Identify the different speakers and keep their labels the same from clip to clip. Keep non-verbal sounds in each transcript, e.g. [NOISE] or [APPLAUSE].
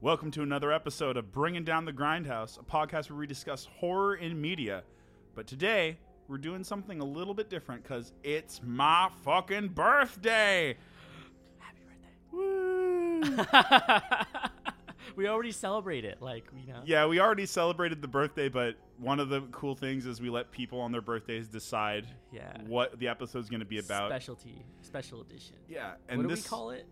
Speaker 1: Welcome to another episode of Bringing Down the Grindhouse, a podcast where we discuss horror in media. But today, we're doing something a little bit different because it's my fucking birthday! Woo!
Speaker 2: [LAUGHS] we already celebrate it, like you know.
Speaker 1: yeah, we already celebrated the birthday, but one of the cool things is we let people on their birthdays decide
Speaker 2: Yeah.
Speaker 1: what the episode's going to be about.
Speaker 2: specialty special edition.
Speaker 1: Yeah, and
Speaker 2: what do
Speaker 1: this
Speaker 2: we call it?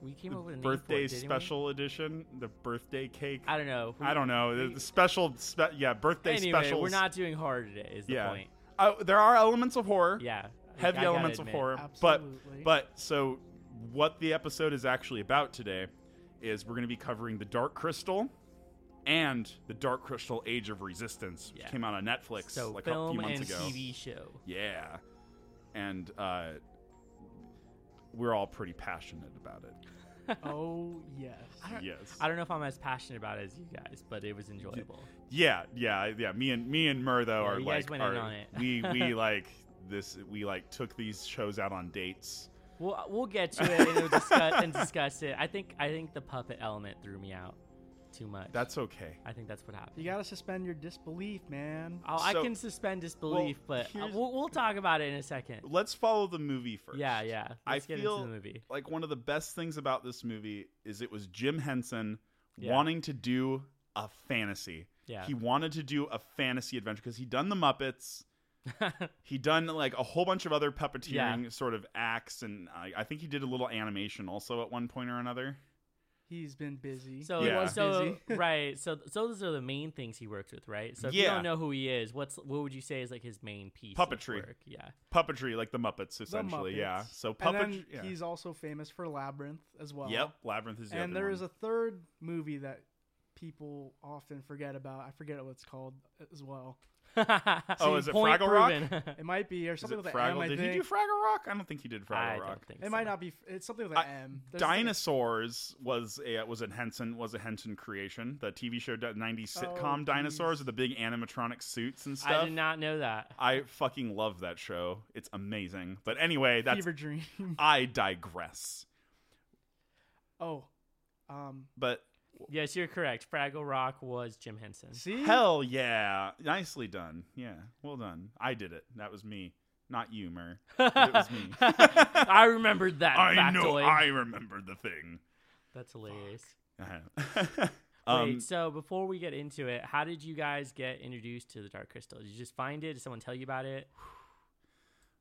Speaker 2: We came
Speaker 1: the
Speaker 2: up with a name
Speaker 1: birthday
Speaker 2: for it, didn't we?
Speaker 1: special edition, the birthday cake.
Speaker 2: I don't know.
Speaker 1: I don't know. The-
Speaker 2: we-
Speaker 1: the special, spe- yeah, birthday
Speaker 2: anyway,
Speaker 1: specials.
Speaker 2: we're not doing horror today. Is the
Speaker 1: Yeah.
Speaker 2: point?
Speaker 1: Uh, there are elements of horror.
Speaker 2: Yeah.
Speaker 1: heavy
Speaker 2: I gotta
Speaker 1: elements
Speaker 2: admit.
Speaker 1: of horror.
Speaker 3: Absolutely.
Speaker 1: But but so what the episode is actually about today is we're going to be covering the Dark Crystal and the Dark Crystal: Age of Resistance, which
Speaker 2: Yeah.
Speaker 1: came out on Netflix
Speaker 2: So
Speaker 1: like a
Speaker 2: film
Speaker 1: few months
Speaker 2: and
Speaker 1: ago.
Speaker 2: TV show.
Speaker 1: Yeah, and uh, we're all pretty passionate about it.
Speaker 3: Oh yes.
Speaker 1: Yes.
Speaker 2: Uh, I don't know if I'm as passionate about it as you guys, but it was enjoyable.
Speaker 1: yeah, yeah, yeah. Me and me and Mur though
Speaker 2: Yeah,
Speaker 1: are
Speaker 2: you
Speaker 1: like
Speaker 2: guys went in
Speaker 1: are-
Speaker 2: on it. [LAUGHS]
Speaker 1: we we like this. We like took these shows out on dates.
Speaker 2: We'll we'll get to it and, we'll
Speaker 1: [LAUGHS]
Speaker 2: discuss, and discuss it. I think I think the puppet element threw me out too much.
Speaker 1: That's okay.
Speaker 2: I think that's what happened.
Speaker 3: You gotta suspend your disbelief, man.
Speaker 2: Oh, I
Speaker 1: So-
Speaker 2: can suspend disbelief, but uh,
Speaker 1: here's-
Speaker 2: we'll, we'll talk about it in a second.
Speaker 1: Let's follow the movie first.
Speaker 2: Yeah, yeah. Let's
Speaker 1: I
Speaker 2: get
Speaker 1: feel
Speaker 2: into the movie.
Speaker 1: like one of the best things about this movie is it was Jim Henson
Speaker 2: Yeah.
Speaker 1: wanting to do a fantasy.
Speaker 2: Yeah.
Speaker 1: He wanted to do a fantasy adventure because he'd done the Muppets.
Speaker 3: [LAUGHS]
Speaker 1: He done like a whole bunch of other puppeteering sort of acts, and I, I think he did a little animation also at one point or another.
Speaker 3: He's been busy.
Speaker 2: so,
Speaker 1: Yeah. was
Speaker 2: so
Speaker 1: [LAUGHS]
Speaker 3: busy.
Speaker 2: right. So, so those are the main things he works with, right? So, if you
Speaker 1: Yeah.
Speaker 2: don't know who he is, what's what would you say is like his main piece? of
Speaker 1: Puppetry.
Speaker 2: work? Yeah.
Speaker 1: Puppetry, like the Muppets,
Speaker 3: The
Speaker 1: essentially. Yeah.
Speaker 3: Muppets.
Speaker 1: So
Speaker 3: And
Speaker 1: puppetry.
Speaker 3: then he's also famous for Labyrinth as well.
Speaker 1: Yep. Labyrinth is the
Speaker 3: And
Speaker 1: other
Speaker 3: there
Speaker 1: one.
Speaker 3: is a third movie that people often forget about. I forget what it's called as well.
Speaker 1: [LAUGHS] Oh, is it
Speaker 2: Point
Speaker 1: Fraggle Rock?
Speaker 2: proven.
Speaker 3: It might be or
Speaker 1: Is
Speaker 3: something
Speaker 1: it
Speaker 3: with an
Speaker 1: Fraggle?
Speaker 3: M. I
Speaker 1: did
Speaker 3: think.
Speaker 1: he do Fraggle Rock? I don't think he did Fraggle
Speaker 2: [LAUGHS] I
Speaker 1: Rock.
Speaker 2: don't think
Speaker 3: it
Speaker 2: so.
Speaker 3: might not be. It's something with an
Speaker 1: I-
Speaker 3: M. There's something-
Speaker 1: Dinosaurs was a was a Henson was a Henson creation. The TV show di- '90s
Speaker 3: Oh,
Speaker 1: sitcom
Speaker 3: geez.
Speaker 1: Dinosaurs with the big animatronic suits and
Speaker 2: I
Speaker 1: stuff.
Speaker 2: did not know that.
Speaker 1: I fucking love that show. It's amazing. But anyway, that's
Speaker 3: Fever Dream. [LAUGHS]
Speaker 1: I digress.
Speaker 3: Oh, um,
Speaker 1: But
Speaker 2: Yes, you're correct. Fraggle Rock was Jim Henson.
Speaker 3: see,
Speaker 1: hell yeah, nicely done. Yeah, well done. I did it. That was me, not you, Mer. But it was me.
Speaker 2: [LAUGHS] I remembered that.
Speaker 1: I know.
Speaker 2: factoid.
Speaker 1: I remember the thing. [LAUGHS]
Speaker 2: That's hilarious.
Speaker 1: Uh-huh.
Speaker 2: Wait, so before we get into it, how did you guys get introduced to the Dark Crystal? Did you just find it? Did someone tell you about it?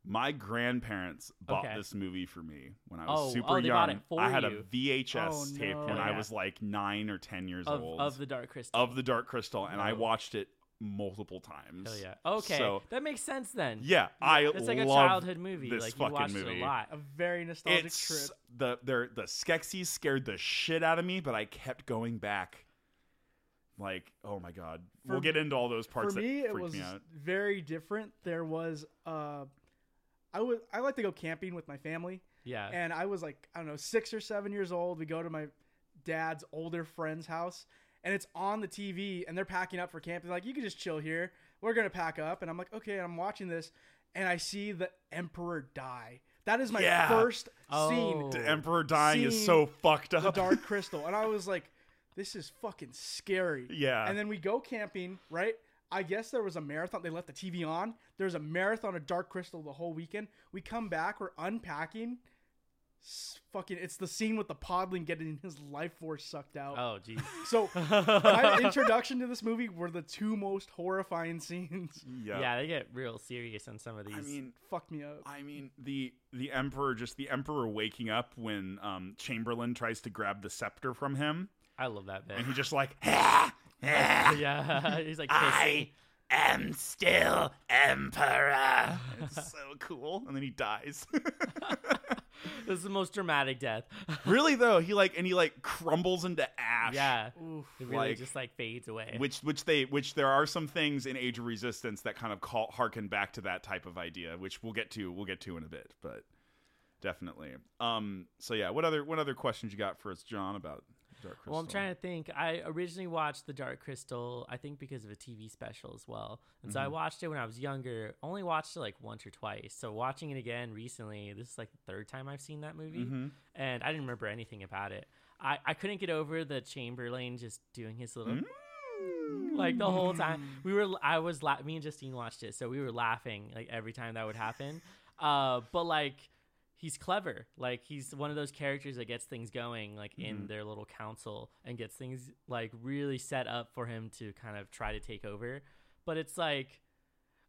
Speaker 1: My grandparents bought
Speaker 2: Okay.
Speaker 1: this movie for me when I was
Speaker 2: Oh,
Speaker 1: super
Speaker 2: oh, they
Speaker 1: young.
Speaker 2: bought it for
Speaker 1: I had
Speaker 2: you.
Speaker 1: a VHS
Speaker 3: Oh,
Speaker 1: tape
Speaker 3: no.
Speaker 1: when I
Speaker 2: Yeah.
Speaker 1: was like nine or ten years
Speaker 2: Of,
Speaker 1: old Oh,
Speaker 2: of the Dark Crystal.
Speaker 1: of the Dark Crystal, and I
Speaker 2: Whoa.
Speaker 1: watched it multiple times.
Speaker 2: Hell yeah. Okay.
Speaker 1: So
Speaker 2: that makes sense then.
Speaker 1: yeah, I
Speaker 2: It's like a
Speaker 1: love
Speaker 2: childhood movie.
Speaker 1: this
Speaker 2: like you
Speaker 1: fucking
Speaker 2: watched
Speaker 1: movie.
Speaker 2: it a lot.
Speaker 3: a very nostalgic
Speaker 1: It's
Speaker 3: trip.
Speaker 1: the they're, the sexies scared the shit out of me, but I kept going back. Like, oh my god,
Speaker 3: For
Speaker 1: we'll
Speaker 3: me-
Speaker 1: get into all those parts
Speaker 3: for me
Speaker 1: that
Speaker 3: it
Speaker 1: freaked
Speaker 3: was
Speaker 1: me out.
Speaker 3: very different there was uh i would i like to go camping with my family
Speaker 2: Yeah.
Speaker 3: and i was like i don't know six or seven years old we go to my dad's older friend's house and it's on the tv and they're packing up for camping like you can just chill here we're gonna pack up and i'm like okay and i'm watching this and i see the emperor die that is my
Speaker 1: Yeah.
Speaker 3: first scene
Speaker 2: Oh.
Speaker 1: The Emperor dying is
Speaker 3: Seeing
Speaker 1: so fucked
Speaker 3: the
Speaker 1: up.
Speaker 3: dark crystal and i was like this is fucking scary
Speaker 1: Yeah.
Speaker 3: and then we go camping right i guess there was a marathon they left the tv on there's a marathon of dark crystal the whole weekend we come back we're unpacking S- fucking it's the scene with the podling getting [LAUGHS] his life force sucked out
Speaker 2: oh, jeez.
Speaker 3: so
Speaker 2: [LAUGHS]
Speaker 3: my introduction to this movie were the two most horrifying [LAUGHS] scenes
Speaker 1: [LAUGHS] [LAUGHS] yeah.
Speaker 2: yeah. they get real serious on some of these.
Speaker 1: I mean,
Speaker 3: fuck me up
Speaker 1: I mean the the emperor just the emperor waking up when um Chamberlain tries to grab the scepter from him
Speaker 2: I love that bit.
Speaker 1: and he just like "Ah, ah,
Speaker 2: [LAUGHS] yeah. He's like,
Speaker 1: I
Speaker 2: pissed.
Speaker 1: am still emperor. It's so cool and then he dies. [LAUGHS]
Speaker 2: this is the most dramatic death. [LAUGHS]
Speaker 1: really though, he like and he like crumbles into ash.
Speaker 2: yeah.
Speaker 3: Oof.
Speaker 2: It really
Speaker 1: like-
Speaker 2: just like fades away.
Speaker 1: Which which they which there are some things in Age of Resistance that kind of call harken back to that type of idea, which we'll get to we'll get to in a bit, but definitely. Um so yeah, what other what other questions you got for us, John, about Dark Crystal.
Speaker 2: Well, I'm trying to think. I originally watched The Dark Crystal, I think because of a TV special as well. And so I
Speaker 1: Mhm.
Speaker 2: watched it when I was younger, only watched it like once or twice. So watching it again recently, this is like the third time I've seen that movie.
Speaker 1: hmm
Speaker 2: And I didn't remember anything about it. I, I couldn't get over the Chamberlain just doing his little
Speaker 1: Mm-hmm.
Speaker 2: like the whole time we were i was la- me and justine watched it so we were laughing like every time that would happen uh but like he's clever like he's one of those characters that gets things going like in
Speaker 1: Mhm.
Speaker 2: their little council and gets things like really set up for him to kind of try to take over but it's like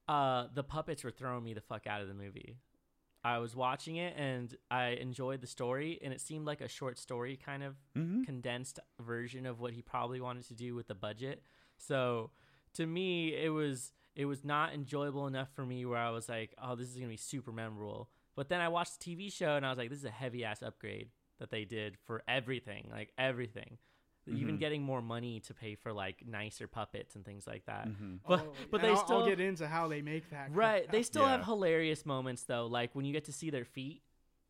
Speaker 2: uh the puppets were throwing me the fuck out of the movie i was watching it and i enjoyed the story and it seemed like a short story kind of
Speaker 1: hmm
Speaker 2: condensed version of what he probably wanted to do with the budget. So to me, it was it was not enjoyable enough for me where I was like, oh, this is gonna be super memorable. But then I watched the TV show and I was like, this is a heavy ass upgrade that they did for everything, like everything. Even
Speaker 1: Mhm.
Speaker 2: getting more money to pay for like nicer puppets and things like that.
Speaker 1: hmm
Speaker 2: But
Speaker 3: Oh,
Speaker 2: but
Speaker 3: and
Speaker 2: they
Speaker 3: I'll- I'll
Speaker 2: still
Speaker 3: get into how they make that.
Speaker 2: Right. They still have
Speaker 1: Yeah.
Speaker 2: hilarious moments though, like when you get to see their feet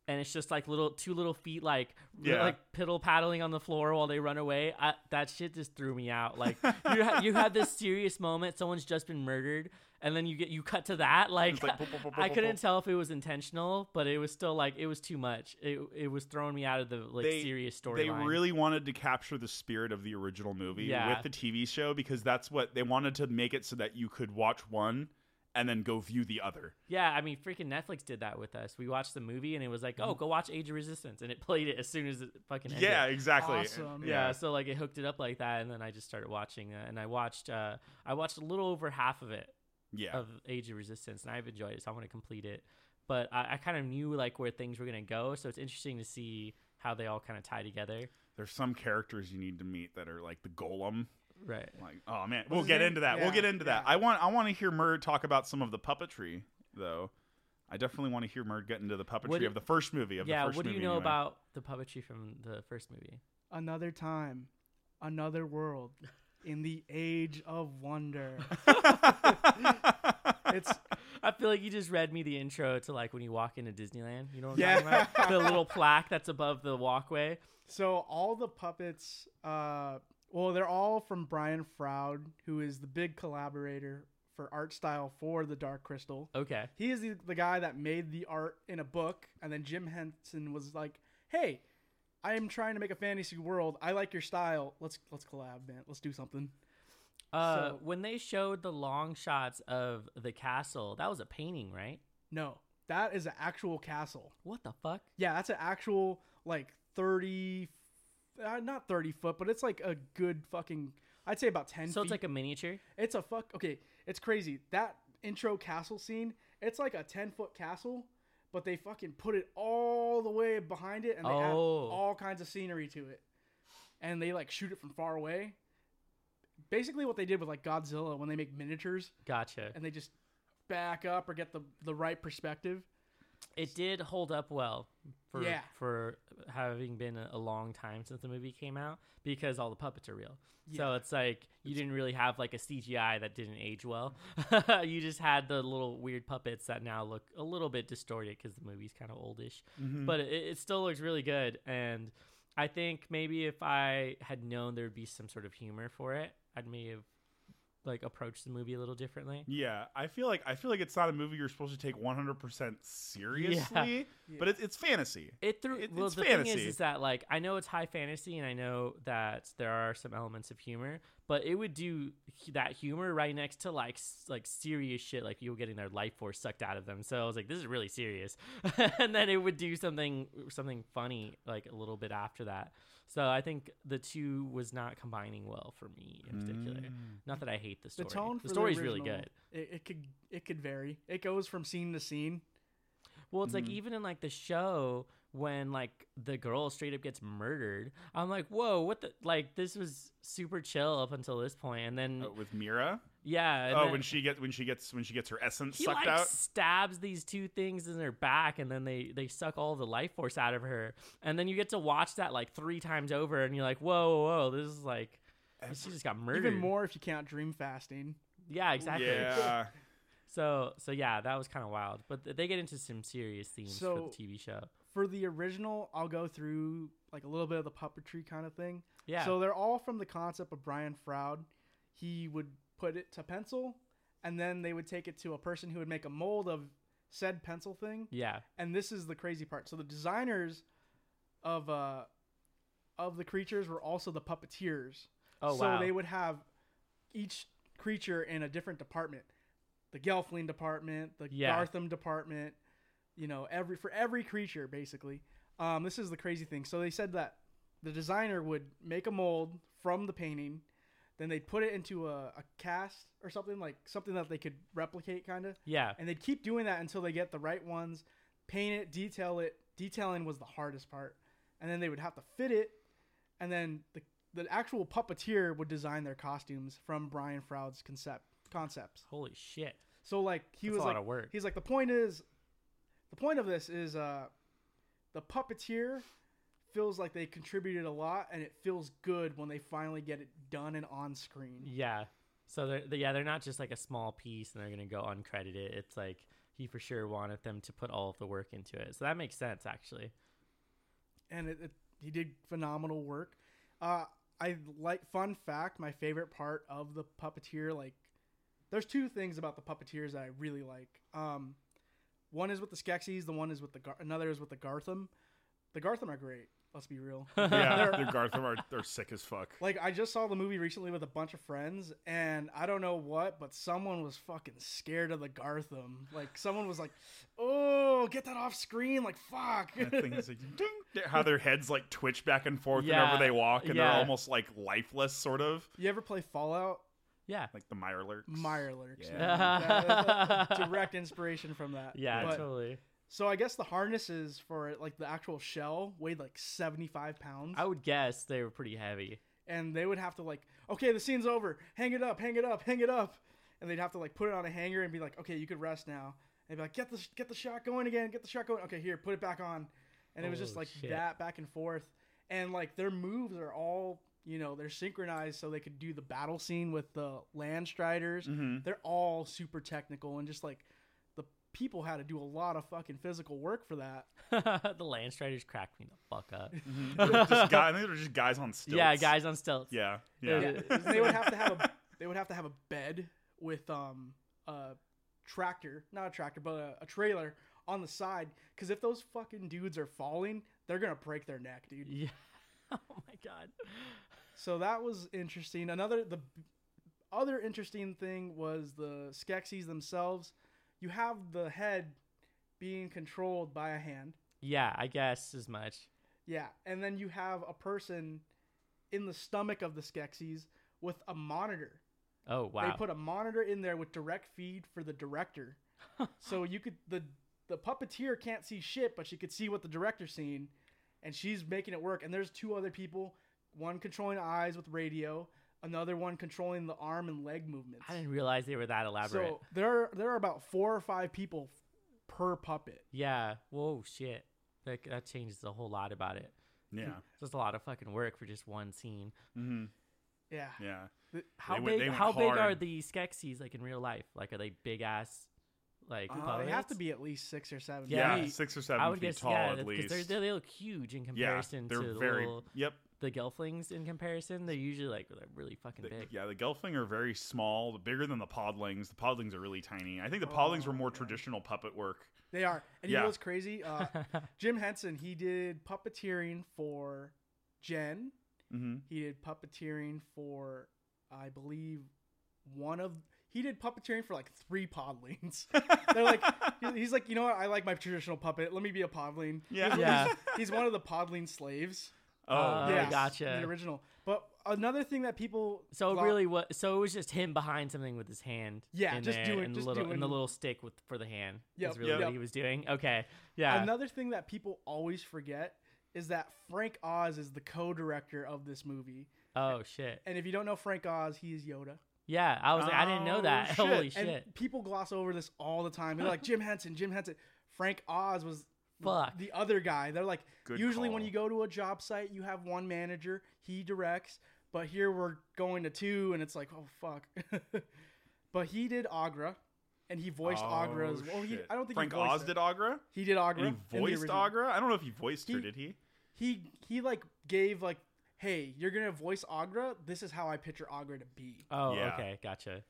Speaker 2: and it's just like little two little feet like r-
Speaker 1: Yeah.
Speaker 2: like piddle paddling on the floor while they run away. I, that shit just threw me out. Like you ha- you have this serious moment, someone's just been murdered and then you get you cut to that like,
Speaker 1: It's like, boop, boop, boop,
Speaker 2: I
Speaker 1: boop, boop,
Speaker 2: couldn't
Speaker 1: boop.
Speaker 2: tell if it was intentional, but it was still like it was too much. It it was throwing me out of the like
Speaker 1: They-
Speaker 2: serious storyline.
Speaker 1: They really wanted to capture the spirit of the original movie
Speaker 2: Yeah.
Speaker 1: with the TV show because that's what they wanted to make it so that you could watch one and then go view the other.
Speaker 2: Yeah, I mean, freaking Netflix did that with us. We watched the movie and it was like, "Oh, go watch Age of Resistance," and it played it as soon as it fucking ended.
Speaker 1: Mm-hmm. Yeah, exactly.
Speaker 3: Awesome.
Speaker 2: yeah so like it hooked it up like that and then i just started watching it and i watched uh i watched a little over half of it
Speaker 1: Yeah.
Speaker 2: of age of resistance and i've enjoyed it so i want to complete it but i, I kind of knew like where things were going to go so it's interesting to see how they all kind of tie together
Speaker 1: There's some characters you need to meet that are like the golem.
Speaker 2: right
Speaker 1: Like, oh man, we'll
Speaker 3: his
Speaker 1: get
Speaker 3: name?
Speaker 1: into that. We'll
Speaker 3: Yeah,
Speaker 1: get into that.
Speaker 3: yeah.
Speaker 1: I want I want to hear Murd talk about some of the puppetry though. I definitely want to hear Murd get into the puppetry
Speaker 2: What do-
Speaker 1: of the first movie of
Speaker 2: yeah
Speaker 1: the first
Speaker 2: what do you
Speaker 1: movie
Speaker 2: know
Speaker 1: anyway. [LAUGHS]
Speaker 2: about the puppetry from the first movie
Speaker 3: Another time, another world, in the age of wonder. It's
Speaker 2: i feel like you just read me the intro to like when you walk into disneyland you know what i'm
Speaker 3: Yeah.
Speaker 2: talking about
Speaker 1: [LAUGHS]
Speaker 2: the little plaque that's above the walkway
Speaker 3: So all the puppets, uh, well, they're all from Brian Froud, who is the big collaborator for art style for the Dark Crystal.
Speaker 2: okay
Speaker 3: He is the, the guy that made the art in a book, and then Jim Henson was like, "Hey, I am trying to make a fantasy world. I like your style. Let's let's collab, man. Let's do something."
Speaker 2: uh
Speaker 3: So-
Speaker 2: when they showed the long shots of the castle that was a painting right
Speaker 3: No, that is an actual castle.
Speaker 2: What the fuck?
Speaker 3: Yeah, that's an actual like thirty, uh, not thirty foot, but it's like a good fucking. I'd say about ten.
Speaker 2: so
Speaker 3: feet.
Speaker 2: it's like a miniature.
Speaker 3: It's a fuck. Okay, it's crazy. That intro castle scene. It's like a ten foot castle, but they fucking put it all the way behind it, and they add
Speaker 2: Oh.
Speaker 3: all kinds of scenery to it. And they like shoot it from far away. Basically, what they did with like Godzilla when they make miniatures
Speaker 2: Gotcha.
Speaker 3: and they just back up or get the the right perspective.
Speaker 2: It did hold up well for
Speaker 3: Yeah.
Speaker 2: for having been a a long time since the movie came out because all the puppets are real. So
Speaker 3: Yeah.
Speaker 2: it's like you didn't really have like a CGI that didn't age well. [LAUGHS] you just had the little weird puppets that now look a little bit distorted because the movie's kind of oldish.
Speaker 3: Mm-hmm.
Speaker 1: Mhm.
Speaker 2: but it, it still looks really good and i think maybe if i had known there would be some sort of humor for it i'd maybe have like approached the movie a little differently
Speaker 1: Yeah, I feel like I feel like it's not a movie you're supposed to take 100% seriously,
Speaker 3: Yeah.
Speaker 1: but it's it's fantasy.
Speaker 2: it threw
Speaker 1: It-
Speaker 2: well
Speaker 1: it's
Speaker 2: the thing is
Speaker 1: fantasy.
Speaker 2: is that like i know it's high fantasy and i know that there are some elements of humor but it would do hu- that humor right next to like s- like serious shit like you getting their life force sucked out of them so i was like this is really serious [LAUGHS] and then it would do something something funny like a little bit after that so i think the two was not combining well for me in particular
Speaker 1: Mm.
Speaker 2: not that i hate the
Speaker 3: The
Speaker 2: story
Speaker 3: tone for the
Speaker 2: story's really
Speaker 3: original,
Speaker 2: good
Speaker 3: It, it could it could vary. It goes from scene to scene.
Speaker 2: Well, it's
Speaker 1: Mhm.
Speaker 2: like even in like the show when like the girl straight up gets murdered, I'm like, whoa, what the like this was super chill up until this point, and then
Speaker 1: Uh, with Mira.
Speaker 2: yeah, Mm. and
Speaker 1: oh,
Speaker 2: then
Speaker 1: when she gets when she gets when she gets her essence
Speaker 2: he
Speaker 1: sucked
Speaker 2: like
Speaker 1: out.
Speaker 2: stabs these two things in their back, and then they they suck all the life force out of her, and then you get to watch that like three times over, and you're like, whoa, whoa, whoa this is like she just got murdered.
Speaker 3: Even more if you count dream fasting.
Speaker 2: [LAUGHS] yeah, exactly.
Speaker 1: Yeah.
Speaker 2: So so yeah, that was kind of wild. But th- they get into some serious themes for
Speaker 3: So-
Speaker 2: the TV show.
Speaker 3: For the original, I'll go through like a little bit of the puppetry kind of thing.
Speaker 2: Yeah.
Speaker 3: So they're all from the concept of Brian Froud. He would put it to pencil, and then they would take it to a person who would make a mold of said pencil thing.
Speaker 2: yeah.
Speaker 3: And this is the crazy part. So the designers of uh of the creatures were also the puppeteers.
Speaker 2: Oh
Speaker 3: so
Speaker 2: wow.
Speaker 3: they would have each creature in a different department. The Gelfling department, the
Speaker 2: Yeah.
Speaker 3: Gartham department, you know, every for every creature basically. Um, this is the crazy thing. So they said that the designer would make a mold from the painting, then they'd put it into a, a cast or something like something that they could replicate kind of
Speaker 2: yeah.
Speaker 3: and they'd keep doing that until they get the right ones paint it detail it detailing was the hardest part and then they would have to fit it and then the, the actual puppeteer would design their costumes from brian froud's concept concepts
Speaker 2: Holy shit.
Speaker 3: so like he
Speaker 2: That's
Speaker 3: was
Speaker 2: a lot
Speaker 3: like
Speaker 2: of work.
Speaker 3: he's like the point is the point of this is uh the puppeteer feels like they contributed a lot and it feels good when they finally get it done and on screen
Speaker 2: Yeah. So they're they- yeah they're not just like a small piece and they're gonna go uncredited. It's like he for sure wanted them to put all of the work into it. So that makes sense actually.
Speaker 3: and it, it, he did phenomenal work. Uh, I like fun fact. My favorite part of the puppeteer, like, there's two things about the puppeteers that I really like. Um, one is with the Skeksis. The one is with the Gar- another is with the Gartham. The Gartham are great. Let's be real.
Speaker 1: Yeah,
Speaker 3: They're-
Speaker 1: the Gartham are they're sick as fuck.
Speaker 3: like I just saw the movie recently with a bunch of friends, and I don't know what, but someone was fucking scared of the Gartham. Like someone was like, "Oh, get that off screen!" Like fuck.
Speaker 1: That thing is like ding, how their heads like twitch back and forth
Speaker 2: Yeah,
Speaker 1: whenever they walk, and
Speaker 2: yeah.
Speaker 1: they're almost like lifeless, sort of
Speaker 3: [LAUGHS] you ever play Fallout?
Speaker 2: Yeah.
Speaker 1: like the Meyer lurks.
Speaker 3: Meyer lurks.
Speaker 1: Yeah.
Speaker 3: man. That- that's a direct inspiration from that.
Speaker 2: Yeah.
Speaker 3: But-
Speaker 2: Totally.
Speaker 3: So I guess the harnesses for it, like the actual shell, weighed like seventy five pounds,
Speaker 2: I would guess they were pretty heavy. [LAUGHS]
Speaker 3: and they would have to like, okay, the scene's over, hang it up, hang it up, hang it up, and they'd have to like put it on a hanger and be like, okay, you could rest now. And they'd be like, get the get the shot going again, get the shot going. Okay, here, put it back on, and it was just
Speaker 2: Oh,
Speaker 3: like
Speaker 2: shit.
Speaker 3: that back and forth, and like their moves are all. You know they're synchronized, so they could do the battle scene with the
Speaker 2: Mm-hmm.
Speaker 3: land striders.
Speaker 1: hmm
Speaker 3: they're all super technical and just like the people had to do a lot of fucking physical work for that.
Speaker 2: the land striders cracked me the fuck
Speaker 3: [LAUGHS]
Speaker 2: up. [LAUGHS]
Speaker 1: just guy, I think mm-hmm. they're just guys on stilts.
Speaker 2: Yeah, guys on stilts.
Speaker 1: Yeah, yeah.
Speaker 2: Yeah.
Speaker 3: [LAUGHS] they would have to have a they would have to have a bed with um a tractor, not a tractor, but a, a trailer on the side cuz if those fucking dudes are falling, they're going to break their neck, dude.
Speaker 2: [LAUGHS] Yeah. Oh my god.
Speaker 3: So that was interesting. Another the other interesting thing was the Skeksis themselves. You have the head being controlled by a hand.
Speaker 2: Yeah, I guess as much.
Speaker 3: Yeah, and then you have a person in the stomach of the Skeksis with a monitor.
Speaker 2: Oh wow.
Speaker 3: They put a monitor in there with direct feed for
Speaker 2: [LAUGHS]
Speaker 3: the director. so you could the the puppeteer can't see shit, but she could see what the director's seeing, and she's making it work. And there's two other people, one controlling eyes with radio, another one controlling the arm and leg movements.
Speaker 2: I didn't realize they were that elaborate.
Speaker 3: so there are, there are about four or five people per puppet.
Speaker 2: yeah. Whoa, shit. That that changes a whole lot about it.
Speaker 1: yeah.
Speaker 2: Just a lot of fucking work for just one scene.
Speaker 1: Mhm.
Speaker 3: Yeah.
Speaker 1: Yeah.
Speaker 2: How
Speaker 1: They went-
Speaker 2: big?
Speaker 1: they went
Speaker 2: how big are
Speaker 1: hard.
Speaker 2: the Skeksis like in real life? Like, are they big ass? Like,
Speaker 3: Uh, they have
Speaker 2: puppets?
Speaker 3: to be at least six or seven.
Speaker 1: yeah,
Speaker 2: Yeah.
Speaker 1: six or
Speaker 2: I
Speaker 1: seven
Speaker 2: would
Speaker 1: feet
Speaker 2: guess
Speaker 1: tall
Speaker 2: yeah,
Speaker 1: at
Speaker 2: because
Speaker 1: least.
Speaker 2: they're, they look huge in
Speaker 1: yeah,
Speaker 2: comparison
Speaker 1: they're
Speaker 2: to the
Speaker 1: very.
Speaker 2: little,
Speaker 1: Yep.
Speaker 2: the Gelflings. In comparison, they're usually like they're really fucking
Speaker 1: The-
Speaker 2: big.
Speaker 1: yeah, the Gelfling are very small, the bigger than the Podlings. The Podlings are really tiny. I think the
Speaker 3: Oh,
Speaker 1: Podlings were more
Speaker 3: yeah.
Speaker 1: traditional puppet work.
Speaker 3: They are. And you
Speaker 1: Yeah.
Speaker 3: know what's
Speaker 1: [LAUGHS]
Speaker 3: crazy? Uh, Jim Henson, he did puppeteering for Jen.
Speaker 1: hmm
Speaker 3: He did puppeteering for, I believe, one of. He did puppeteering for like three
Speaker 1: [LAUGHS]
Speaker 3: podlings. They're like, he- he's like, you know what? I like my traditional puppet. Let me be a podling.
Speaker 1: Yeah.
Speaker 2: Yeah.
Speaker 3: He's one of the podling slaves.
Speaker 1: Oh,
Speaker 2: Uh,
Speaker 1: yeah.
Speaker 2: yeah. gotcha.
Speaker 3: in The original. But another thing that people.
Speaker 2: [LAUGHS] So it
Speaker 3: thought-
Speaker 2: really was. So it was just him behind something with his hand.
Speaker 3: Yeah,
Speaker 2: in
Speaker 3: just
Speaker 2: there,
Speaker 3: doing-
Speaker 2: and
Speaker 3: just
Speaker 2: the little and the
Speaker 3: doing-
Speaker 2: little stick with for the hand. Yeah,
Speaker 3: Yep,
Speaker 2: is really
Speaker 1: yep.
Speaker 2: what he was doing. Okay, yeah,
Speaker 3: Another thing that people always forget is that Frank Oz is the co-director of this movie.
Speaker 2: Oh shit!
Speaker 3: And if you don't know Frank Oz, he is Yoda.
Speaker 2: Yeah, I was like, I didn't
Speaker 1: Oh,
Speaker 2: know that. [LAUGHS]
Speaker 1: shit.
Speaker 2: Holy
Speaker 3: And
Speaker 2: shit!
Speaker 3: people gloss over this all the time. They're like Jim Henson, Jim Henson. Frank Oz was
Speaker 2: Fuck.
Speaker 3: the other guy. They're like
Speaker 1: Good
Speaker 3: usually when
Speaker 1: call.
Speaker 3: you go to a job site, you have one manager, he directs, but [LAUGHS] here we're going to two and it's like, "Oh fuck." but he did Agra. and he voiced Agra's. Well, he,
Speaker 1: Oh, shit.
Speaker 3: I don't think
Speaker 1: Frank
Speaker 3: he voiced
Speaker 1: Oz
Speaker 3: it.
Speaker 1: did Agra.
Speaker 3: He did Agra.
Speaker 1: And he
Speaker 3: in the
Speaker 1: voiced
Speaker 3: original.
Speaker 1: Agra. I don't know if he voiced her.
Speaker 3: He-
Speaker 1: Did he?
Speaker 3: He he like gave like, hey, you're gonna voice Agra. This is how I picture Agra to be.
Speaker 2: Oh,
Speaker 1: Yeah.
Speaker 2: okay, gotcha.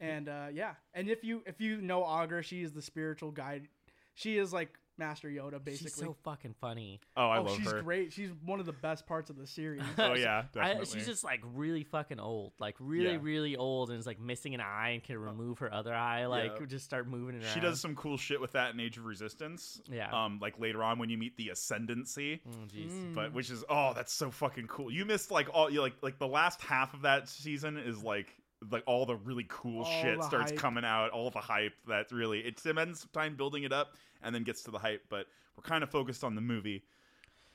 Speaker 3: And uh, yeah, and if you if you know Augur, she is the spiritual guide. She is like Master Yoda, basically.
Speaker 2: She's so fucking funny.
Speaker 1: Oh, I
Speaker 3: oh,
Speaker 1: love
Speaker 3: she's
Speaker 1: her.
Speaker 3: great. She's one of the best parts of
Speaker 1: [LAUGHS]
Speaker 3: the series.
Speaker 1: Oh
Speaker 3: [LAUGHS]
Speaker 1: yeah,
Speaker 2: I,
Speaker 1: definitely.
Speaker 2: she's just like really fucking old, like really,
Speaker 1: Yeah. Uh,
Speaker 2: really old, and is like missing an eye and can remove her other eye, like
Speaker 1: Yeah.
Speaker 2: just start moving it around.
Speaker 1: she does some cool shit with that in Age of Resistance.
Speaker 2: Yeah.
Speaker 1: Um, like later on when you meet the Ascendancy.
Speaker 2: Oh, jeez.
Speaker 3: Mm.
Speaker 1: But which is oh, that's so fucking cool. You missed like all you like like the last half of that season is like like all the really cool
Speaker 3: All
Speaker 1: shit
Speaker 3: the
Speaker 1: starts
Speaker 3: hype.
Speaker 1: coming out, all the hype that's really it spends time building it up and then gets to the hype, but we're kind of focused on the movie.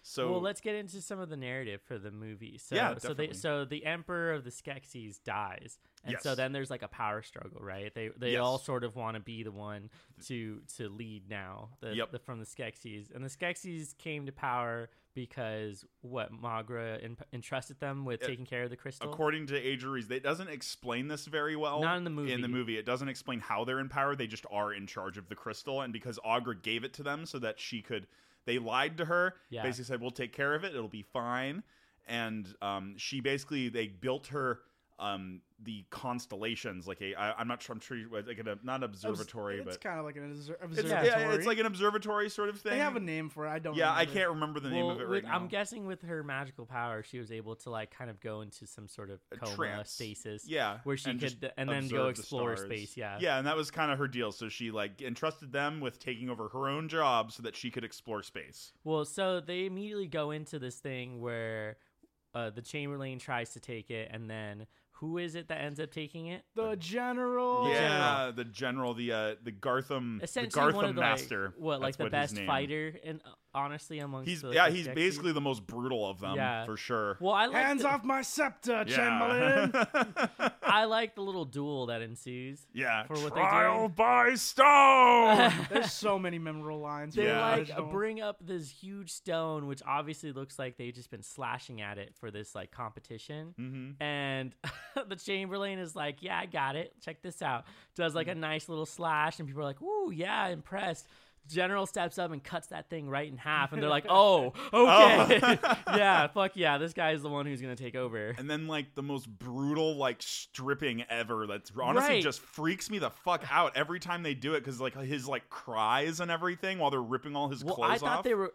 Speaker 1: So
Speaker 2: well, let's get into some of the narrative for the movie. So,
Speaker 1: Yeah,
Speaker 2: so they
Speaker 1: definitely.
Speaker 2: so the emperor of the Skeksis dies, and so
Speaker 1: Yes.
Speaker 2: then there's like a power struggle, right? They they
Speaker 1: Yes.
Speaker 2: all sort of want to be the one to to lead now. The,
Speaker 1: Yep.
Speaker 2: the from the Skeksis, and the Skeksis came to power because what Magra en- entrusted them with
Speaker 1: Uh,
Speaker 2: taking care of the crystal.
Speaker 1: according to Age of Res- it doesn't explain this very well.
Speaker 2: Not in the movie.
Speaker 1: In the movie, it doesn't explain how they're in power. They just are in charge of the crystal, and because Agra gave it to them so that she could, they lied to her.
Speaker 2: Yeah.
Speaker 1: Basically said, "We'll take care of it. It'll be fine." And um, she basically they built her um, the constellations, like a I, I'm not sure I'm sure you- like an, not observatory,
Speaker 3: It's
Speaker 1: but
Speaker 3: kind of like an obser-
Speaker 1: it's,
Speaker 3: observatory.
Speaker 1: yeah, it's like an observatory sort of thing.
Speaker 3: they have a name for it. I don't.
Speaker 1: yeah, I
Speaker 3: remember.
Speaker 1: can't remember the name of it right
Speaker 2: with-
Speaker 1: now.
Speaker 2: I'm guessing with her magical power, she was able to like kind of go into some sort of
Speaker 1: A
Speaker 2: coma
Speaker 1: trance.
Speaker 2: stasis.
Speaker 1: Yeah,
Speaker 2: where she
Speaker 1: just
Speaker 2: could and then go
Speaker 1: observe the
Speaker 2: explore
Speaker 1: stars.
Speaker 2: space. Yeah,
Speaker 1: yeah, and that was kind of her deal. So she like entrusted them with taking over her own job so that she could explore space.
Speaker 2: Well, so they immediately go into this thing where uh, the Chamberlain tries to take it, and then who is it that ends up taking it?
Speaker 3: The general.
Speaker 1: yeah, the general, the uh, the Gartham, the
Speaker 2: Essentially,
Speaker 1: Gartham
Speaker 2: one of the, like,
Speaker 1: master.
Speaker 2: what like
Speaker 1: That's
Speaker 2: the
Speaker 1: what his
Speaker 2: best
Speaker 1: name-
Speaker 2: fighter, and honestly, amongst
Speaker 1: He's
Speaker 2: the,
Speaker 1: yeah,
Speaker 2: the
Speaker 1: he's
Speaker 2: Skeksis.
Speaker 1: basically the most brutal of them
Speaker 2: Yeah.
Speaker 1: for sure.
Speaker 2: Well, I like
Speaker 3: Hands
Speaker 2: the,
Speaker 3: off my scepter,
Speaker 1: yeah. [LAUGHS]
Speaker 3: Chamberlain.
Speaker 2: I like the little duel that ensues.
Speaker 1: yeah,
Speaker 2: For what they
Speaker 1: trial
Speaker 2: do.
Speaker 1: by stone.
Speaker 2: [LAUGHS]
Speaker 3: There's so many memorable lines.
Speaker 2: They
Speaker 1: Yeah.
Speaker 3: from
Speaker 2: like
Speaker 3: the
Speaker 2: uh,
Speaker 3: original.
Speaker 2: bring up this huge stone, which obviously looks like they've just been slashing at it for this like competition.
Speaker 1: hmm
Speaker 2: And [LAUGHS] the Chamberlain is like, "Yeah, I got it. Check this out." Does like a nice little slash, and people are like, "Ooh, yeah, impressed." General steps up and cuts that thing right in half, and they're like, "Oh, okay, [LAUGHS] yeah, fuck yeah, this guy is the one who's gonna take over."
Speaker 1: And then like the most brutal like stripping ever. That's honestly
Speaker 2: Right.
Speaker 1: just freaks me the fuck out every time they do it because like his like cries and everything while they're ripping all his
Speaker 2: Well,
Speaker 1: clothes
Speaker 2: I thought
Speaker 1: off.
Speaker 2: they were.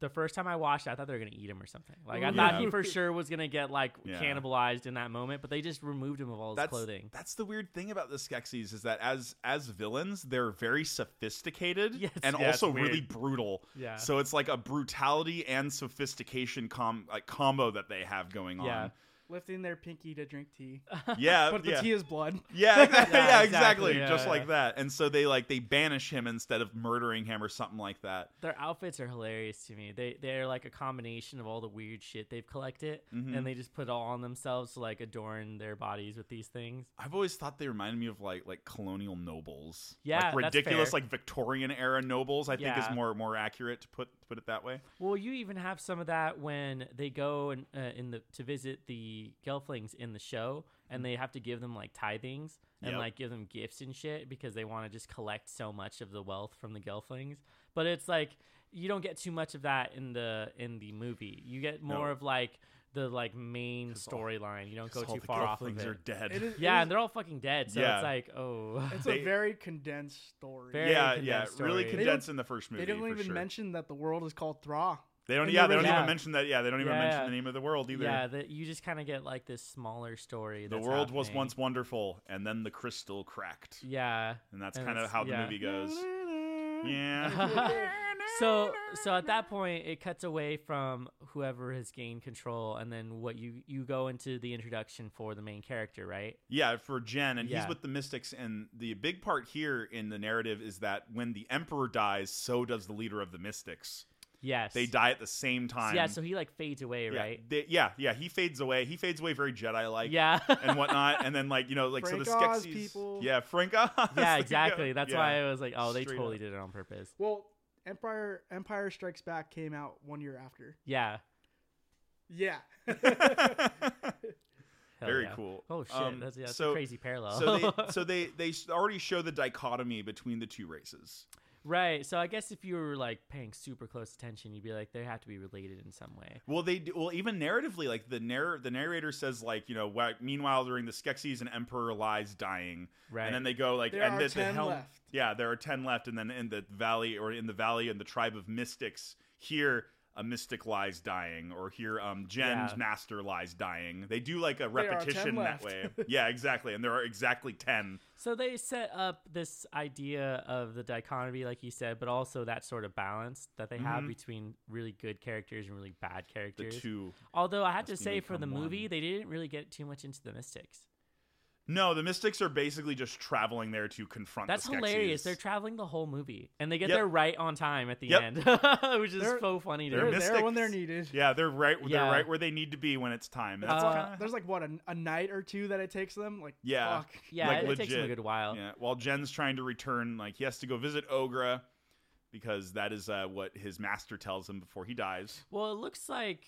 Speaker 2: The first time I watched, it, I thought they were gonna eat him or something. Like I
Speaker 3: Ooh.
Speaker 2: thought
Speaker 1: Yeah.
Speaker 2: he for sure was gonna get like
Speaker 1: Yeah.
Speaker 2: cannibalized in that moment, but they just removed him of all his
Speaker 1: that's
Speaker 2: clothing.
Speaker 1: that's the weird thing about the Skeksis is that as as villains they're very sophisticated
Speaker 2: Yes.
Speaker 1: and
Speaker 2: Yeah, it's
Speaker 1: also really
Speaker 2: weird.
Speaker 1: brutal.
Speaker 2: Yeah.
Speaker 1: So it's like a brutality and sophistication com like combo that they have going on.
Speaker 2: Yeah.
Speaker 3: lifting their pinky to drink tea,
Speaker 2: [LAUGHS]
Speaker 1: Yeah.
Speaker 3: but the
Speaker 1: Uh, yeah.
Speaker 3: tea is
Speaker 1: [LAUGHS]
Speaker 3: blood.
Speaker 1: Yeah, exactly.
Speaker 2: Yeah,
Speaker 1: yeah,
Speaker 2: exactly.
Speaker 1: exactly.
Speaker 2: Yeah,
Speaker 1: Just
Speaker 2: yeah.
Speaker 1: like that. And so they like they banish him instead of murdering him or something like that.
Speaker 2: Their outfits are hilarious to me. They they're like a combination of all the weird shit they've collected,
Speaker 1: Mm-hmm.
Speaker 2: and they just put it all on themselves to like adorn their bodies with these things.
Speaker 1: I've always thought they reminded me of like like colonial nobles.
Speaker 2: Yeah,
Speaker 1: like
Speaker 2: that's
Speaker 1: ridiculous
Speaker 2: fair.
Speaker 1: like Victorian era nobles. I think
Speaker 2: Yeah.
Speaker 1: is more more accurate to put put it that way.
Speaker 2: Well, you even have some of that when they go and uh, in the to visit the Gelflings in the show, and they have to give them like tithings and
Speaker 1: Yep.
Speaker 2: like give them gifts and shit because they want to just collect so much of the wealth from the Gelflings. But it's like you don't get too much of that in the in the movie. You get more
Speaker 1: No.
Speaker 2: of like the like main
Speaker 1: 'Cause all-
Speaker 2: storyline. You don't go
Speaker 1: 'Cause all
Speaker 2: too
Speaker 1: the
Speaker 2: far off of
Speaker 1: Gelflings
Speaker 2: it.
Speaker 1: are dead.
Speaker 3: It is,
Speaker 2: yeah,
Speaker 3: it
Speaker 2: and they're all fucking dead. So
Speaker 1: Yeah.
Speaker 2: it's like, oh,
Speaker 1: [LAUGHS]
Speaker 3: is- it's
Speaker 1: they-
Speaker 3: a very condensed story.
Speaker 2: Very
Speaker 1: [LAUGHS] yeah,
Speaker 2: condensed
Speaker 1: yeah,
Speaker 2: story.
Speaker 1: really
Speaker 2: They don't-
Speaker 1: condensed in the first movie.
Speaker 3: they don't
Speaker 1: for
Speaker 3: even
Speaker 1: sure.
Speaker 3: mention that the world is called Thra.
Speaker 1: They don't.
Speaker 3: in the
Speaker 1: Yeah, they don't
Speaker 2: original-
Speaker 1: even mention that. Yeah, they don't even
Speaker 2: Yeah, yeah.
Speaker 1: mention the name of the world either.
Speaker 2: yeah. That you just kind of get like this smaller story.
Speaker 1: the
Speaker 2: that's
Speaker 1: world was
Speaker 2: happening.
Speaker 1: once wonderful, and then the crystal cracked,
Speaker 2: Yeah.
Speaker 1: and that's
Speaker 2: And
Speaker 1: kind of
Speaker 2: it's-
Speaker 1: how the
Speaker 2: yeah.
Speaker 1: movie goes.
Speaker 3: [LAUGHS]
Speaker 1: Yeah.
Speaker 2: so so at that point it cuts away from whoever has gained control and then what you you go into the introduction for the main character right
Speaker 1: Yeah, for Jen, and
Speaker 2: Yeah.
Speaker 1: he's with the Mystics. And the big part here in the narrative is that when the Emperor dies, so does the leader of the Mystics.
Speaker 2: yes
Speaker 1: They die at the same time.
Speaker 2: yeah so he like fades away
Speaker 1: yeah,
Speaker 2: right
Speaker 1: they- yeah, yeah, he fades away. He fades away very Jedi like.
Speaker 2: yeah
Speaker 1: And whatnot, and then like you know, like so the
Speaker 3: Frank Oz
Speaker 1: Skeksis,
Speaker 3: people.
Speaker 1: [LAUGHS] yeah, Frank Oz,
Speaker 2: [LAUGHS] [LAUGHS] yeah exactly that's
Speaker 1: yeah.
Speaker 2: why i was like oh they
Speaker 1: Straight
Speaker 2: totally
Speaker 1: up.
Speaker 2: did it on purpose
Speaker 3: Well, Empire Empire Strikes Back came out one year after.
Speaker 1: [LAUGHS]
Speaker 2: yeah
Speaker 3: Yeah.
Speaker 2: Hell
Speaker 1: Very
Speaker 2: yeah.
Speaker 1: cool.
Speaker 2: Oh shit,
Speaker 1: Um,
Speaker 2: that's, yeah, that's
Speaker 1: so-
Speaker 2: a crazy parallel. [LAUGHS]
Speaker 1: So they so they they s- already show the dichotomy between the two races.
Speaker 2: right. So I guess if you were like paying super close attention, you'd be like, they have to be related in some way.
Speaker 1: Well, they do, well even narratively, like the narr- the narrator says, like you know, "Wha- meanwhile during the Skeksis, an emperor lies dying,
Speaker 2: Right.
Speaker 1: and then they go like,
Speaker 3: There
Speaker 1: and
Speaker 3: are
Speaker 1: the, the
Speaker 3: 10
Speaker 1: helm-
Speaker 3: left.
Speaker 1: yeah, there are ten left, and then in the valley or in the valley in the tribe of mystics here. A mystic lies dying, or here, um, Jen's
Speaker 2: Yeah.
Speaker 1: master lies dying. They do like a
Speaker 3: There are 10
Speaker 1: repetition that
Speaker 3: left.
Speaker 2: [LAUGHS]
Speaker 1: way. Yeah, exactly. And there are exactly 10.
Speaker 2: So they set up this idea of the dichotomy, like you said, but also that sort of balance that they have
Speaker 1: Mhm.
Speaker 2: between really good characters and really bad
Speaker 1: The
Speaker 2: characters.
Speaker 1: two
Speaker 2: Although I have to
Speaker 1: must
Speaker 2: say, for the
Speaker 1: become one.
Speaker 2: movie, they didn't really get too much into the mystics.
Speaker 1: No, the Mystics are basically just traveling there to confront.
Speaker 2: That's
Speaker 1: the Skeksis.
Speaker 2: hilarious. They're traveling the whole movie, and they get
Speaker 1: Yep.
Speaker 2: there right on time at the
Speaker 1: Yep.
Speaker 2: end, [LAUGHS] which is
Speaker 3: They're-
Speaker 2: so funny. To
Speaker 1: They're
Speaker 3: They're
Speaker 2: me.
Speaker 3: there when
Speaker 1: mystics.
Speaker 3: they're needed.
Speaker 1: yeah, they're right. They're
Speaker 2: Yeah.
Speaker 1: right where they need to be when it's time. That's
Speaker 2: Uh,
Speaker 1: kinda-
Speaker 3: There's like what a, a night or two that it takes them. Like
Speaker 1: Yeah.
Speaker 3: fuck.
Speaker 2: yeah,
Speaker 1: like,
Speaker 2: it, it takes them a
Speaker 1: legit.
Speaker 2: good while.
Speaker 1: yeah. While Jen's trying to return, like he has to go visit Ogra because that is uh, what his master tells him before he dies.
Speaker 2: Well, it looks like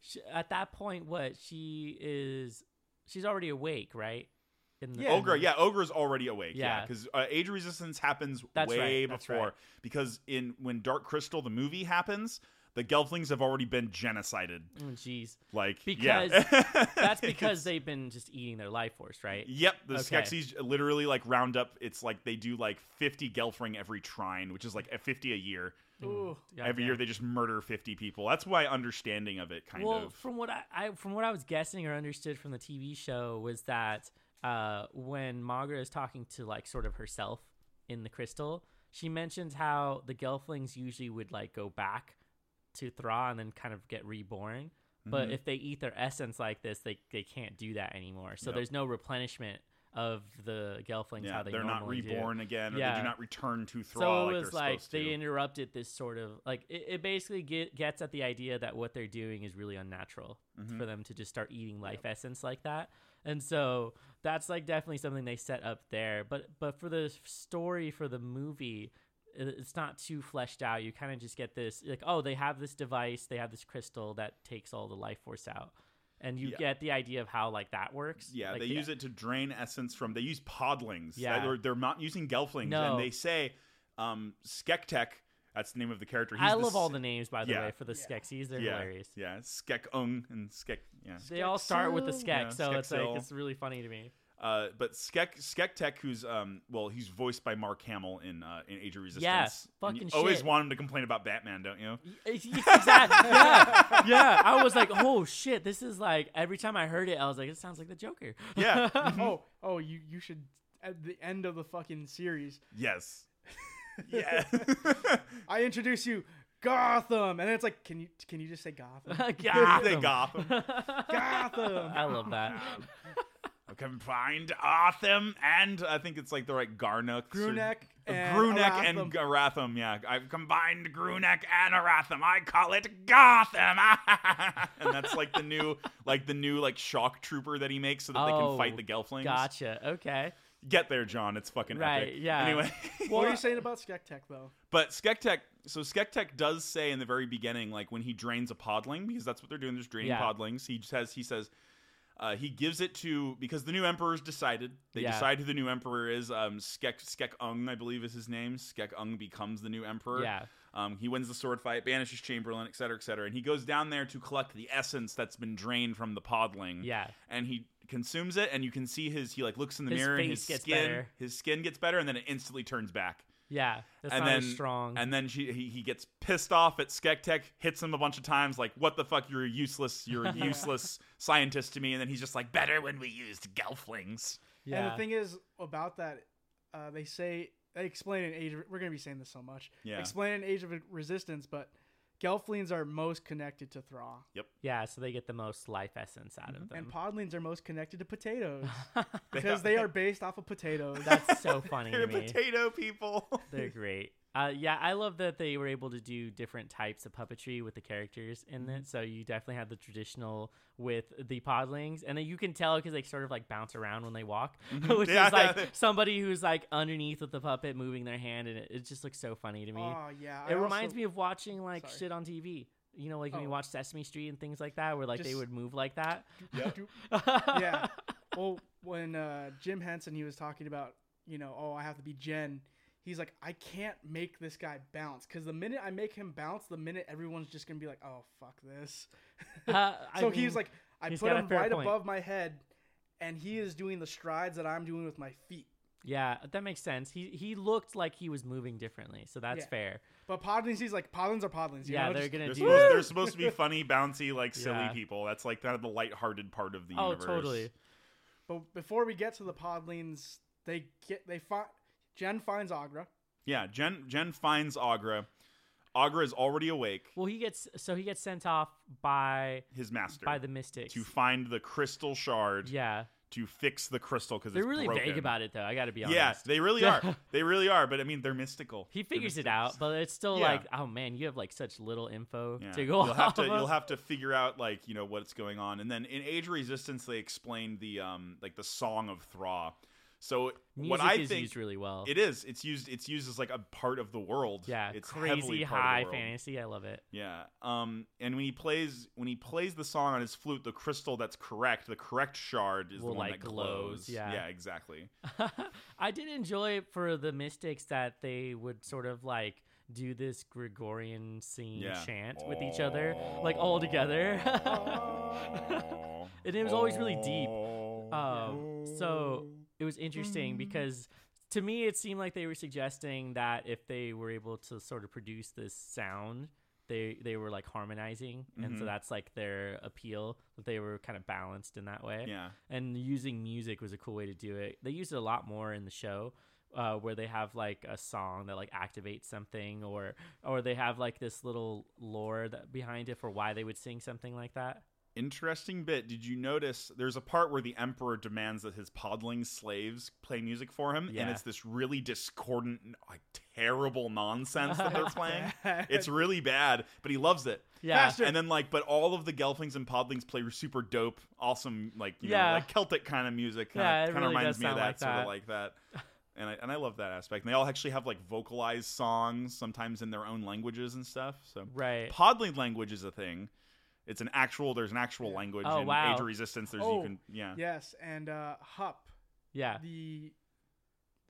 Speaker 2: sh at that point, what she is, she's already awake, right? In
Speaker 3: Yeah.
Speaker 1: Ogra, yeah, Oh, Ogra's already awake. Yeah,
Speaker 2: Yeah.
Speaker 1: because uh, age resistance happens
Speaker 2: That's
Speaker 1: way
Speaker 2: right, that's
Speaker 1: before.
Speaker 2: right.
Speaker 1: Because in when Dark Crystal the movie happens, the Gelflings have already been genocided.
Speaker 2: Oh, jeez.
Speaker 1: Like
Speaker 2: Because
Speaker 1: [LAUGHS] yeah.
Speaker 2: That's because they've been just eating their life force, right?
Speaker 1: Yep, the
Speaker 2: Okay.
Speaker 1: Skeksis literally like round up. It's like they do like fifty Gelfring every trine, which is like a fifty a year.
Speaker 3: Ooh.
Speaker 2: Mm. Yeah,
Speaker 1: every
Speaker 2: yeah.
Speaker 1: year they just murder fifty people. That's my understanding of it, kind
Speaker 2: well,
Speaker 1: of.
Speaker 2: from what I, I from what I was guessing or understood from the TV show was that uh, when Magra is talking to like sort of herself in the crystal, she mentions how the Gelflings usually would like go back to Thra and then kind of get reborn. But
Speaker 1: Mhm.
Speaker 2: if they eat their essence like this, they they can't do that anymore. So
Speaker 1: Yep.
Speaker 2: there's no replenishment of the Gelflings
Speaker 1: yeah,
Speaker 2: how they
Speaker 1: they're not
Speaker 2: normally do.
Speaker 1: reborn again, or they
Speaker 2: Yeah.
Speaker 1: do not return to Thrall
Speaker 2: So it
Speaker 1: like
Speaker 2: was
Speaker 1: they're
Speaker 2: like
Speaker 1: supposed
Speaker 2: they
Speaker 1: to.
Speaker 2: interrupted this sort of like it, it basically get, gets at the idea that what they're doing is really unnatural
Speaker 1: Mhm.
Speaker 2: for them to just start eating life essence like that. And so that's like definitely something they set up there. But but for the story for the movie, i- it's not too fleshed out. You kind of just get this like oh they have this device, they have this crystal that takes all the life force out, and you
Speaker 1: Yeah.
Speaker 2: get the idea of how like that works.
Speaker 1: yeah,
Speaker 2: Like,
Speaker 1: they
Speaker 2: the-
Speaker 1: use it to drain essence from. They use podlings.
Speaker 2: Yeah.
Speaker 1: they're, they're not using Gelflings,
Speaker 2: No.
Speaker 1: and they say, um, Skektek. That's the name of the character. He's
Speaker 2: I love
Speaker 1: the,
Speaker 2: all
Speaker 1: s-
Speaker 2: the names by the
Speaker 1: yeah.
Speaker 2: way for the
Speaker 3: Yeah.
Speaker 2: Skeksis. They're
Speaker 1: yeah,
Speaker 2: hilarious.
Speaker 1: Yeah, Skekung and Skek. Yeah,
Speaker 2: They all start with the
Speaker 3: Skeksil.
Speaker 2: skek,
Speaker 1: Yeah,
Speaker 2: so it's like
Speaker 1: Skeksil.
Speaker 2: it's really funny to me.
Speaker 1: Uh, but Skek Skektek, who's um, well, he's voiced by Mark Hamill in uh, in Age of Resistance.
Speaker 2: Yes,
Speaker 1: And you
Speaker 2: fucking
Speaker 1: Always
Speaker 2: shit.
Speaker 1: want him to complain about Batman, don't you?
Speaker 2: [LAUGHS] exactly. Yeah, yeah. I was like, oh shit, this is like every time I heard it, I was like, it sounds like the Joker. [LAUGHS]
Speaker 1: Yeah.
Speaker 3: [LAUGHS]
Speaker 1: Mm-hmm.
Speaker 3: oh, oh, you you should at the end of the fucking series.
Speaker 2: [LAUGHS]
Speaker 1: Yes. Yeah.
Speaker 3: I introduce you Gotham, and then it's like, can you can you just
Speaker 2: [LAUGHS]
Speaker 3: say Gotham?
Speaker 1: [LAUGHS] they
Speaker 2: Gotham.
Speaker 1: Gotham.
Speaker 3: Gotham.
Speaker 2: [LAUGHS] I love that.
Speaker 1: I can find Artham and I think it's like the right Garnux. or-
Speaker 3: Grunek
Speaker 1: Uh,
Speaker 3: and
Speaker 1: Grunek
Speaker 3: Aratham.
Speaker 1: and Garatham, yeah. I've combined Grunek and Aratham. I call it Gotham. [LAUGHS] and that's like the new like the new like shock trooper that he makes so that they can
Speaker 2: Oh,
Speaker 1: fight the Gelflings.
Speaker 2: Gotcha. Okay.
Speaker 1: Get there, John. It's fucking
Speaker 2: Right,
Speaker 1: epic.
Speaker 2: yeah.
Speaker 1: Anyway. [LAUGHS]
Speaker 3: What are you saying about Skektek though?
Speaker 1: But Skektek, so Skektek does say in the very beginning, like when he drains a podling, because that's what they're doing. There's draining
Speaker 2: Yeah.
Speaker 1: podlings. He says he says uh, he gives it to because the new emperor's decided. They
Speaker 2: Yeah.
Speaker 1: decide who the new emperor is. Um, Skek Skek Ung, I believe, is his name. Skek Ung becomes the new emperor.
Speaker 2: Yeah.
Speaker 1: Um, he wins the sword fight, banishes Chamberlain, et cetera, et cetera, and he goes down there to collect the essence that's been drained from the podling.
Speaker 2: Yeah.
Speaker 1: And he consumes it, and you can see his. He like looks in the
Speaker 2: His
Speaker 1: mirror, and
Speaker 2: face
Speaker 1: his
Speaker 2: gets
Speaker 1: skin,
Speaker 2: better. Mm-hmm.
Speaker 1: his skin gets better, and then it instantly turns back.
Speaker 2: Yeah. That's
Speaker 1: And
Speaker 2: not as
Speaker 1: then-
Speaker 2: strong.
Speaker 1: And then she, he, he gets pissed off at Skektek, hits him a bunch of times, like, what the fuck, you're a useless, you're
Speaker 2: [LAUGHS]
Speaker 1: a useless scientist to me. And then he's just like, better when we used
Speaker 2: [LAUGHS]
Speaker 1: Gelflings.
Speaker 2: yeah.
Speaker 3: And the thing is about that, uh, they say they explain in Age. Of, we're gonna be saying this so much.
Speaker 1: Yeah.
Speaker 3: Explain in Age of Resistance, but Gelflings are most connected to Thraw,
Speaker 2: yeah. So they get the most life essence out
Speaker 1: Mhm.
Speaker 2: of them.
Speaker 3: and Podlings are most connected to potatoes because they are based off of potatoes.
Speaker 2: [LAUGHS] That's so
Speaker 1: [LAUGHS]
Speaker 2: funny
Speaker 1: They're
Speaker 2: to me.
Speaker 1: potato people.
Speaker 2: [LAUGHS]
Speaker 3: [LAUGHS]
Speaker 2: They're great. Uh, yeah, I love that they were able to do different types of puppetry with the characters in
Speaker 3: Mm-hmm.
Speaker 2: it. So you definitely have the traditional with the podlings, and then you can tell because they sort of like bounce around when they walk, [LAUGHS]
Speaker 3: Mm-hmm.
Speaker 2: which
Speaker 1: Yeah,
Speaker 2: is like
Speaker 3: [LAUGHS]
Speaker 1: yeah.
Speaker 2: somebody who's like underneath with the puppet moving their hand, and it, it just looks so funny to me.
Speaker 3: oh yeah. I
Speaker 2: it
Speaker 3: also-
Speaker 2: reminds me of watching like
Speaker 3: Sorry.
Speaker 2: shit on TV. You know, like when you
Speaker 3: Oh.
Speaker 2: watch Sesame Street and things like that, where like they
Speaker 3: Just-
Speaker 2: would move like that.
Speaker 3: [LAUGHS]
Speaker 1: Yep.
Speaker 3: yeah. Well, when uh, Jim Henson he was talking about, you know, oh, I have to be Jen. He's like, I can't make this guy bounce because the minute I make him bounce, the minute everyone's just gonna be like, oh fuck this.
Speaker 2: [LAUGHS] Uh, I
Speaker 3: so he's
Speaker 2: mean,
Speaker 3: like, I
Speaker 2: he's
Speaker 3: put
Speaker 2: got a
Speaker 3: him
Speaker 2: fair
Speaker 3: right
Speaker 2: point.
Speaker 3: above my head, and he is doing the strides that I'm doing with my feet.
Speaker 2: yeah, that makes sense. He he looked like he was moving differently, so that's
Speaker 3: Yeah.
Speaker 2: fair.
Speaker 3: But podlings, he's like podlings are podlings. You
Speaker 2: Yeah,
Speaker 3: know?
Speaker 2: they're
Speaker 3: Just-
Speaker 2: gonna
Speaker 1: They're
Speaker 2: do.
Speaker 1: supposed, they're supposed to be funny, bouncy, like silly
Speaker 2: Yeah.
Speaker 1: people. That's like kind of the lighthearted part of the
Speaker 2: oh,
Speaker 1: universe.
Speaker 2: totally.
Speaker 3: But before we get to the podlings, they get they find Jen finds Agra.
Speaker 1: Yeah, Jen Jen finds Agra. Agra is already awake.
Speaker 2: Well, he gets so he gets sent off by
Speaker 1: His master
Speaker 2: by the Mystics.
Speaker 1: to find the crystal shard
Speaker 2: yeah,
Speaker 1: to fix the crystal because
Speaker 2: they're really vague about it though. I got to be honest.
Speaker 1: Yeah, they really are.
Speaker 2: [LAUGHS]
Speaker 1: they really are. But I mean, they're mystical.
Speaker 2: He
Speaker 1: They're
Speaker 2: figures it
Speaker 1: mystics.
Speaker 2: out, but it's still
Speaker 1: Yeah.
Speaker 2: like, oh man, you have like such little info
Speaker 1: Yeah.
Speaker 2: to go
Speaker 1: you'll have
Speaker 2: off
Speaker 1: to
Speaker 2: of.
Speaker 1: you'll have to figure out like you know what's going on, and then in Age of Resistance they explained the um like the Song of Thra. So
Speaker 2: Music
Speaker 1: what I
Speaker 2: is
Speaker 1: think
Speaker 2: used really well.
Speaker 1: it is it's used it's used as like a part of the world.
Speaker 2: yeah,
Speaker 1: it's heavily
Speaker 2: crazy
Speaker 1: part of the
Speaker 2: high
Speaker 1: world.
Speaker 2: fantasy. I love it. [LAUGHS]
Speaker 1: Yeah. Um. And when he plays when he plays the song on his flute, the crystal that's correct, the correct shard is
Speaker 2: Will,
Speaker 1: the one
Speaker 2: like,
Speaker 1: that
Speaker 2: glows,
Speaker 1: glows.
Speaker 2: yeah.
Speaker 1: Yeah. Exactly.
Speaker 2: I did enjoy it for the mystics that they would sort of like do this Gregorian scene
Speaker 1: Yeah.
Speaker 2: chant with each other, [LAUGHS] like [LAUGHS] all together.
Speaker 1: [LAUGHS]
Speaker 2: And it was always really deep. Um, so it was interesting because to me it seemed like they were suggesting that if they were able to sort of produce this sound, they they were like harmonizing, and so
Speaker 1: Mhm.
Speaker 2: that's like their appeal that they were kind of balanced in that way.
Speaker 1: Yeah.
Speaker 2: And using music was a cool way to do it. They used it a lot more in the show. Uh, where they have like a song that like activates something or or they have like this little lore that behind it for why they would sing something like that
Speaker 1: Interesting bit. Did you notice there's a part where the emperor demands that his podling slaves play music for him,
Speaker 2: Yeah.
Speaker 1: and it's this really discordant, like terrible nonsense that
Speaker 2: [LAUGHS]
Speaker 1: they're playing. It's really bad, but he loves it.
Speaker 2: yeah
Speaker 3: Faster.
Speaker 1: And then like, but all of the Gelflings and Podlings play super dope, awesome, like you
Speaker 2: Yeah.
Speaker 1: know, like Celtic kind of music. Kinda,
Speaker 2: Yeah, it
Speaker 1: kinda
Speaker 2: really
Speaker 1: reminds
Speaker 2: does
Speaker 1: me of
Speaker 2: sound
Speaker 1: that,
Speaker 2: like
Speaker 1: sort
Speaker 2: that.
Speaker 1: of like that. And I and I love that aspect. And they all actually have like vocalized songs, sometimes in their own languages and stuff. So
Speaker 2: right
Speaker 1: Podling language is a thing. It's an actual. There's an actual language
Speaker 2: Oh,
Speaker 1: in
Speaker 2: wow.
Speaker 1: Age of Resistance. There's
Speaker 3: Oh,
Speaker 1: you can yeah.
Speaker 3: yes, and uh, Hup,
Speaker 2: yeah
Speaker 3: the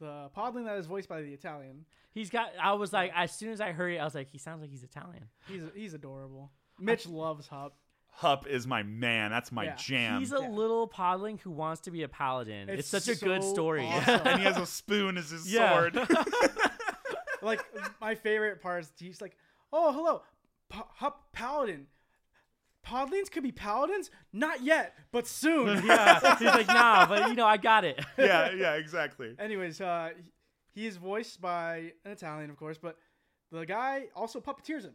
Speaker 3: the podling that is voiced by the Italian.
Speaker 2: He's got. I was like, as soon as I heard it, I was like, he sounds like he's Italian.
Speaker 3: He's he's adorable. Mitch loves Hup.
Speaker 1: Hup is my man. That's my
Speaker 3: Yeah.
Speaker 1: jam.
Speaker 2: he's a
Speaker 3: Yeah.
Speaker 2: little podling who wants to be a paladin. It's,
Speaker 3: It's
Speaker 2: such a good
Speaker 3: so
Speaker 2: story.
Speaker 3: awesome.
Speaker 1: and he has a spoon as his
Speaker 2: Yeah.
Speaker 1: sword. [LAUGHS]
Speaker 3: Like my favorite part is he's like, oh hello, P- Hup Paladin. Podlings could be paladins, not yet,
Speaker 2: [LAUGHS]
Speaker 3: but soon.
Speaker 2: [LAUGHS] yeah, he's like, nah, but you know, I got it. [LAUGHS]
Speaker 1: yeah, yeah, exactly.
Speaker 3: Anyways, uh, he- he is voiced by an Italian, of course, but the guy also puppeteers him,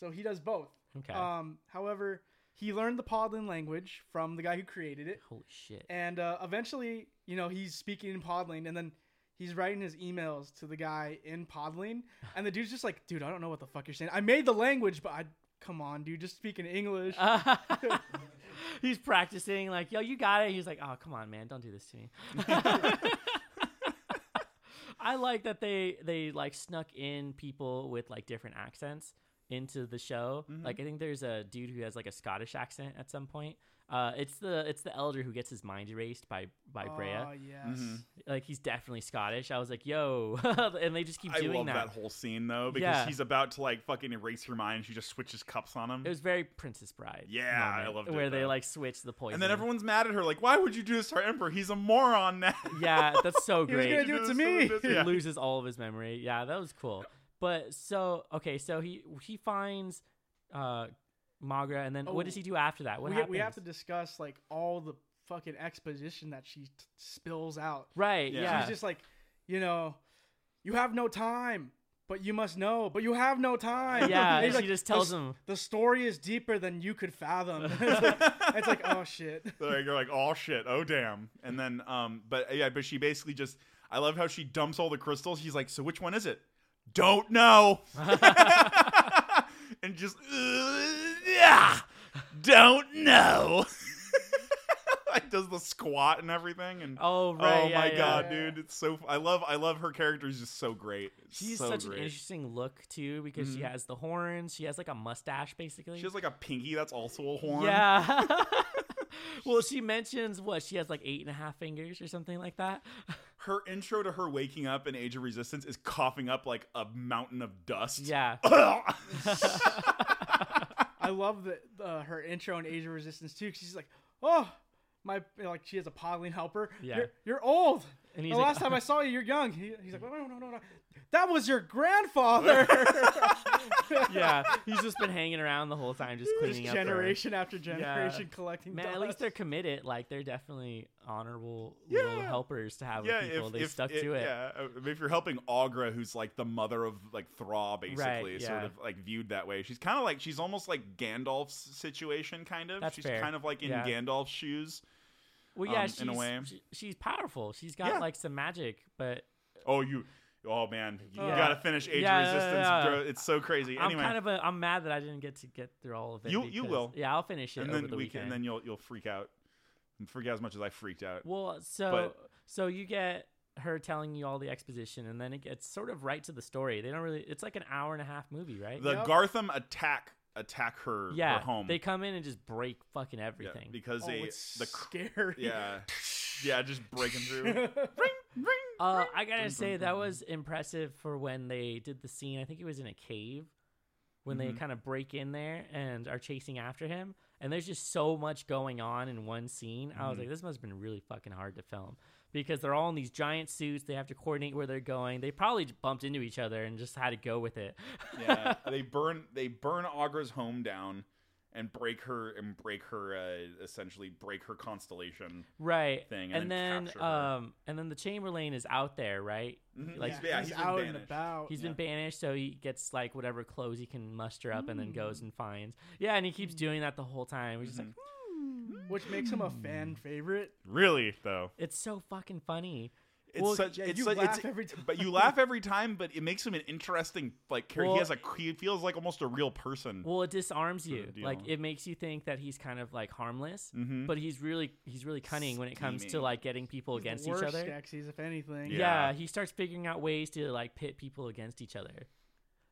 Speaker 3: so he does both.
Speaker 2: Okay.
Speaker 3: Um, however, he learned the Podlin language from the guy who created it,
Speaker 2: Holy shit.
Speaker 3: and uh, eventually, you know, he's speaking in Podling, and then he's writing his emails to the guy
Speaker 2: [LAUGHS]
Speaker 3: in Podling, and the dude's just like, "Dude, I don't know what the fuck you're saying. I made the language, but I come on, dude, just speak in English."
Speaker 2: Uh, [LAUGHS] he's practicing, like, yo, you got it. He's like, oh, come on, man, don't do this to me. [LAUGHS] I like that they they like snuck in people with like different accents into the show.
Speaker 1: Mm-hmm.
Speaker 2: Like I think there's a dude who has like a Scottish accent at some point. Uh, it's the it's the elder who gets his mind erased by by
Speaker 3: Oh
Speaker 2: Brea.
Speaker 3: yes.
Speaker 2: Mm-hmm.
Speaker 1: Mhm.
Speaker 2: Like he's definitely Scottish. I was like, yo, [LAUGHS] and they just keep
Speaker 1: I love
Speaker 2: doing
Speaker 1: that. whole scene though because
Speaker 2: Yeah.
Speaker 1: he's about to like fucking erase her mind. and She just switches cups on him.
Speaker 2: It was very Princess Bride.
Speaker 1: Yeah, I
Speaker 2: moment,
Speaker 1: loved it,
Speaker 2: Where they
Speaker 1: though.
Speaker 2: like switch the poison.
Speaker 1: and then everyone's mad at her, like, "Why would you do this to our emperor? He's a moron now."
Speaker 2: Yeah,
Speaker 1: [LAUGHS]
Speaker 2: that's so
Speaker 3: He was
Speaker 2: great.
Speaker 3: gonna do it to me.
Speaker 1: This- [LAUGHS]
Speaker 2: He [LAUGHS]
Speaker 1: yeah.
Speaker 2: loses all of his memory. Yeah, that was cool. But so okay, so he he finds uh Magra, and then what does
Speaker 3: Oh.
Speaker 2: he do after that? What
Speaker 3: we,
Speaker 2: happens?
Speaker 3: we have to discuss like all the fucking exposition that she t- spills out.
Speaker 2: right.
Speaker 1: Yeah.
Speaker 2: Yeah,
Speaker 3: She's just like, you know, you have no time, but you must know, but you have no time.
Speaker 2: [LAUGHS] yeah.
Speaker 1: [LAUGHS]
Speaker 2: and
Speaker 3: And [LAUGHS] he's
Speaker 2: she
Speaker 3: like,
Speaker 1: oh,
Speaker 2: just tells
Speaker 3: the, s-
Speaker 2: him.
Speaker 3: the story is deeper than you could fathom. [LAUGHS] it's, like, it's like, oh shit.
Speaker 1: So you're like, "Oh shit, oh damn." And then, um, but yeah, but she basically just, I love how she dumps all the crystals. She's like, "So which one is it?" Don't know.
Speaker 2: [LAUGHS]
Speaker 1: [LAUGHS] and just, "Uh, yeah, don't know. [LAUGHS] like does does the squat and everything. And
Speaker 2: Oh right.
Speaker 1: oh
Speaker 2: yeah,
Speaker 1: my
Speaker 2: yeah.
Speaker 1: god,
Speaker 3: yeah.
Speaker 1: dude, it's so. I love. I love her character is just so great. It's
Speaker 2: She's
Speaker 1: so
Speaker 2: such
Speaker 1: great.
Speaker 2: an interesting look too because she
Speaker 1: Mhm.
Speaker 2: has the horns. She has like a mustache basically.
Speaker 1: She has like a pinky that's also a horn.
Speaker 2: Yeah.
Speaker 1: [LAUGHS]
Speaker 2: [LAUGHS] well, she mentions what she has like eight and a half fingers or something
Speaker 1: [LAUGHS]
Speaker 2: like that.
Speaker 1: Her intro to her waking up in Age of Resistance is coughing up like a mountain of dust.
Speaker 2: Yeah.
Speaker 3: I love the uh, her intro in Age of Resistance too. 'cause she's like, oh, my like she has a podling helper.
Speaker 2: Yeah.
Speaker 3: You're, you're old.
Speaker 2: And
Speaker 3: The
Speaker 2: he's like, [LAUGHS]
Speaker 3: last time I saw you, you're young. He, he's like, "Oh, no, no, no, no, no. That was your
Speaker 1: [LAUGHS]
Speaker 3: grandfather. [LAUGHS]
Speaker 2: yeah, he's just been hanging around the whole time, just
Speaker 3: Just
Speaker 2: cleaning up. her-
Speaker 3: generation after generation collecting.
Speaker 2: Man, at
Speaker 3: dust.
Speaker 2: least they're committed. Like they're definitely honorable little
Speaker 1: Yeah.
Speaker 2: helpers to have
Speaker 1: [LAUGHS] Yeah,
Speaker 2: with people.
Speaker 1: if,
Speaker 2: they
Speaker 1: if,
Speaker 2: stuck to it.
Speaker 1: Yeah, uh, I mean, if you're helping Agra, who's like the mother of like Thra, basically, sort
Speaker 2: yeah.
Speaker 1: of like viewed that way. She's kind of like she's almost like Gandalf's situation, kind of.
Speaker 2: That's
Speaker 1: she's
Speaker 2: fair.
Speaker 1: kind of like in
Speaker 2: Yeah.
Speaker 1: Gandalf's shoes.
Speaker 2: Well, yeah,
Speaker 1: um,
Speaker 2: she's,
Speaker 1: in a way.
Speaker 2: she- she's powerful. She's got
Speaker 1: Yeah.
Speaker 2: like some magic, but
Speaker 1: Oh, you. Oh man, you
Speaker 2: Yeah.
Speaker 1: gotta finish Age
Speaker 2: Yeah,
Speaker 1: of
Speaker 2: yeah,
Speaker 1: Resistance,
Speaker 2: yeah.
Speaker 1: bro. It's so crazy.
Speaker 2: I'm
Speaker 1: Anyway,
Speaker 2: kind of a, I'm mad that I didn't get to get through all of it.
Speaker 1: You- you
Speaker 2: because-
Speaker 1: will.
Speaker 2: Yeah, I'll finish it
Speaker 1: and
Speaker 2: over
Speaker 1: then
Speaker 2: the
Speaker 1: we can,
Speaker 2: weekend.
Speaker 1: and then you'll you'll freak out, and freak out as much as I freaked out.
Speaker 2: Well, so
Speaker 1: But-
Speaker 2: so you get her telling you all the exposition, and then it gets sort of right to the story. They don't really. It's like an hour and a half movie, right?
Speaker 1: the
Speaker 3: Yep.
Speaker 1: Gartham attack attack her,
Speaker 2: yeah,
Speaker 1: her home.
Speaker 2: they come in and just break fucking
Speaker 1: Yeah,
Speaker 2: everything.
Speaker 1: because
Speaker 3: oh,
Speaker 1: they
Speaker 3: it's
Speaker 1: the cr-
Speaker 3: scary. [LAUGHS]
Speaker 1: yeah yeah just breaking through.
Speaker 2: uh, I gotta
Speaker 1: Dun,
Speaker 2: say
Speaker 1: dun,
Speaker 2: that
Speaker 1: dun.
Speaker 2: was impressive for when they did the scene. I think it was in a cave when they
Speaker 1: Mhm.
Speaker 2: kind of break in there and are chasing after him. And there's just so much going on in one scene. I was
Speaker 1: Mhm.
Speaker 2: like, this must have been really fucking hard to film because they're all in these giant suits. They have to coordinate where they're going. They probably j- bumped into each other and just had to go with it.
Speaker 1: yeah, they burn they burn Agra's home down and break her and break her uh, essentially break her constellation
Speaker 2: [LAUGHS] right.
Speaker 1: thing
Speaker 2: And,
Speaker 1: and,
Speaker 2: then,
Speaker 1: capture her.
Speaker 2: um, and then the Chamberlain is out there, right?
Speaker 1: Mhm,
Speaker 2: like-
Speaker 1: yeah,
Speaker 3: Mm-hmm. he's,
Speaker 1: he's been
Speaker 3: out and
Speaker 1: banished.
Speaker 3: about.
Speaker 2: He's
Speaker 1: Yeah.
Speaker 2: been banished, so he gets like whatever clothes he can muster up, and then goes
Speaker 3: Mm.
Speaker 2: and finds. Yeah, and he keeps doing that the whole time. He's just like,
Speaker 3: Mm-hmm. which makes him a
Speaker 2: Hmm.
Speaker 3: fan favorite.
Speaker 1: really though
Speaker 2: it's so fucking funny.
Speaker 1: it's
Speaker 2: Well,
Speaker 1: such
Speaker 3: yeah,
Speaker 1: it's
Speaker 3: you
Speaker 1: such,
Speaker 3: laugh
Speaker 1: it's,
Speaker 3: every time.
Speaker 1: [LAUGHS] but you laugh every time but it makes him an interesting like character
Speaker 2: Well-
Speaker 1: he has a he feels like almost a real person
Speaker 2: Well, it disarms
Speaker 1: Sort
Speaker 2: you.
Speaker 1: of
Speaker 2: Like
Speaker 1: deal.
Speaker 2: it makes you think that he's kind of like harmless,
Speaker 1: Mhm.
Speaker 2: but he's really he's really cunning when it comes to
Speaker 1: Scheming.
Speaker 2: like getting people
Speaker 3: Mm-hmm. He's the
Speaker 2: against each
Speaker 3: worst
Speaker 2: other.
Speaker 3: Xyz, if anything. Oh,
Speaker 1: Yeah.
Speaker 2: yeah. he starts figuring out ways to like pit people against each other.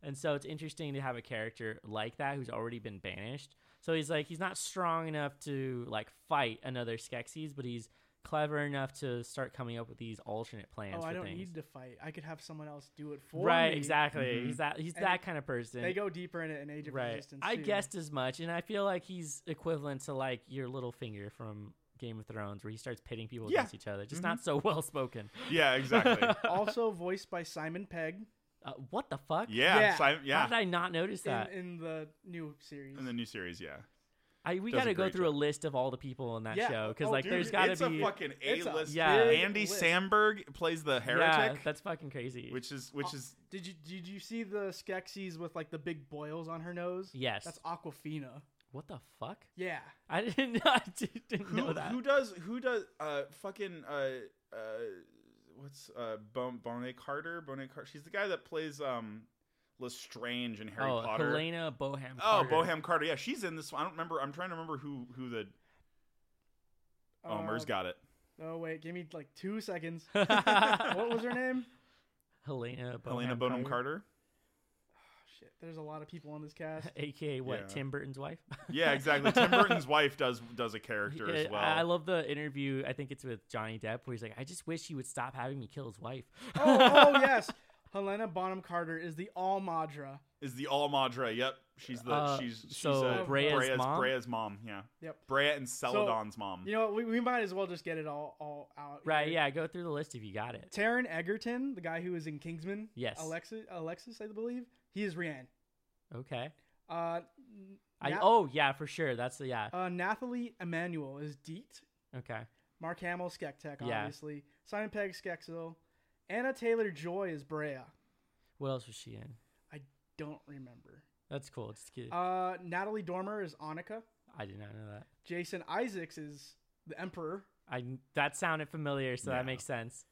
Speaker 2: And so it's interesting to have a character like that who's already been banished. So he's like he's not strong enough to like fight another Skeksis, but he's clever enough to start coming up with these alternate plans.
Speaker 3: Oh,
Speaker 2: for
Speaker 3: I don't
Speaker 2: things.
Speaker 3: need to fight. I could have someone else do it for me.
Speaker 2: Right, exactly.
Speaker 1: Mhm.
Speaker 2: He's that he's
Speaker 3: And
Speaker 2: that kind of person.
Speaker 3: They go deeper in it in Age of
Speaker 2: right.
Speaker 3: Resistance.
Speaker 2: I
Speaker 3: too.
Speaker 2: guessed [LAUGHS] as much, and I feel like he's equivalent to like your little finger from Game of Thrones, where he starts pitting people
Speaker 1: Yeah.
Speaker 2: against each other. Just
Speaker 3: Mm-hmm.
Speaker 2: not so [LAUGHS] well spoken.
Speaker 1: yeah exactly
Speaker 3: also voiced by Simon Pegg
Speaker 2: [LAUGHS] Uh, what the fuck?
Speaker 1: yeah
Speaker 3: Yeah.
Speaker 1: Simon-
Speaker 2: How
Speaker 1: yeah
Speaker 2: did I not notice
Speaker 3: in,
Speaker 2: that?
Speaker 3: in the new series.
Speaker 1: in the new series yeah
Speaker 2: I, we
Speaker 1: does
Speaker 2: got to
Speaker 1: a
Speaker 2: go
Speaker 1: great
Speaker 2: through a
Speaker 1: job.
Speaker 2: list of all the people in that
Speaker 3: Yeah.
Speaker 2: show because
Speaker 3: Oh,
Speaker 2: like
Speaker 3: dude,
Speaker 2: there's got
Speaker 1: it's
Speaker 2: to be
Speaker 1: a fucking
Speaker 3: it's a
Speaker 1: A-list.
Speaker 2: Yeah.
Speaker 1: dude.
Speaker 3: big
Speaker 1: Andy
Speaker 3: list.
Speaker 1: Samberg plays the
Speaker 2: yeah,
Speaker 1: heretic,
Speaker 2: that's fucking crazy.
Speaker 1: which is which
Speaker 3: Oh.
Speaker 1: is
Speaker 3: Did you did you see the Skeksis with like the big boils on her nose?
Speaker 2: yes,
Speaker 3: That's Aquafina.
Speaker 2: what the fuck?
Speaker 3: Yeah.
Speaker 2: I didn't [LAUGHS] I didn't
Speaker 1: who,
Speaker 2: know that.
Speaker 1: who does who does uh fucking uh uh what's uh bon, Bonnet Carter Bonnet Carter she's the guy that plays um Lestrange in Harry
Speaker 2: oh,
Speaker 1: Potter
Speaker 2: Helena Boham.
Speaker 1: oh
Speaker 2: Carter. [LAUGHS]
Speaker 1: Boham Carter yeah she's in this one. I don't remember I'm trying to remember who who the oh
Speaker 3: Uh,
Speaker 1: Mer's got it
Speaker 3: Oh wait, give me like
Speaker 2: [LAUGHS]
Speaker 3: two seconds. what was her name? Oh,
Speaker 2: Helena Boham
Speaker 1: Helena Bonham
Speaker 2: Carter,
Speaker 1: Carter
Speaker 3: Shit, there's a lot of people on this cast.
Speaker 2: [LAUGHS] aka what?
Speaker 1: Yeah.
Speaker 2: Tim Burton's wife. [LAUGHS]
Speaker 1: yeah exactly Tim Burton's wife does does a character
Speaker 2: Yeah,
Speaker 1: as well
Speaker 2: I I love the interview. I think it's with Johnny Depp, where he's like, "I just wish he would stop having me kill his wife."
Speaker 3: oh,
Speaker 2: [LAUGHS]
Speaker 3: oh yes. Helena Bonham Carter is the All Madra.
Speaker 1: is the All Madre yep she's the
Speaker 2: Uh,
Speaker 1: she's she's
Speaker 2: so
Speaker 1: uh,
Speaker 2: Brea's mom?
Speaker 1: Brea's mom yeah
Speaker 3: Yep.
Speaker 1: Brea and Celadon's mom
Speaker 3: You know, what, we, we might as well just get it all all out.
Speaker 2: right?
Speaker 3: here.
Speaker 2: Yeah, go through the list if you got it.
Speaker 3: Taron Egerton, the guy who was in Kingsman.
Speaker 2: Yes.
Speaker 3: Alexis, Alexis, I believe he is Rianne.
Speaker 2: Okay.
Speaker 3: Uh,
Speaker 2: I,
Speaker 3: Na-
Speaker 2: oh yeah, for sure. That's the yeah.
Speaker 3: uh, Nathalie Emanuel is Deet.
Speaker 2: Okay.
Speaker 3: Mark Hamill, Skektek,
Speaker 2: Yeah.
Speaker 3: obviously. Simon Pegg, Skexel. Anna Taylor Joy is Brea.
Speaker 2: What else was she in?
Speaker 3: Don't remember.
Speaker 2: That's cool. Just kidding.
Speaker 3: Uh, Natalie Dormer is Annika.
Speaker 2: I did not know that.
Speaker 3: Jason Isaacs is the Emperor.
Speaker 2: I that sounded familiar, so
Speaker 1: Yeah.
Speaker 2: that makes sense.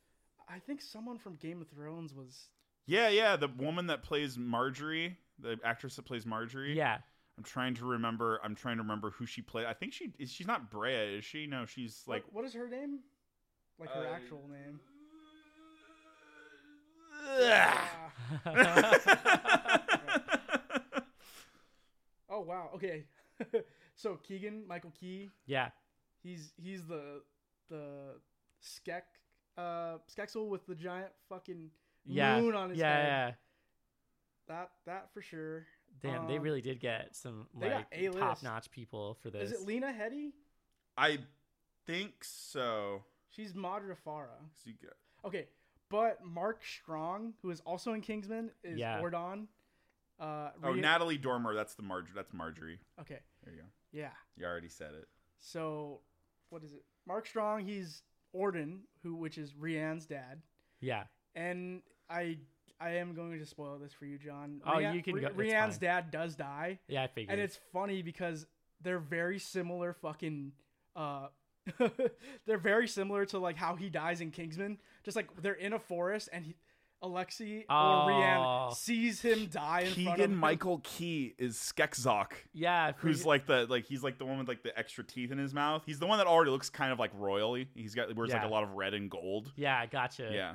Speaker 3: I think someone from Game of Thrones was
Speaker 1: [LAUGHS] Yeah, yeah, the woman that plays Marjorie, the actress that plays Marjorie.
Speaker 2: Yeah, [LAUGHS]
Speaker 1: I'm trying to remember. I'm trying to remember who she played. I think she is. She's not Brea, is she? No, she's
Speaker 2: [LAUGHS]
Speaker 1: like.
Speaker 3: what, what is her name? Like her
Speaker 1: Uh,
Speaker 3: actual name. Ah. oh wow. Okay. [LAUGHS] so Keegan Michael Key,
Speaker 2: yeah.
Speaker 3: he's he's the the Skek uh Skexel with the giant fucking
Speaker 2: Yeah.
Speaker 3: moon on his
Speaker 2: yeah,
Speaker 3: head.
Speaker 2: yeah.
Speaker 3: That that for sure.
Speaker 2: Damn, they
Speaker 3: Um,
Speaker 2: really did get some
Speaker 3: they got
Speaker 2: like
Speaker 3: A-list.
Speaker 2: top notch people for this.
Speaker 3: Is it Lena Headey?
Speaker 1: I think so.
Speaker 3: She's Madra Farah.
Speaker 1: 'Cause you got-
Speaker 3: Okay, but Mark Strong, who is also in Kingsman, is
Speaker 2: Yeah.
Speaker 3: Ordon. Uh,
Speaker 1: Oh,
Speaker 3: Rhea-
Speaker 1: Natalie Dormer. That's the Marge. That's Marjorie.
Speaker 3: Okay,
Speaker 1: There you go.
Speaker 3: yeah.
Speaker 1: You already said it.
Speaker 3: So, what is it? Mark Strong, he's Ordon, who which is Rianne's dad,
Speaker 2: yeah.
Speaker 3: and I I am going to spoil this for you, John.
Speaker 2: Oh, you can go- that's
Speaker 3: Rianne's
Speaker 2: fine.
Speaker 3: dad does die,
Speaker 2: Yeah, I figured.
Speaker 3: and it's funny because they're very similar. Fucking. Uh, [LAUGHS] they're very similar to like how he dies in Kingsman. Just like they're in a forest and he, Alexi or
Speaker 2: Oh.
Speaker 3: Rianne sees him die in front of
Speaker 1: Keegan
Speaker 3: him.
Speaker 1: Michael Key is Skexok,
Speaker 2: yeah, I
Speaker 1: who's
Speaker 2: figured-
Speaker 1: like the like he's like the one with like the extra teeth in his mouth. He's the one that already looks kind of like royally. He's got wears like
Speaker 2: Yeah.
Speaker 1: a lot of red and gold.
Speaker 2: Yeah, gotcha.
Speaker 1: Yeah.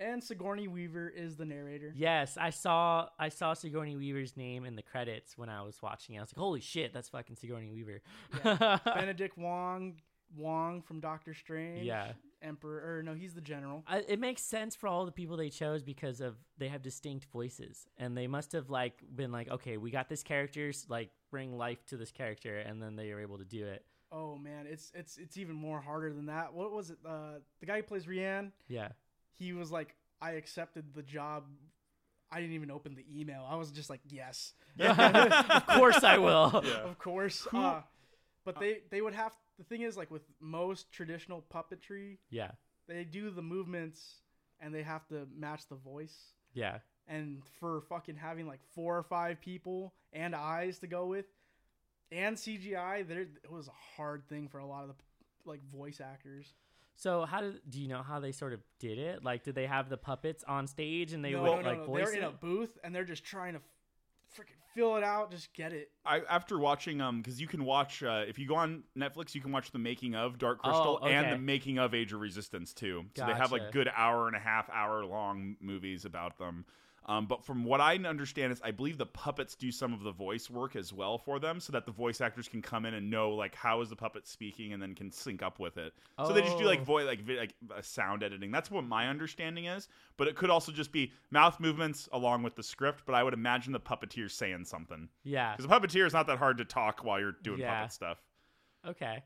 Speaker 3: And Sigourney Weaver is the narrator.
Speaker 2: Yes, I saw I saw Sigourney Weaver's name in the credits when I was watching. it. I was like, "Holy shit, that's fucking Sigourney Weaver." [LAUGHS]
Speaker 3: Benedict Wong, Wong from Doctor Strange.
Speaker 2: Yeah.
Speaker 3: Emperor. Or no, he's the general.
Speaker 2: I, it makes sense for all the people they chose because of they have distinct voices and they must have like been like, "Okay, we got this character, s- like bring life to this character," and then they are able to do it.
Speaker 3: Oh man, it's it's it's even more harder than that. What was it? Uh, the guy who plays Rianne,
Speaker 2: Yeah.
Speaker 3: he was like, I accepted the job. I didn't even open the email. I was just like, yes,
Speaker 2: of course I will.
Speaker 1: Yeah.
Speaker 3: of course.
Speaker 1: Who-
Speaker 3: Uh, but they they would have the thing is like with most traditional puppetry,
Speaker 2: Yeah.
Speaker 3: they do the movements and they have to match the voice.
Speaker 2: Yeah.
Speaker 3: and for fucking having like four or five people and eyes to go with and CGI there it was a hard thing for a lot of the like voice actors.
Speaker 2: So how did do you know how they sort of did it? Like, did they have the puppets on stage and they
Speaker 3: no,
Speaker 2: would
Speaker 3: no, no,
Speaker 2: like
Speaker 3: no,
Speaker 2: voice
Speaker 3: they're in
Speaker 2: it?
Speaker 3: a booth and they're just trying to freaking fill it out, just get it.
Speaker 1: I after watching um because you can watch uh, if you go on Netflix you can watch the making of Dark Crystal
Speaker 2: Oh,
Speaker 1: and the
Speaker 2: okay.
Speaker 1: making of Age of Resistance too. So they have like
Speaker 2: Gotcha.
Speaker 1: good hour and a half hour long movies about them. Um, but from what I understand is I believe the puppets do some of the voice work as well for them so that the voice actors can come in and know like how is the puppet speaking and then can sync up with it. So they just do like
Speaker 2: Oh.
Speaker 1: voice like vi- like uh, sound editing. That's what my understanding is, but it could also just be mouth movements along with the script, but I would imagine the puppeteer saying something.
Speaker 2: yeah.
Speaker 1: Because a puppeteer is not that hard to talk while you're doing
Speaker 2: Yeah.
Speaker 1: puppet stuff.
Speaker 2: Okay,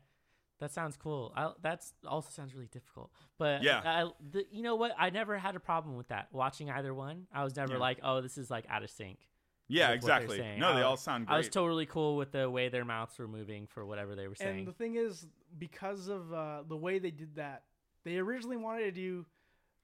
Speaker 2: that sounds cool. I, that's also sounds really difficult. But
Speaker 1: Yeah.
Speaker 2: I, the, you know what? I never had a problem with that. Watching either one, I was never
Speaker 1: Yeah.
Speaker 2: like, oh, this is like out of sync.
Speaker 1: Yeah,
Speaker 2: With what they're
Speaker 1: exactly.
Speaker 2: saying.
Speaker 1: No, they
Speaker 2: I-
Speaker 1: all sound great.
Speaker 2: I was totally cool with the way their mouths were moving for whatever they were saying.
Speaker 3: And the thing is because of uh, the way they did that, they originally wanted to do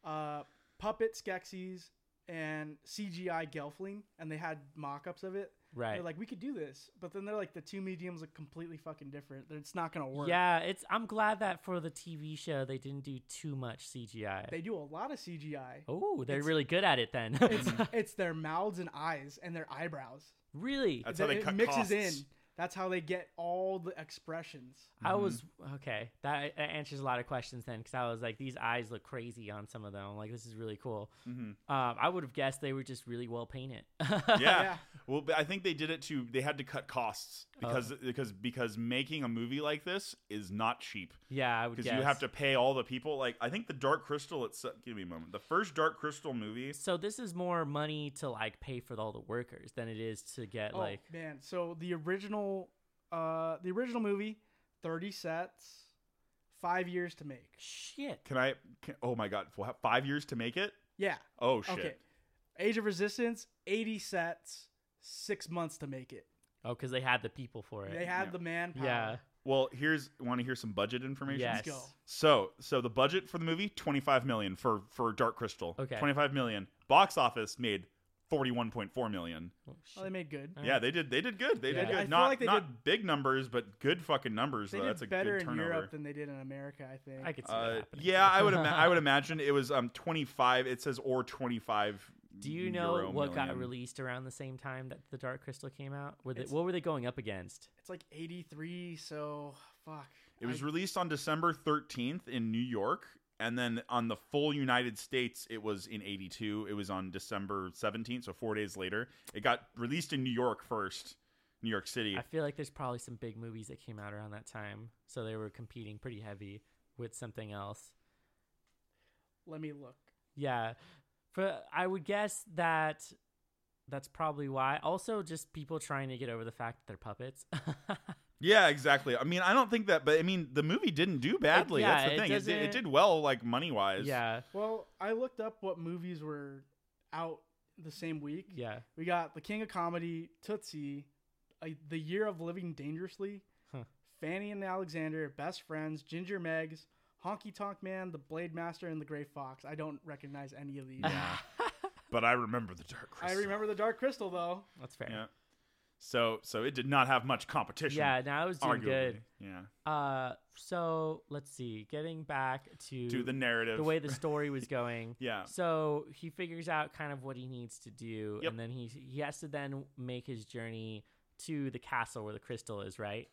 Speaker 3: uh, puppet Skeksis and CGI Gelfling and they had mock-ups of it.
Speaker 2: right.
Speaker 3: They're like, we could do this, but then they're like, the two mediums look completely fucking different. They're- It's not gonna work.
Speaker 2: yeah, it's. I'm glad that for the TV show they didn't do too much CGI.
Speaker 3: they do a lot of
Speaker 2: [LAUGHS]
Speaker 3: CGI.
Speaker 2: oh, they're
Speaker 3: it's-
Speaker 2: really good at it then.
Speaker 3: It's it's their mouths and eyes and their eyebrows.
Speaker 2: [LAUGHS] really,
Speaker 1: That's how they
Speaker 3: it
Speaker 1: cut
Speaker 3: mixes
Speaker 1: costs.
Speaker 3: in. That's how they get all the expressions.
Speaker 2: I was
Speaker 3: Mhm.
Speaker 2: okay. That, that answers a lot of questions then, because I was like, these eyes look crazy on some of them. I'm like, this is really cool.
Speaker 1: Mhm.
Speaker 2: Um, I would have guessed they were just really well painted.
Speaker 1: Yeah.
Speaker 3: Yeah.
Speaker 1: Well, but I think they did it to. They had to cut costs
Speaker 2: Oh.
Speaker 1: because because because making a movie like this is not cheap
Speaker 2: [LAUGHS] yeah, I would
Speaker 1: because
Speaker 2: guess.
Speaker 1: you have to pay all the people. Like I think the Dark Crystal. It's give me a moment. The first Dark Crystal movie.
Speaker 2: So this is more money to like pay for all the workers than it is to get
Speaker 3: Oh
Speaker 2: like.
Speaker 3: man, so the original, uh, the original movie, thirty sets, five years to make.
Speaker 2: Shit.
Speaker 1: Can I? Can, oh my god! f- Five years to make it.
Speaker 3: Yeah.
Speaker 1: Oh shit!
Speaker 3: Okay. Age of Resistance, eighty sets, six months to make it.
Speaker 2: Oh, because they had the people for it.
Speaker 3: They had
Speaker 1: Yeah.
Speaker 3: the manpower.
Speaker 2: yeah.
Speaker 1: Well, here's want to hear some budget information.
Speaker 2: Yes.
Speaker 3: Let's go.
Speaker 1: So, so the budget for the movie 25 million for for Dark Crystal.
Speaker 2: Okay.
Speaker 1: 25 million. Box office made 41.4 million.
Speaker 2: Oh,
Speaker 3: Oh, they
Speaker 2: shit.
Speaker 3: made good.
Speaker 2: All
Speaker 1: Yeah,
Speaker 2: right.
Speaker 1: they did they did good. They did
Speaker 2: Yeah. I
Speaker 1: good.
Speaker 3: feel
Speaker 1: not
Speaker 3: like they
Speaker 1: not big numbers, but good fucking numbers
Speaker 3: They
Speaker 1: though.
Speaker 3: did
Speaker 1: That's a
Speaker 3: better
Speaker 1: good
Speaker 3: in
Speaker 1: turnover.
Speaker 3: Europe than they did in America, I think.
Speaker 2: I could see that
Speaker 1: uh, [LAUGHS]
Speaker 3: [LAUGHS]
Speaker 2: happening.
Speaker 1: yeah, I would ima- I would imagine it was um 25 it says or 25
Speaker 2: Do you know
Speaker 1: Euro
Speaker 2: what got
Speaker 1: Million.
Speaker 2: released around the same time that the Dark Crystal came out? Were they,
Speaker 3: It's-
Speaker 2: what were they going up against?
Speaker 3: It's like 83, so fuck.
Speaker 1: It was
Speaker 3: I-
Speaker 1: released on December 13th in New York, and then on the full United States, it was in 82. It was on December 17th, so four days later. It got released in New York first, New York City.
Speaker 2: I feel like there's probably some big movies that came out around that time, so they were competing pretty heavy with something else.
Speaker 3: let me look.
Speaker 2: Yeah. For I would guess that that's probably why. Also just people trying to get over the fact that they're puppets. [LAUGHS]
Speaker 1: yeah, exactly. I mean, I don't think that, but I mean, the movie didn't do badly.
Speaker 2: yeah,
Speaker 1: That's the thing.
Speaker 2: it
Speaker 1: It, did- it
Speaker 2: doesn't-
Speaker 1: did well, like money wise.
Speaker 2: yeah.
Speaker 3: Well, I looked up what movies were out the same week.
Speaker 2: Yeah.
Speaker 3: We got The King of Comedy, Tootsie, uh, The Year of Living Dangerously,
Speaker 2: Huh.
Speaker 3: Fanny and Alexander, Best Friends, Ginger Megs, Honky Tonk Man, The Blade Master, and The Gray Fox. I don't recognize any of
Speaker 2: [LAUGHS]
Speaker 3: these.
Speaker 1: Yeah. but I remember the Dark
Speaker 3: I
Speaker 1: Crystal.
Speaker 3: remember The Dark Crystal, though.
Speaker 2: That's fair.
Speaker 1: Yeah. So, so it did not have much competition.
Speaker 2: Yeah, now I was doing
Speaker 1: arguably.
Speaker 2: good.
Speaker 1: Yeah.
Speaker 2: Uh so let's see. Getting back to
Speaker 1: To the narrative.
Speaker 2: the way the
Speaker 1: [LAUGHS]
Speaker 2: story was going.
Speaker 1: Yeah.
Speaker 2: So he figures out kind of what he needs to do,
Speaker 1: Yep.
Speaker 2: and then he he has to then make his journey to the castle where the crystal is, right?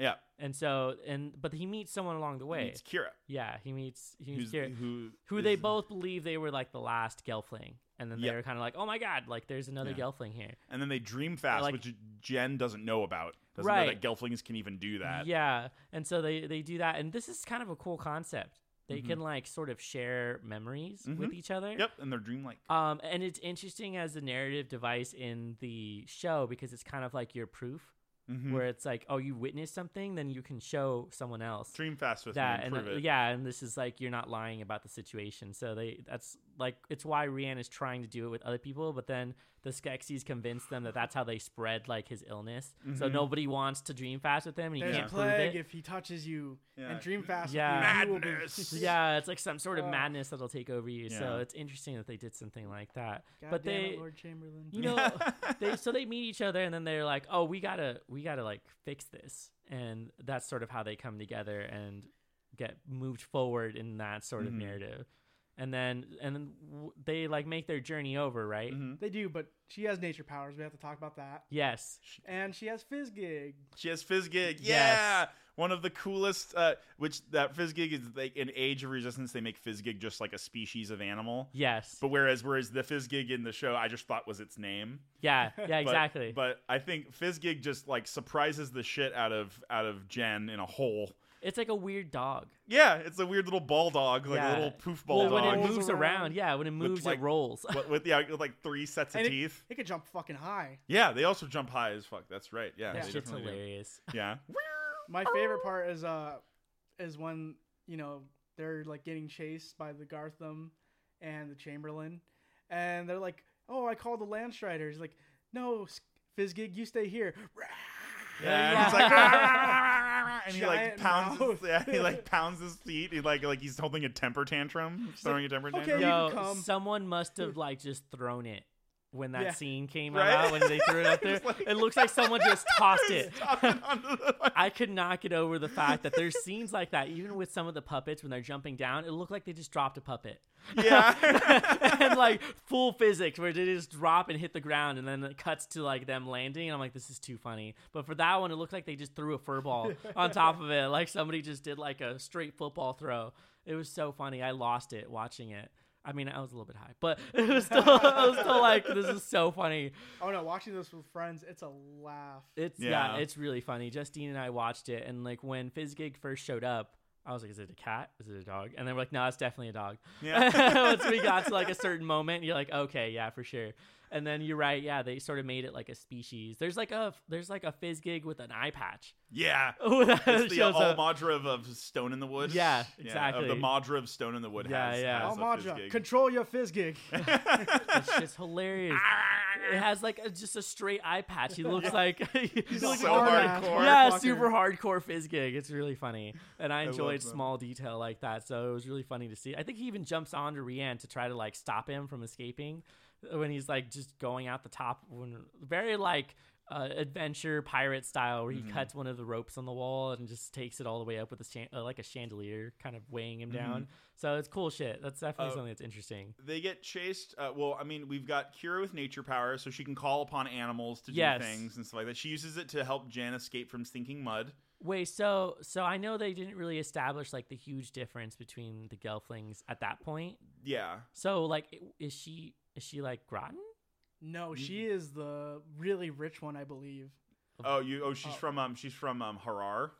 Speaker 1: Yeah.
Speaker 2: And so and but he meets someone along the way.
Speaker 1: It's Kira.
Speaker 2: yeah, he meets he meets
Speaker 1: Who's,
Speaker 2: Kira,
Speaker 1: who
Speaker 2: who they
Speaker 1: is-
Speaker 2: both believe they were like the last Gelfling, and then they
Speaker 1: Yep.
Speaker 2: were kind of like, oh my god, like there's another
Speaker 1: Yeah.
Speaker 2: Gelfling here.
Speaker 1: And then they dream fast,
Speaker 2: Like-
Speaker 1: which Jen doesn't know about. Doesn't know
Speaker 2: Right.
Speaker 1: that Gelflings can even do that.
Speaker 2: Yeah, and so they they do that, and this is kind of a cool concept. They
Speaker 1: Mhm.
Speaker 2: can like sort of share memories with each other.
Speaker 1: Mm-hmm. Yep, and they're dreamlike.
Speaker 2: Um, and it's interesting as a narrative device in the show because it's kind of like your proof,
Speaker 3: Hmm.
Speaker 1: Mhm.
Speaker 2: where it's like, oh, you witnessed something, then you can show someone else
Speaker 1: Dream fast with
Speaker 2: that,
Speaker 1: me
Speaker 2: and
Speaker 1: and prove
Speaker 2: uh,
Speaker 1: it.
Speaker 2: yeah, and this is like you're not lying about the situation. So they, that's like, it's why Rihanna's trying to do it with other people, but then the Skeksis convince them that that's how they spread like his illness. So
Speaker 1: Mhm.
Speaker 2: nobody wants to dream fast with him, and he
Speaker 3: Mm-hmm. There's
Speaker 2: can't
Speaker 3: a
Speaker 2: prove
Speaker 3: plague
Speaker 2: it.
Speaker 3: if he touches you
Speaker 1: Yeah.
Speaker 3: and dream fast.
Speaker 2: Yeah.
Speaker 3: With you, you will be-
Speaker 1: Madness.
Speaker 3: [LAUGHS]
Speaker 2: yeah, it's like some sort of
Speaker 3: Uh,
Speaker 2: madness that'll take over you. So
Speaker 1: Yeah.
Speaker 2: it's interesting that they did something like that.
Speaker 3: God
Speaker 2: but
Speaker 3: damn it,
Speaker 2: they,
Speaker 3: Lord Chamberlain.
Speaker 1: [LAUGHS]
Speaker 2: you know, they so they meet each other and then they're like, "Oh, we gotta we gotta like fix this," and that's sort of how they come together and get moved forward in that sort
Speaker 1: Mhm.
Speaker 2: of narrative. And then and then w- they like make their journey over, right?
Speaker 1: Mhm.
Speaker 3: [LAUGHS] They do, but she has nature powers. We have to talk about that.
Speaker 2: Yes.
Speaker 3: And she has Fizzgig.
Speaker 1: She has Fizzgig.
Speaker 2: Yes.
Speaker 1: Yeah. One of the coolest, uh, which that Fizzgig is like in Age of Resistance, they make Fizzgig just like a species of animal.
Speaker 2: Yes.
Speaker 1: But whereas, whereas the Fizzgig in the show, I just thought was its name. [LAUGHS]
Speaker 2: yeah. Yeah.
Speaker 1: But-
Speaker 2: Exactly.
Speaker 1: But I think Fizzgig just like surprises the shit out of out of Jen in a hole.
Speaker 2: it's like a weird dog.
Speaker 1: Yeah, it's a weird little ball dog, like a
Speaker 2: Yeah.
Speaker 1: little poof ball
Speaker 2: Well, when
Speaker 1: dog.
Speaker 2: it
Speaker 3: Rolls
Speaker 2: moves around.
Speaker 3: around.
Speaker 2: yeah. When it moves,
Speaker 1: like-
Speaker 2: it rolls.
Speaker 1: with, with, yeah, with like three sets of
Speaker 3: And
Speaker 1: teeth.
Speaker 3: It could jump fucking high.
Speaker 1: Yeah, they also jump high as fuck. That's right. Yeah,
Speaker 2: that
Speaker 1: they
Speaker 2: shit's
Speaker 1: definitely do.
Speaker 2: hilarious. [LAUGHS]
Speaker 1: Yeah,
Speaker 3: My favorite part is uh is when, you know, they're like getting chased by the Gartham and the Chamberlain and they're like, "Oh, I called the Landstrider." He's like, "No, S- Fizzgig, you stay here."
Speaker 1: yeah. And
Speaker 2: Yeah.
Speaker 1: he's like, "Ah, ah, ah, ah," and he like
Speaker 3: Giant
Speaker 1: pounds. His,
Speaker 3: mouth.
Speaker 1: yeah, he
Speaker 2: [LAUGHS]
Speaker 1: like pounds his feet. He like like he's holding a temper tantrum, throwing a temper
Speaker 3: "Okay,
Speaker 1: tantrum.
Speaker 3: you can
Speaker 2: Yo,
Speaker 3: come.
Speaker 2: someone must have like just thrown it when that
Speaker 3: Yeah.
Speaker 2: scene came
Speaker 1: Right?
Speaker 2: out when they threw it up there.
Speaker 1: It's like-
Speaker 2: it looks like someone just
Speaker 1: [LAUGHS]
Speaker 2: tossed it.
Speaker 1: Toss it onto
Speaker 2: [LAUGHS]
Speaker 1: the-
Speaker 2: I could not get over the fact that there's scenes like that, even with some of the puppets when they're jumping down, it looked like they just dropped a puppet.
Speaker 1: yeah.
Speaker 2: [LAUGHS]
Speaker 1: [LAUGHS]
Speaker 2: and like full physics where they just drop and hit the ground and then it cuts to like them landing and I'm like this is too funny but for that one it looked like they just threw a fur ball on top of it like somebody just did like a straight football throw it was so funny I lost it watching it I mean I was a little bit high but [LAUGHS] it was still I was still like this is so funny
Speaker 3: Oh no, watching this with friends, it's a laugh.
Speaker 2: it's
Speaker 1: Yeah.
Speaker 2: yeah. it's really funny Justine and I watched it and like when Fizzgig first showed up I was like, is it a cat? Is it a dog? And they were like, no, it's definitely a dog.
Speaker 1: Yeah.
Speaker 2: [LAUGHS] Once we got to like
Speaker 1: [LAUGHS]
Speaker 2: a certain moment, you're like, okay, yeah, for sure. And then you're right, yeah, they sort of made it like a species. There's like a there's like a fizz gig with an eye patch. [LAUGHS]
Speaker 1: yeah.
Speaker 2: Oh, that
Speaker 1: It's the
Speaker 2: shows
Speaker 1: all
Speaker 2: up.
Speaker 1: Madra of, of Stone in the Wood.
Speaker 2: Yeah,
Speaker 1: of the
Speaker 2: exactly.
Speaker 1: Madra of Stone in the Wood.
Speaker 2: Yeah,
Speaker 1: has,
Speaker 2: yeah.
Speaker 1: Has
Speaker 3: Oh,
Speaker 1: a
Speaker 3: Madra,
Speaker 1: Fizzgig.
Speaker 3: control
Speaker 1: [LAUGHS]
Speaker 3: your Fizzgig.
Speaker 2: [LAUGHS] it's just hilarious. it has like a, just a straight eye patch.
Speaker 1: [LAUGHS]
Speaker 2: He looks like [LAUGHS] he
Speaker 3: He's
Speaker 2: looks
Speaker 1: so
Speaker 2: like-
Speaker 3: hard-ass
Speaker 1: hardcore.
Speaker 2: yeah,
Speaker 3: motherfucker.
Speaker 2: super hardcore fizz gig. It's really funny, and I
Speaker 1: love
Speaker 2: enjoyed
Speaker 1: that.
Speaker 2: small detail like that. So it was really funny to see. I think he even jumps onto Rianne to try to like stop him from escaping when he's like just going out the top. When very like uh, adventure pirate style where he
Speaker 1: Mhm.
Speaker 2: cuts one of the ropes on the wall and just takes it all the way up with a chan- uh, like a chandelier, kind of weighing him down.
Speaker 1: Mm-hmm.
Speaker 2: So it's cool shit. That's definitely
Speaker 1: Uh,
Speaker 2: something that's interesting.
Speaker 1: They get chased. Uh, well, I mean, we've got Kira with nature power, so she can call upon animals to
Speaker 2: Yes.
Speaker 1: do things and stuff like that. She uses it to help Jan escape from stinking mud.
Speaker 2: Wait, so so I know they didn't really establish like the huge difference between the Gelflings at that point.
Speaker 1: Yeah.
Speaker 2: So like, i- is she is she like Groton?
Speaker 3: No, she is the really rich one, I believe.
Speaker 1: Oh, you. Oh, she's
Speaker 3: Oh.
Speaker 1: from um. She's from um Harar.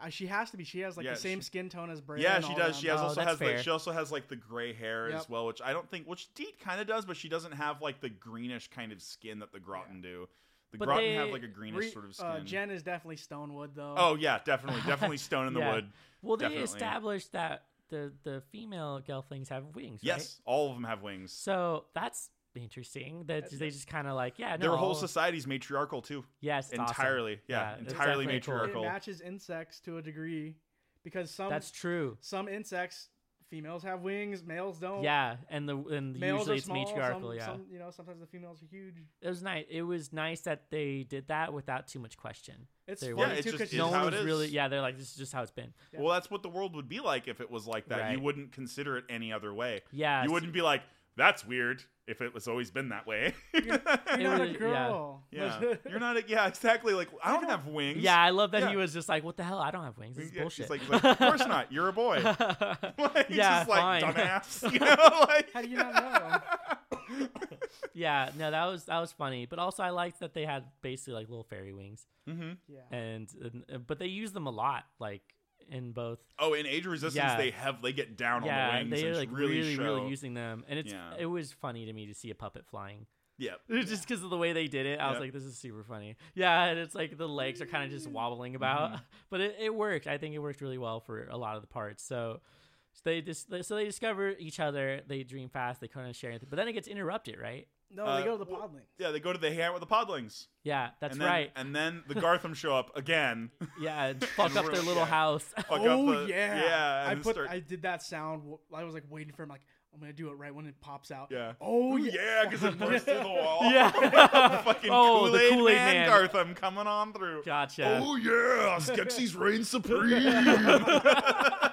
Speaker 3: Uh, She has to be. She has like
Speaker 1: Yeah,
Speaker 3: the same
Speaker 1: she-
Speaker 3: skin tone as Bran.
Speaker 1: yeah,
Speaker 3: and
Speaker 1: she
Speaker 3: all
Speaker 1: does.
Speaker 3: them.
Speaker 1: She has
Speaker 2: Oh,
Speaker 1: also
Speaker 2: that's
Speaker 1: has like
Speaker 2: fair.
Speaker 1: she also has like the gray hair as
Speaker 3: Yep.
Speaker 1: well, which I don't think. Which Deet kind of does, but she doesn't have like the greenish kind of skin that the Groton do. The
Speaker 2: But
Speaker 1: Groton have
Speaker 2: they-
Speaker 1: like a greenish
Speaker 3: Re-
Speaker 1: sort of skin.
Speaker 3: uh, Jen is definitely Stonewood though.
Speaker 1: oh yeah, definitely,
Speaker 2: [LAUGHS]
Speaker 1: definitely stone in the
Speaker 2: Yeah.
Speaker 1: wood.
Speaker 2: Well, they
Speaker 1: Definitely.
Speaker 2: established that the the female Gelflings have wings. right?
Speaker 1: Yes, all of them have wings.
Speaker 2: So that's interesting. That
Speaker 3: That's-
Speaker 2: they just kind of like yeah, no,
Speaker 1: Their whole
Speaker 2: all-
Speaker 1: society's matriarchal too.
Speaker 2: yes, it's awesome.
Speaker 1: entirely, yeah,
Speaker 2: Yeah, it's
Speaker 1: entirely
Speaker 2: definitely cool.
Speaker 3: And it
Speaker 1: matriarchal.
Speaker 3: matches insects to a degree because some
Speaker 2: That's true.
Speaker 3: some insects females have wings, males don't.
Speaker 2: Yeah, and the and
Speaker 3: males
Speaker 2: usually
Speaker 3: are
Speaker 2: it's
Speaker 3: small.
Speaker 2: matriarchal.
Speaker 3: some,
Speaker 2: yeah,
Speaker 3: some, you know sometimes the females are huge.
Speaker 2: it was nice. It was nice that they did that without too much question.
Speaker 3: It's
Speaker 2: They
Speaker 3: funny
Speaker 2: were-
Speaker 1: Yeah, it
Speaker 3: too
Speaker 1: just
Speaker 3: because
Speaker 1: is
Speaker 2: no
Speaker 1: how
Speaker 2: one
Speaker 1: it
Speaker 2: was really.
Speaker 1: is.
Speaker 2: Yeah, they're like this is just how it's been.
Speaker 3: Yeah.
Speaker 1: Well, that's what the world would be like if it was like that. You
Speaker 2: Right.
Speaker 1: wouldn't consider it any other way.
Speaker 2: Yeah,
Speaker 1: you
Speaker 2: so-
Speaker 1: wouldn't be like, "That's weird." If it was always been that way.
Speaker 3: [LAUGHS]
Speaker 1: [LAUGHS]
Speaker 3: you're not
Speaker 2: It
Speaker 3: a
Speaker 2: was- yeah.
Speaker 3: girl. [LAUGHS]
Speaker 1: yeah, you're not. A, yeah, exactly. Like I don't have wings.
Speaker 2: Yeah, I love that
Speaker 1: Yeah.
Speaker 2: he was just like, "What the hell? I don't have wings. This is
Speaker 1: Yeah, she's
Speaker 2: bullshit."
Speaker 1: like, she's like, of
Speaker 2: [LAUGHS]
Speaker 1: course not. You're a boy. [LAUGHS] Like, he's
Speaker 2: Yeah,
Speaker 1: just like,
Speaker 2: fine. [LAUGHS]
Speaker 1: dumbass. You know, like,
Speaker 3: [LAUGHS] How do you not know?
Speaker 2: yeah, no, that was that was funny, but also I liked that they had basically like little fairy wings,
Speaker 1: Mhm.
Speaker 3: yeah.
Speaker 2: and, and uh, but they use them a lot, like in both
Speaker 1: Oh, in Age of Resistance,
Speaker 2: Yeah.
Speaker 1: they have they get down
Speaker 2: yeah,
Speaker 1: on the wings
Speaker 2: they
Speaker 1: and
Speaker 2: like
Speaker 1: really,
Speaker 2: really, really,
Speaker 1: show.
Speaker 2: using them, and it's
Speaker 1: Yeah.
Speaker 2: it was funny to me to see a puppet flying,
Speaker 1: yeah,
Speaker 2: It was just because of the way they did it. I was
Speaker 1: Yeah.
Speaker 2: like, this is super funny. Yeah, and it's like the legs are kind of just wobbling about,
Speaker 1: Mm-hmm.
Speaker 2: [LAUGHS] but it, it worked. I think it worked really well for a lot of the parts. So. so they dis- so they discover each other. They dream fast. They kind of share anything, but then it gets interrupted, right?
Speaker 3: No,
Speaker 1: Uh,
Speaker 3: they go to the
Speaker 1: well-
Speaker 3: podling.
Speaker 1: yeah. They go to the hangout with the podlings.
Speaker 2: Yeah, that's
Speaker 1: and then,
Speaker 2: right.
Speaker 1: And then
Speaker 2: [LAUGHS]
Speaker 1: the Gartham show up again.
Speaker 2: Yeah,
Speaker 1: [LAUGHS]
Speaker 2: and fuck up their
Speaker 1: really-
Speaker 2: little
Speaker 1: yeah. [LAUGHS]
Speaker 2: house. [LAUGHS]
Speaker 1: Fuck
Speaker 3: oh
Speaker 1: up the,
Speaker 3: yeah,
Speaker 1: yeah.
Speaker 3: I
Speaker 1: and
Speaker 3: put
Speaker 1: start-
Speaker 3: I did that sound. w- I was like waiting for him. Like I'm gonna do it right when it pops out.
Speaker 1: yeah.
Speaker 3: Oh
Speaker 1: Ooh,
Speaker 3: yeah.
Speaker 1: yeah, because it burst through the wall.
Speaker 2: [LAUGHS] Yeah.
Speaker 1: [LAUGHS] fucking
Speaker 2: Oh, the
Speaker 1: Kool-Aid,
Speaker 2: Kool-Aid
Speaker 1: man,
Speaker 2: Man.
Speaker 1: Gartham coming on through.
Speaker 2: Gotcha.
Speaker 1: Oh yeah, Skeksis reign supreme. [LAUGHS]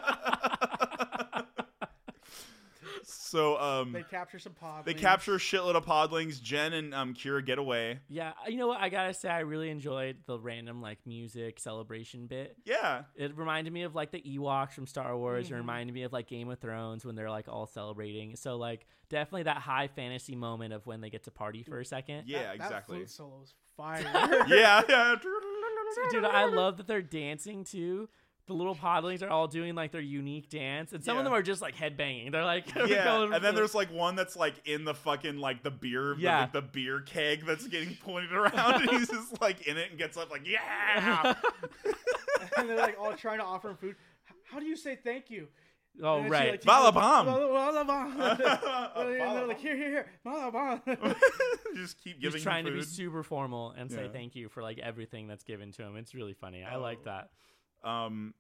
Speaker 1: so um,
Speaker 3: They capture some podlings.
Speaker 1: they capture a shitload of podlings. Jen and um, Kira get away.
Speaker 2: Yeah, you know what? I gotta say, I really enjoyed the random like music celebration bit.
Speaker 1: Yeah,
Speaker 2: It reminded me of like the Ewoks from Star Wars. It
Speaker 1: Mm-hmm.
Speaker 3: Mhm.
Speaker 2: reminded me of like Game of Thrones when they're like all celebrating. So like definitely that high fantasy moment of when they get to party for a second.
Speaker 1: yeah,
Speaker 3: That-
Speaker 1: exactly.
Speaker 3: That flute solo is fire. [LAUGHS]
Speaker 1: yeah, [LAUGHS] yeah.
Speaker 2: Dude, I love that they're dancing too. The little podlings are all doing like their unique dance, and some
Speaker 1: Yeah.
Speaker 2: of them are just like headbanging. They're like, [LAUGHS]
Speaker 1: Yeah,
Speaker 2: going
Speaker 1: and
Speaker 2: for
Speaker 1: then
Speaker 2: the- [LAUGHS]
Speaker 1: there's like one that's like in the fucking like the beer, the-
Speaker 2: Yeah.
Speaker 1: like, the, beer keg that's getting pointed around, and he's just like in it and gets up like [LAUGHS] yeah,
Speaker 3: and they're like all trying to offer him food. H- How do you say thank you?
Speaker 2: oh
Speaker 3: And then she,
Speaker 2: right,
Speaker 3: like, takes a-
Speaker 1: Balabam. [LAUGHS]
Speaker 3: Balabam. and they're
Speaker 1: Balabam.
Speaker 3: like here, here, here,
Speaker 1: [LAUGHS]
Speaker 3: Balabam.
Speaker 1: just keep
Speaker 2: He's
Speaker 1: giving him
Speaker 2: trying to be
Speaker 1: food.
Speaker 2: super formal and say
Speaker 1: Yeah.
Speaker 2: thank you for like everything that's given to him. It's really funny. I like
Speaker 1: Oh.
Speaker 2: that.
Speaker 1: um,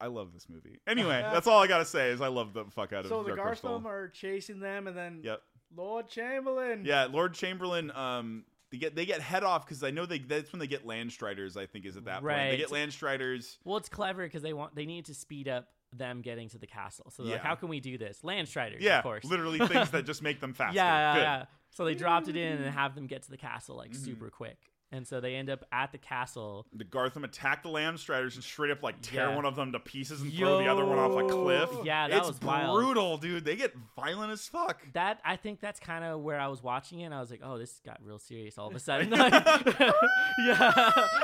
Speaker 1: I love this movie.
Speaker 2: [LAUGHS]
Speaker 1: Anyway, that's all I gotta say is I love the fuck out of
Speaker 3: so the
Speaker 1: Dark Crystal.
Speaker 3: Gartham are chasing them, and then
Speaker 1: Yep.
Speaker 3: Lord Chamberlain.
Speaker 1: Yeah, Lord Chamberlain. Um, they get they get head off because I know they that's when they get Landstriders. I think is at that point they
Speaker 2: Right.
Speaker 1: get Landstriders.
Speaker 2: Well, it's clever because they want they need to speed up them getting to the castle. So they're like,
Speaker 1: Yeah.
Speaker 2: how can we do this? Landstriders,
Speaker 1: Yeah,
Speaker 2: of course. [LAUGHS]
Speaker 1: literally things that just make them
Speaker 2: yeah,
Speaker 1: faster.
Speaker 2: yeah,
Speaker 1: Good.
Speaker 2: yeah. So they dropped it in
Speaker 1: [LAUGHS]
Speaker 2: and have them get to the castle like
Speaker 1: Mhm.
Speaker 2: super quick. And so they end up at the castle.
Speaker 1: The Gartham attack the Landstriders and straight up like tear
Speaker 2: Yeah.
Speaker 1: one of them to pieces and throw the other one off a cliff.
Speaker 2: Yo. Yeah, that
Speaker 1: it's
Speaker 2: was wild.
Speaker 1: brutal, dude. They get violent as fuck.
Speaker 2: That I think that's kind of where I was watching it. and I was like, "Oh, this got real serious all of
Speaker 1: [LAUGHS]
Speaker 2: a sudden." [LAUGHS] yeah,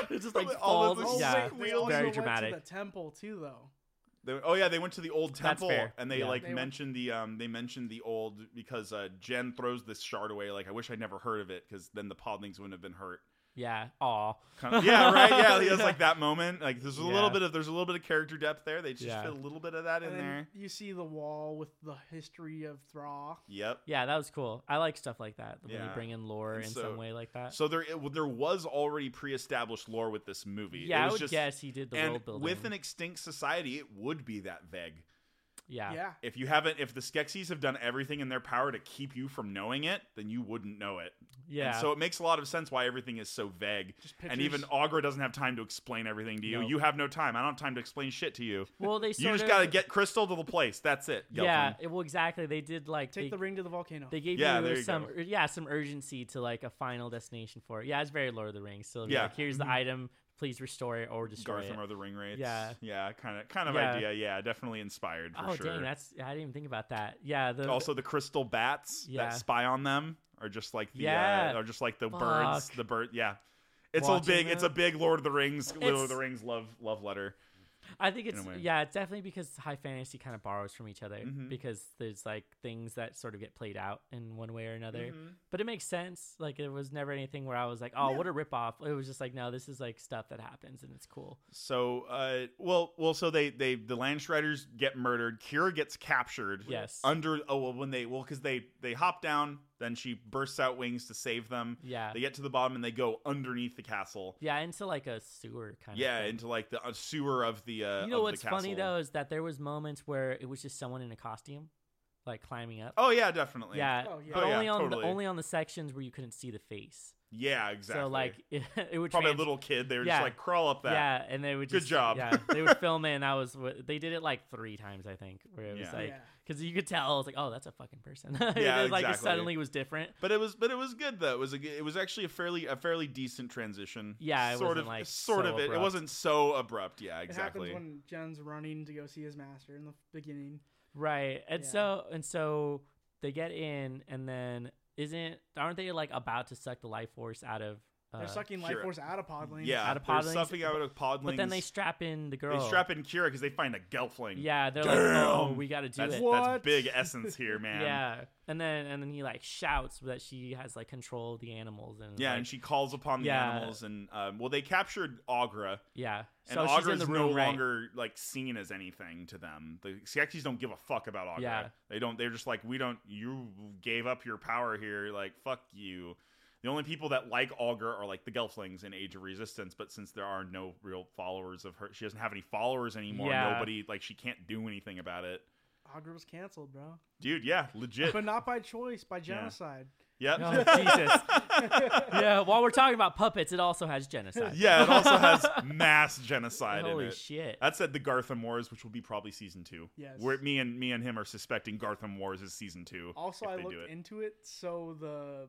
Speaker 2: it's just like
Speaker 1: All of
Speaker 2: falls.
Speaker 1: the
Speaker 3: Oh,
Speaker 2: yeah,
Speaker 3: wait, they
Speaker 1: Very
Speaker 3: also went to
Speaker 2: dramatic.
Speaker 3: the temple too, though.
Speaker 1: They- oh yeah, they went to the old
Speaker 2: That's
Speaker 1: temple
Speaker 2: fair.
Speaker 1: and they
Speaker 2: Yeah.
Speaker 1: like
Speaker 3: They went-
Speaker 1: mentioned the um they mentioned the old because uh Jen throws this shard away. Like I wish I'd never heard of it because then the podlings wouldn't have been
Speaker 2: [LAUGHS]
Speaker 1: hurt.
Speaker 2: yeah. Aw,
Speaker 1: Kind of- yeah, right. Yeah, he has
Speaker 2: Yeah.
Speaker 1: like that moment. Like there's a little
Speaker 2: Yeah.
Speaker 1: bit of there's a little bit of character depth there. They just
Speaker 2: Yeah.
Speaker 1: fit a little bit of that in
Speaker 3: and then
Speaker 1: there.
Speaker 3: you see the wall with the history of Thra.
Speaker 1: Yep.
Speaker 2: [LAUGHS] yeah, that was cool. I like stuff like that when
Speaker 1: Yeah.
Speaker 2: you bring in lore
Speaker 1: And
Speaker 2: in
Speaker 1: so-
Speaker 2: some way like that.
Speaker 1: So there it, well, there was already pre-established lore with this movie. it
Speaker 2: Yeah, I
Speaker 1: was
Speaker 2: would
Speaker 1: just,
Speaker 2: guess he did the
Speaker 1: and
Speaker 2: world building.
Speaker 1: with an extinct society, it would be that vague.
Speaker 2: Yeah.
Speaker 3: yeah.
Speaker 1: If you haven't, if the Skeksis have done everything in their power to keep you from knowing it, then you wouldn't know it.
Speaker 2: Yeah.
Speaker 1: And so it makes a lot of sense why everything is so vague.
Speaker 3: Just
Speaker 1: And even
Speaker 3: pictures.
Speaker 1: Augur doesn't have time to explain everything to you.
Speaker 2: Nope.
Speaker 1: You have no time. I don't have time to explain shit to you.
Speaker 2: well, they
Speaker 1: You
Speaker 2: sort
Speaker 1: just
Speaker 2: of-
Speaker 1: got to get Crystal to the place. That's it. Yelphin.
Speaker 2: Yeah. it- Well, exactly. They did like
Speaker 3: Take
Speaker 2: they,
Speaker 3: the ring to the volcano.
Speaker 2: they gave
Speaker 1: Yeah,
Speaker 2: you,
Speaker 1: there you
Speaker 2: some
Speaker 1: go.
Speaker 2: ur- yeah some urgency to like a final destination for it. Yeah, it's very Lord of the Rings. So
Speaker 1: Yeah.
Speaker 2: yeah. like, here's
Speaker 3: Mm-hmm.
Speaker 2: the item. Please restore it or destroy it.
Speaker 1: Gartham or the Ring Wraiths.
Speaker 2: Yeah.
Speaker 1: Yeah, kind of kind of
Speaker 2: Yeah.
Speaker 1: idea. Yeah, definitely inspired for
Speaker 2: oh
Speaker 1: sure.
Speaker 2: dang, that's I didn't even think about that. Yeah. The,
Speaker 1: also the crystal bats
Speaker 2: Yeah.
Speaker 1: that spy on them are just like the
Speaker 2: Yeah.
Speaker 1: uh, are just like the birds,
Speaker 2: Fuck.
Speaker 1: the bird yeah. It's
Speaker 2: Watching
Speaker 1: a big it's a
Speaker 2: them.
Speaker 1: big Lord of the Rings Lord
Speaker 2: It's-
Speaker 1: of the Rings love love letter.
Speaker 2: I think it's
Speaker 1: way.
Speaker 2: yeah, it's definitely because high fantasy kind of borrows from each other
Speaker 1: Mhm.
Speaker 2: because there's like things that sort of get played out in one way or another.
Speaker 1: Mm-hmm.
Speaker 2: But it makes sense. Like there was never anything where I was like, "Oh, what a ripoff." It was just like, "No, this is like stuff that happens and it's cool."
Speaker 1: So uh well well so they they the Landstriders get murdered, Kira gets captured.
Speaker 2: Yes.
Speaker 1: Under oh well when they well cuz they they hop down, then she bursts out wings to save them.
Speaker 2: Yeah.
Speaker 1: They get to the bottom and they go underneath the castle.
Speaker 2: yeah, into like a sewer kind
Speaker 1: Yeah,
Speaker 2: of thing.
Speaker 1: into like the uh, sewer of the uh
Speaker 2: you know
Speaker 1: of
Speaker 2: what's
Speaker 1: the
Speaker 2: funny
Speaker 1: castle.
Speaker 2: though is that there was moments where it was just someone in a costume like climbing up.
Speaker 1: Oh yeah, definitely.
Speaker 2: yeah.
Speaker 3: Oh, yeah.
Speaker 2: But
Speaker 1: Oh, yeah,
Speaker 2: only on
Speaker 1: totally.
Speaker 2: the only on the sections where you couldn't see the face.
Speaker 1: Yeah, exactly.
Speaker 2: So like [LAUGHS] it, would
Speaker 1: probably
Speaker 2: trans-
Speaker 1: a little kid. They were
Speaker 2: Yeah.
Speaker 1: just like crawl up that.
Speaker 2: Yeah, and they would
Speaker 1: Good
Speaker 2: just,
Speaker 1: job.
Speaker 2: Yeah,
Speaker 1: [LAUGHS]
Speaker 2: they would film it, and I was wi- they did it like three times I think, where it was
Speaker 1: Yeah.
Speaker 2: like
Speaker 3: Yeah.
Speaker 2: because you could tell I was like, oh, that's a fucking person. [LAUGHS] yeah, like
Speaker 1: exactly.
Speaker 2: it suddenly was different.
Speaker 1: But it was but it was good though. It was a, g- it was actually a fairly a fairly decent transition.
Speaker 2: Yeah, it
Speaker 1: sort
Speaker 2: wasn't,
Speaker 1: of
Speaker 2: like,
Speaker 1: sort
Speaker 2: so
Speaker 1: of it. It
Speaker 2: abrupt.
Speaker 1: wasn't so abrupt. Yeah,
Speaker 3: It
Speaker 1: exactly.
Speaker 3: happens when Jen's running to go see his master in the beginning.
Speaker 2: Right, and
Speaker 3: Yeah.
Speaker 2: so and so they get in, and then isn't aren't they like about to suck the life force out of? Uh,
Speaker 3: They're sucking life
Speaker 1: Kira.
Speaker 3: force out of Podling.
Speaker 1: yeah,
Speaker 2: out of
Speaker 1: they're
Speaker 2: podlings,
Speaker 1: stuffing out of podlings.
Speaker 2: but then they strap in the girl.
Speaker 1: they strap in Kira because they find a gelfling.
Speaker 2: Yeah, they're like, oh,
Speaker 1: Damn!
Speaker 2: we got to do
Speaker 1: that's,
Speaker 2: it.
Speaker 3: What?
Speaker 1: that's big essence here, man.
Speaker 2: [LAUGHS] Yeah, and then and then he like shouts that she has like control of the animals and
Speaker 1: Yeah,
Speaker 2: like,
Speaker 1: and she calls upon the
Speaker 2: Yeah.
Speaker 1: animals, and um, well, they captured Agra,
Speaker 2: yeah.
Speaker 1: and
Speaker 2: so she's
Speaker 1: Agra
Speaker 2: in
Speaker 1: is
Speaker 2: the
Speaker 1: no
Speaker 2: room, right?
Speaker 1: longer like seen as anything to them. The Skeksis don't give a fuck about Agra.
Speaker 2: Yeah.
Speaker 1: They don't. They're just like, we don't. You gave up your power here. Like, fuck you. The only people that like Augur are like the Gelflings in Age of Resistance, but since there are no real followers of her, she doesn't have any followers anymore.
Speaker 2: Yeah.
Speaker 1: Nobody like she can't do anything about it,
Speaker 3: Augur was canceled, bro.
Speaker 1: dude. Yeah, legit.
Speaker 3: But not by choice, by genocide.
Speaker 1: yep. [LAUGHS]
Speaker 2: [LAUGHS] [LAUGHS] Oh, Jesus. yeah, while we're talking about puppets, it also has genocide.
Speaker 1: yeah, it also
Speaker 2: [LAUGHS]
Speaker 1: has mass genocide
Speaker 2: Holy
Speaker 1: in it.
Speaker 2: shit.
Speaker 1: That said, the Gartham Wars, which will be probably season two.
Speaker 3: Yes.
Speaker 1: Where me and me and him are suspecting Gartham Wars is season two.
Speaker 3: Also,
Speaker 1: if
Speaker 3: I
Speaker 1: they do it.
Speaker 3: looked into it, so the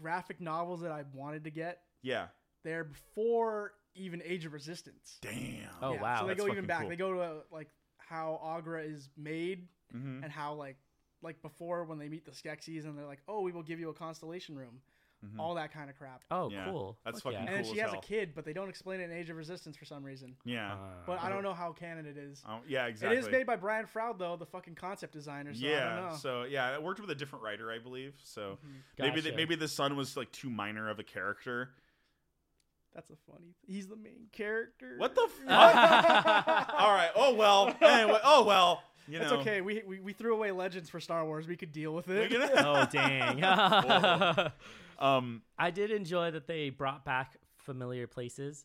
Speaker 3: graphic novels that I wanted to get,
Speaker 1: Yeah.
Speaker 3: they're before even Age of Resistance.
Speaker 1: Damn.
Speaker 2: Oh,
Speaker 3: Yeah,
Speaker 2: wow.
Speaker 3: So they
Speaker 1: That's
Speaker 3: go even
Speaker 1: fucking
Speaker 3: back.
Speaker 1: cool.
Speaker 3: They go to like how Agra is made
Speaker 1: Mhm.
Speaker 3: and how like like before when they meet the Skeksis and they're like, oh, we will give you a constellation room,
Speaker 1: Mhm.
Speaker 3: all that kind of crap.
Speaker 2: Oh,
Speaker 1: Yeah.
Speaker 2: cool.
Speaker 1: That's
Speaker 2: Fuck
Speaker 1: fucking
Speaker 2: yeah.
Speaker 3: and then
Speaker 1: cool
Speaker 3: she
Speaker 1: as
Speaker 3: has
Speaker 1: hell.
Speaker 3: a kid, but they don't explain it in Age of Resistance for some reason.
Speaker 1: Yeah.
Speaker 3: But I don't know how canon it is.
Speaker 1: Oh, yeah. Uh, Exactly.
Speaker 3: It is made by Brian Froud though, the fucking concept designer. So
Speaker 1: yeah.
Speaker 3: I don't know.
Speaker 1: So yeah, it worked with a different writer, I believe. So
Speaker 3: Mhm.
Speaker 1: maybe the,
Speaker 2: Gotcha.
Speaker 1: maybe the son was like too minor of a character.
Speaker 3: That's a funny. He's the main character.
Speaker 1: What [LAUGHS] the
Speaker 3: fuck?
Speaker 1: All right. Oh well. Anyway. Oh well. You know.
Speaker 3: That's okay. We, we we threw away Legends for Star Wars. We could deal with
Speaker 1: We
Speaker 2: [LAUGHS]
Speaker 3: it.
Speaker 1: can-
Speaker 2: oh,
Speaker 1: [LAUGHS]
Speaker 2: dang.
Speaker 1: Whoa. um.
Speaker 2: [LAUGHS] I did enjoy that they brought back familiar places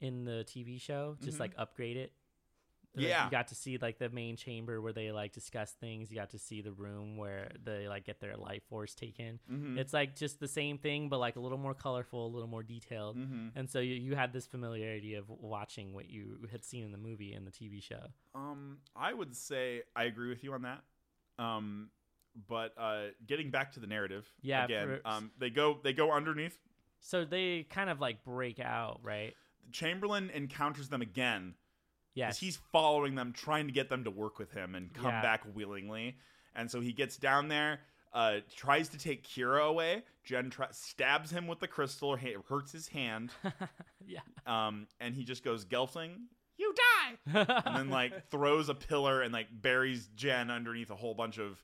Speaker 2: in the TV show, just
Speaker 1: Mhm.
Speaker 2: like upgrade it. Like,
Speaker 1: Yeah.
Speaker 2: you got to see like the main chamber where they like discuss things. You got to see the room where they like get their life force taken.
Speaker 1: mhm,
Speaker 2: It's like just the same thing, but like a little more colorful, a little more detailed.
Speaker 1: mhm.
Speaker 2: And so you, you had this familiarity of watching what you had seen in the movie and the TV show.
Speaker 1: Um, I would say I agree with you on that. Um, but uh, getting back to the narrative,
Speaker 2: Yeah,
Speaker 1: Again,
Speaker 2: for-
Speaker 1: um, they go they go underneath.
Speaker 2: So they kind of like break out, right?
Speaker 1: Chamberlain encounters them again
Speaker 2: Yes.
Speaker 1: because he's following them, trying to get them to work with him and come
Speaker 2: Yeah.
Speaker 1: back willingly. And so he gets down there, uh, tries to take Kira away. Jen try- stabs him with the crystal, ha- hurts his
Speaker 2: [LAUGHS]
Speaker 1: hand,
Speaker 2: [LAUGHS] yeah.
Speaker 1: um, and he just goes gelfling.
Speaker 2: You die.
Speaker 1: and then
Speaker 2: [LAUGHS]
Speaker 1: like throws a pillar and like buries Jen underneath a whole bunch of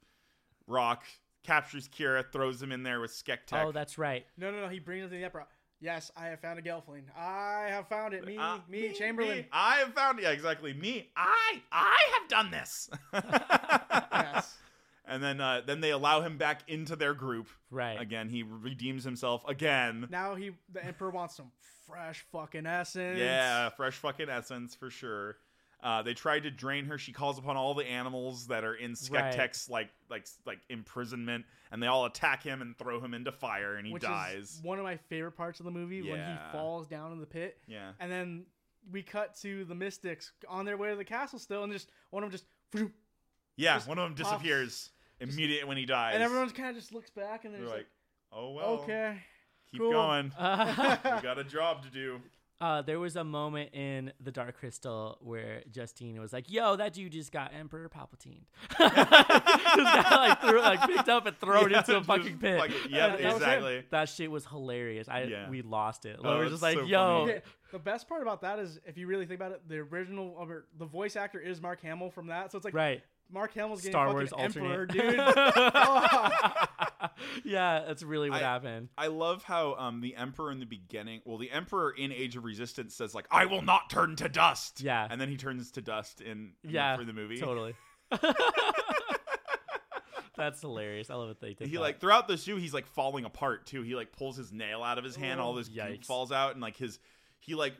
Speaker 1: rock, captures Kira, throws him in there with Skek [LAUGHS] Tech.
Speaker 2: oh, that's right.
Speaker 3: [LAUGHS] No, no, no. He brings up the emperor. Yes, I have found a Gelfling. I have found it. Me,
Speaker 1: Ah,
Speaker 3: me, Chamberlain.
Speaker 1: me. I have found yeah, exactly. Me, I, I have done this.
Speaker 3: [LAUGHS]
Speaker 1: [LAUGHS]
Speaker 3: Yes.
Speaker 1: And then, uh, then they allow him back into their group
Speaker 2: Right.
Speaker 1: again. He redeems himself again.
Speaker 3: Now he, the emperor wants some fresh fucking essence.
Speaker 1: Yeah, fresh fucking essence for sure. Uh, they tried to drain her. She calls upon all the animals that are in
Speaker 2: Right.
Speaker 1: Skektek's like like like imprisonment, and they all attack him and throw him into fire, and he
Speaker 3: which
Speaker 1: dies.
Speaker 3: is one of my favorite parts of the movie when he
Speaker 1: Yeah.
Speaker 3: falls down in the pit,
Speaker 1: yeah,
Speaker 3: and then we cut to the Mystics on their way to the castle still, and just [LAUGHS] one of them just,
Speaker 1: yeah.
Speaker 3: just
Speaker 1: One of them
Speaker 3: pops-
Speaker 1: disappears immediately when he dies,
Speaker 3: and everyone kind of just looks back and they're
Speaker 1: they're
Speaker 3: just
Speaker 1: like,
Speaker 3: like,
Speaker 1: "Oh well,
Speaker 3: okay,
Speaker 1: keep
Speaker 3: cool." [LAUGHS]
Speaker 1: going.
Speaker 2: [LAUGHS] Uh,
Speaker 1: we got a job to do."
Speaker 2: uh, there was a moment in The Dark Crystal where Justine was like, "Yo, that dude just got Emperor Palpatine." [LAUGHS] just got like, threw, like picked up and thrown
Speaker 1: Yeah,
Speaker 2: into a
Speaker 1: just
Speaker 2: fucking pit.
Speaker 1: fucking- yep,
Speaker 2: That was him.
Speaker 1: exactly.
Speaker 2: That shit was hilarious. I
Speaker 1: Yeah.
Speaker 2: we lost it.
Speaker 1: Oh,
Speaker 2: we were
Speaker 1: it's
Speaker 2: just like,
Speaker 1: so
Speaker 2: "Yo,
Speaker 1: funny.
Speaker 3: Yeah, [LAUGHS] the best part about that is if you really think about it, the original or the voice actor is Mark Hamill from that, so it's like
Speaker 2: right."
Speaker 3: Mark Hamill's getting
Speaker 2: Star Wars
Speaker 3: fucking
Speaker 2: alternate.
Speaker 3: emperor, dude. [LAUGHS] Fuck.
Speaker 2: yeah, that's really what
Speaker 1: I-
Speaker 2: happened.
Speaker 1: I love how um, the Emperor in the beginning, well, the Emperor in Age of Resistance says like, "I will not turn to dust."
Speaker 2: Yeah.
Speaker 1: and then he turns to dust in, in
Speaker 2: Yeah,
Speaker 1: the, for the movie. [LAUGHS]
Speaker 2: Totally. [LAUGHS] that's hilarious. I love it. They did.
Speaker 1: He
Speaker 2: that.
Speaker 1: like throughout the shoe, he's like falling apart too. He like pulls his nail out of his hand, all this goop
Speaker 2: Yikes.
Speaker 1: falls out, and like his he like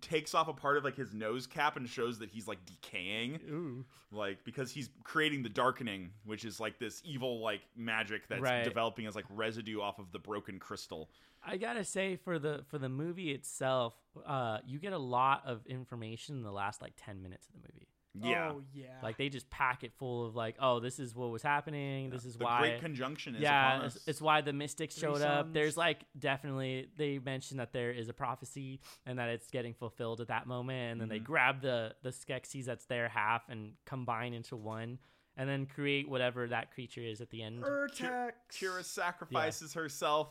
Speaker 1: takes off a part of like his nose cap and shows that he's like decaying,
Speaker 2: [LAUGHS] Ooh.
Speaker 1: like because he's creating the darkening, which is like this evil like magic that's
Speaker 2: Right.
Speaker 1: developing as like residue off of the broken crystal.
Speaker 2: I gotta say, for the for the movie itself, uh, you get a lot of information in the last like ten minutes of the movie.
Speaker 1: Yeah,
Speaker 3: Oh yeah.
Speaker 2: Like they just pack it full of like, oh, this is what was happening. This is
Speaker 1: the
Speaker 2: why.
Speaker 1: Great Conjunction is
Speaker 2: yeah,
Speaker 1: upon us.
Speaker 2: it's, it's why the mystics
Speaker 3: Three
Speaker 2: showed up.
Speaker 3: sons.
Speaker 2: There's like definitely they mentioned that there is a prophecy and that it's getting fulfilled at that moment, and then they
Speaker 1: Mhm.
Speaker 2: grab the the Skeksis that's their half and combine into one, and then create whatever that creature is at the end.
Speaker 3: Urtex.
Speaker 1: Kira sacrifices herself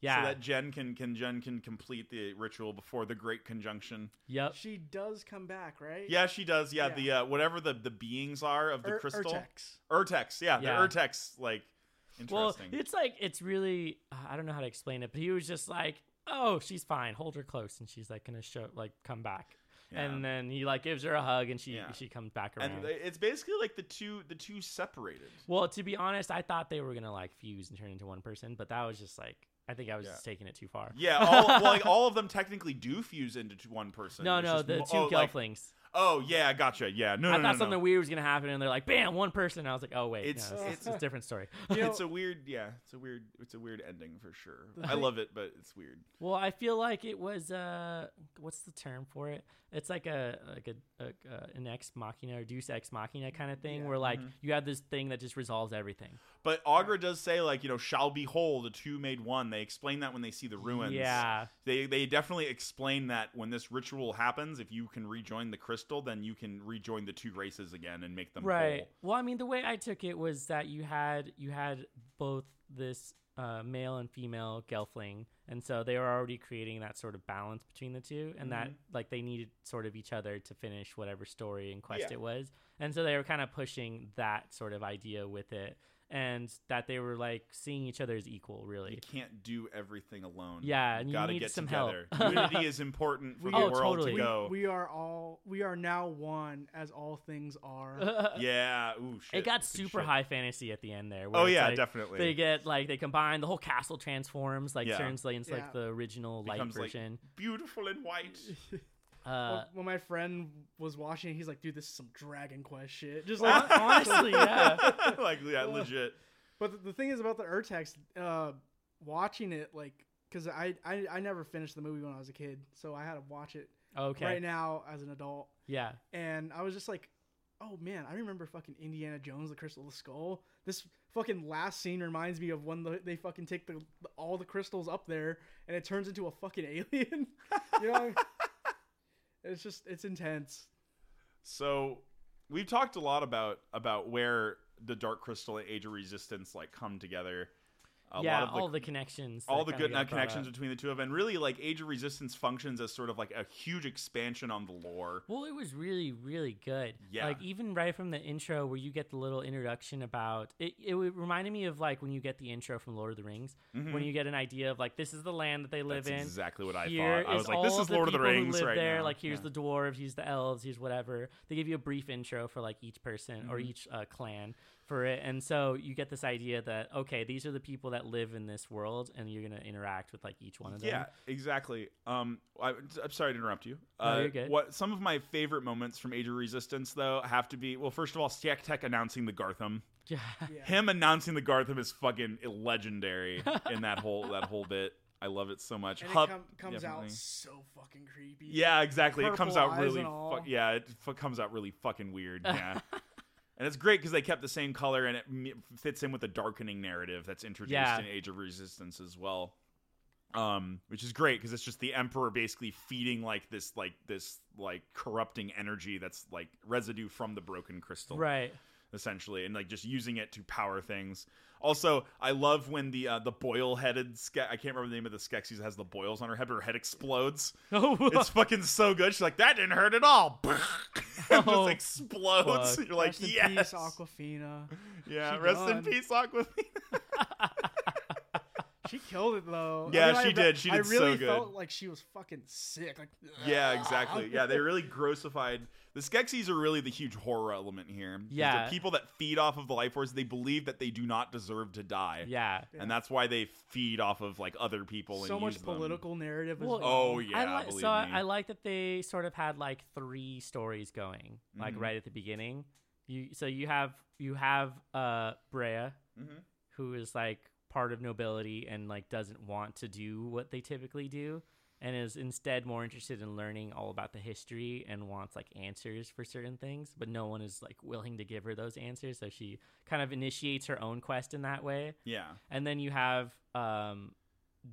Speaker 2: yeah.
Speaker 1: so that Jen can can Jen can complete the ritual before the Great Conjunction.
Speaker 2: yep.
Speaker 3: She does come back, right?
Speaker 1: Yeah, she does. Yeah,
Speaker 3: Yeah.
Speaker 1: the uh, whatever the the beings are of the
Speaker 3: Ur-
Speaker 1: crystal.
Speaker 3: Urtex.
Speaker 1: Urtex, yeah,
Speaker 2: Yeah.
Speaker 1: the Urtex, like
Speaker 2: Well,
Speaker 1: interesting.
Speaker 2: it's like it's really uh, I don't know how to explain it, but he was just like, "Oh, she's fine. Hold her close," and she's like gonna show like come back,
Speaker 1: Yeah.
Speaker 2: and then he like gives her a hug, and she
Speaker 1: Yeah.
Speaker 2: she comes back around.
Speaker 1: and they- it's basically like the two the two separated.
Speaker 2: well, to be honest, I thought they were gonna like fuse and turn into one person, but that was just like I think I was
Speaker 1: Yeah.
Speaker 2: just taking it too far.
Speaker 1: Yeah, all, well, like all of them technically do fuse into two- one person.
Speaker 2: no,
Speaker 1: It's
Speaker 2: no,
Speaker 1: just
Speaker 2: the
Speaker 1: mo-
Speaker 2: two
Speaker 1: oh, like-
Speaker 2: gelflings.
Speaker 1: oh yeah, gotcha. Yeah, [LAUGHS] no,
Speaker 2: I
Speaker 1: no,
Speaker 2: thought
Speaker 1: no,
Speaker 2: something
Speaker 1: no.
Speaker 2: weird was gonna happen, and they're like, "Bam, one person." And I was like, "Oh wait,
Speaker 1: It's-
Speaker 2: no,
Speaker 1: [LAUGHS]
Speaker 2: it's, a different story."
Speaker 3: You know,
Speaker 1: [LAUGHS] it's a weird, yeah, it's a weird, it's a weird ending for sure.
Speaker 3: The
Speaker 1: I
Speaker 3: thing-
Speaker 1: love it, but it's weird.
Speaker 2: Well, I feel like it was uh, what's the term for it? It's like a like a, a, a an ex machina or Deus ex machina kind of thing,
Speaker 3: Yeah.
Speaker 2: where like
Speaker 1: Mhm.
Speaker 2: you have this thing that just resolves everything.
Speaker 1: But Agra does say like you know shall be whole the two made one. They explain that when they see the ruins.
Speaker 2: Yeah,
Speaker 1: They they definitely explain that when this ritual happens, if you can rejoin the crystal, then you can rejoin the two races again and make them
Speaker 2: right.
Speaker 1: whole.
Speaker 2: Well, I mean, the way I took it was that you had you had both this uh, male and female gelfling, and so they were already creating that sort of balance between the two, and that
Speaker 1: Mm-hmm.
Speaker 2: like they needed sort of each other to finish whatever story and quest
Speaker 1: Yeah.
Speaker 2: it was, and so they were kind of pushing that sort of idea with it, and that they were like seeing each other as equal,
Speaker 1: You
Speaker 2: really.
Speaker 1: can't do everything alone.
Speaker 2: Yeah, and you
Speaker 1: gotta
Speaker 2: need
Speaker 1: get
Speaker 2: some help. [LAUGHS]
Speaker 1: together. Unity is important for
Speaker 3: We-
Speaker 1: the
Speaker 2: Oh,
Speaker 1: world
Speaker 2: totally.
Speaker 1: to go.
Speaker 3: We are all we are now one as all things
Speaker 2: [LAUGHS] Uh,
Speaker 3: are.
Speaker 1: yeah. Ooh, shit.
Speaker 2: it got
Speaker 1: Good
Speaker 2: super
Speaker 1: shit.
Speaker 2: high fantasy at the end there. where
Speaker 1: Oh
Speaker 2: it's
Speaker 1: yeah,
Speaker 2: like,
Speaker 1: definitely.
Speaker 2: They get like they combine the whole castle transforms like
Speaker 1: Yeah.
Speaker 2: turns into
Speaker 3: Yeah.
Speaker 2: like the original light
Speaker 1: Becomes, like,
Speaker 2: version.
Speaker 1: Beautiful and
Speaker 2: [LAUGHS]
Speaker 1: white.
Speaker 2: uh,
Speaker 3: when my friend was watching, he's like, "Dude, this is some Dragon Quest
Speaker 2: [LAUGHS]
Speaker 3: shit." Just like
Speaker 2: Hon- honestly, yeah.
Speaker 1: [LAUGHS] like yeah, legit.
Speaker 3: But the, the thing is about the Urtex, uh, watching it like because I, I I never finished the movie when I was a kid, so I had to watch it
Speaker 2: Okay.
Speaker 3: right now as an adult,
Speaker 2: Yeah.
Speaker 3: and I was just like, oh man, I remember fucking Indiana Jones, the Crystal of the Skull. This fucking last scene reminds me of when the, they fucking take the, all the crystals up there and it turns into a fucking [LAUGHS] alien.
Speaker 1: [LAUGHS]
Speaker 3: you know, it's just it's intense.
Speaker 1: So we've talked a lot about about where the Dark Crystal and Age of Resistance like come together. A
Speaker 2: yeah.
Speaker 1: lot of the,
Speaker 2: all the connections.
Speaker 1: all
Speaker 2: that
Speaker 1: the
Speaker 2: kinda
Speaker 1: good
Speaker 2: got
Speaker 1: nut
Speaker 2: brought
Speaker 1: connections
Speaker 2: up. uh,
Speaker 1: between the two of them. And really like Age of Resistance functions as sort of like a huge expansion on the lore.
Speaker 2: Well, it was really, really good.
Speaker 1: Yeah.
Speaker 2: Like even right from the intro, where you get the little introduction about it. It w- reminded me of like when you get the intro from Lord of the Rings, when you get an idea of like this is the land that they live
Speaker 1: Hmm. That's
Speaker 2: in.
Speaker 1: exactly what I
Speaker 2: Here
Speaker 1: thought. I
Speaker 2: is
Speaker 1: was like, this
Speaker 2: all
Speaker 1: is Lord of the
Speaker 2: people who
Speaker 1: Rings
Speaker 2: live
Speaker 1: right
Speaker 2: there.
Speaker 1: now.
Speaker 2: Like, here's
Speaker 1: Yeah.
Speaker 2: the
Speaker 1: Mm-hmm.
Speaker 2: dwarves, here's the elves, here's whatever. They give you a brief intro for like each person or each uh, clan. for it. And so you get this idea that okay, these are the people that live in this world, and you're gonna interact with like each one of them.
Speaker 1: Yeah, exactly. Um, I, am sorry to interrupt you. Uh,
Speaker 2: No, you're good.
Speaker 1: What some of my favorite moments from Age of Resistance though have to be well, first of all, Siak Tech announcing the Gartham. [LAUGHS]
Speaker 2: Yeah.
Speaker 3: Yeah.
Speaker 1: Him announcing the Gartham is fucking legendary in that whole that whole bit. I love it so much.
Speaker 3: And
Speaker 1: Hup-
Speaker 3: it com- comes
Speaker 1: definitely.
Speaker 3: out so fucking creepy.
Speaker 1: Yeah, exactly. It
Speaker 3: Purple
Speaker 1: comes out
Speaker 3: eyes
Speaker 1: really,
Speaker 3: and all.
Speaker 1: fu- yeah, it f- comes out really fucking
Speaker 3: [LAUGHS]
Speaker 1: weird. Yeah, and it's great because they kept the same color and it m- fits in with the darkening narrative that's introduced
Speaker 2: Yeah.
Speaker 1: in Age of Resistance as well. Um, which is great because it's just the Emperor basically feeding like this, like this, like corrupting energy that's like residue from the broken crystal [LAUGHS]
Speaker 2: Right. [LAUGHS]
Speaker 1: essentially, and like just using it to power things. Also, I love when the uh, the boil headed ske- I can't remember the name of the Skeksis that has the boils on her head, but her head explodes.
Speaker 2: Oh,
Speaker 1: It's fucking so good. She's like, that didn't hurt at all. [LAUGHS] It just
Speaker 2: Oh,
Speaker 1: explodes.
Speaker 2: fuck.
Speaker 1: You're like,
Speaker 3: Rest in
Speaker 1: yes.
Speaker 3: peace, Aquafina.
Speaker 1: yeah,
Speaker 3: She
Speaker 1: rest in
Speaker 3: gone.
Speaker 1: peace, [LAUGHS] Aquafina.
Speaker 3: She killed it though.
Speaker 1: Yeah,
Speaker 3: I
Speaker 1: she
Speaker 3: re-
Speaker 1: did. She
Speaker 3: I
Speaker 1: did so
Speaker 3: really
Speaker 1: good.
Speaker 3: felt like she was fucking sick. Like,
Speaker 1: yeah,
Speaker 3: [LAUGHS]
Speaker 1: exactly. Yeah, they really grossified. The Skeksis are really the huge horror element here. 'Cause
Speaker 2: Yeah.
Speaker 1: They're people that feed off of the life force, they believe that they do not deserve to die.
Speaker 2: yeah.
Speaker 1: And that's why they feed off of like other people
Speaker 3: so
Speaker 1: and
Speaker 3: much
Speaker 1: use them.
Speaker 3: political narrative. as
Speaker 2: Well,
Speaker 3: well.
Speaker 1: Oh yeah,
Speaker 2: I li-
Speaker 1: believe
Speaker 2: so I,
Speaker 1: me.
Speaker 2: I like that they sort of had like three stories going, like
Speaker 1: Mhm.
Speaker 2: right at the beginning. You so you have you have uh Brea,
Speaker 1: Mhm.
Speaker 2: who is like part of nobility and like doesn't want to do what they typically do and is instead more interested in learning all about the history and wants like answers for certain things but no one is like willing to give her those answers so she kind of initiates her own quest in that way
Speaker 1: Yeah.
Speaker 2: and then you have um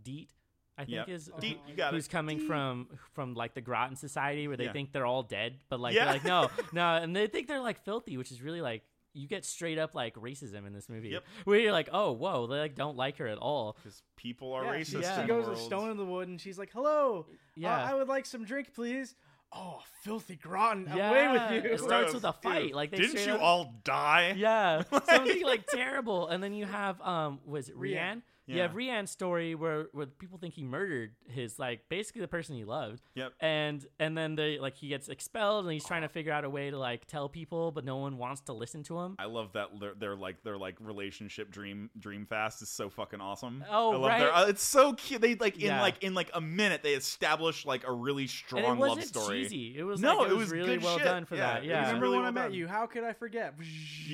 Speaker 2: Deet I think
Speaker 1: Yep.
Speaker 2: is
Speaker 1: Deet,
Speaker 3: Oh,
Speaker 1: you got
Speaker 2: who's
Speaker 1: it.
Speaker 2: coming from from like the Groton Society where they
Speaker 1: Yeah.
Speaker 2: think they're all dead, but like
Speaker 1: Yeah.
Speaker 2: they're
Speaker 1: [LAUGHS]
Speaker 2: like no, no, and they think they're like filthy, which is really like you get straight up like racism in this movie,
Speaker 1: Yep. Oh,
Speaker 2: where you're like, oh whoa, they like don't like her at all.
Speaker 1: Because people are
Speaker 3: Yeah,
Speaker 1: racist.
Speaker 3: She,
Speaker 2: Yeah.
Speaker 1: in
Speaker 3: she
Speaker 1: the
Speaker 3: goes with
Speaker 1: world.
Speaker 3: Stone in the Wood and she's like, "Hello,
Speaker 2: Yeah,
Speaker 3: uh, I would like some drink, please." Oh, filthy Groton,
Speaker 2: yeah.
Speaker 3: away with you!
Speaker 2: It starts
Speaker 1: Gross.
Speaker 2: with a fight.
Speaker 1: Ew.
Speaker 2: Like they
Speaker 1: didn't
Speaker 2: straight
Speaker 1: you
Speaker 2: up-
Speaker 1: all die? [LAUGHS]
Speaker 2: Yeah,
Speaker 1: Like-
Speaker 2: something like terrible. And then you have um, was it
Speaker 3: Rhiann.
Speaker 2: Rianne? You
Speaker 1: Yeah.
Speaker 2: have Rianne's story where where people think he murdered his like basically the person he loved.
Speaker 1: Yep.
Speaker 2: And and then they like he gets expelled and he's trying to figure out a way to like tell people, but no one wants to listen to him.
Speaker 1: I love that they're, they're like their like relationship dream dream fast is so fucking awesome.
Speaker 2: Oh,
Speaker 1: I love their-
Speaker 2: right.
Speaker 1: uh, it's so cute. They like in
Speaker 2: Yeah.
Speaker 1: like in like a minute they establish like a really strong
Speaker 2: and it wasn't
Speaker 1: love story.
Speaker 2: cheesy. It was
Speaker 1: No,
Speaker 2: like,
Speaker 1: it
Speaker 2: it was
Speaker 1: was
Speaker 2: really
Speaker 1: good
Speaker 2: well
Speaker 1: shit.
Speaker 2: done for
Speaker 1: Yeah,
Speaker 2: that.
Speaker 1: it was
Speaker 2: Yeah.
Speaker 3: Remember
Speaker 1: really
Speaker 3: when
Speaker 1: well
Speaker 3: I met
Speaker 1: done.
Speaker 3: you? How could I forget?
Speaker 1: Yeah,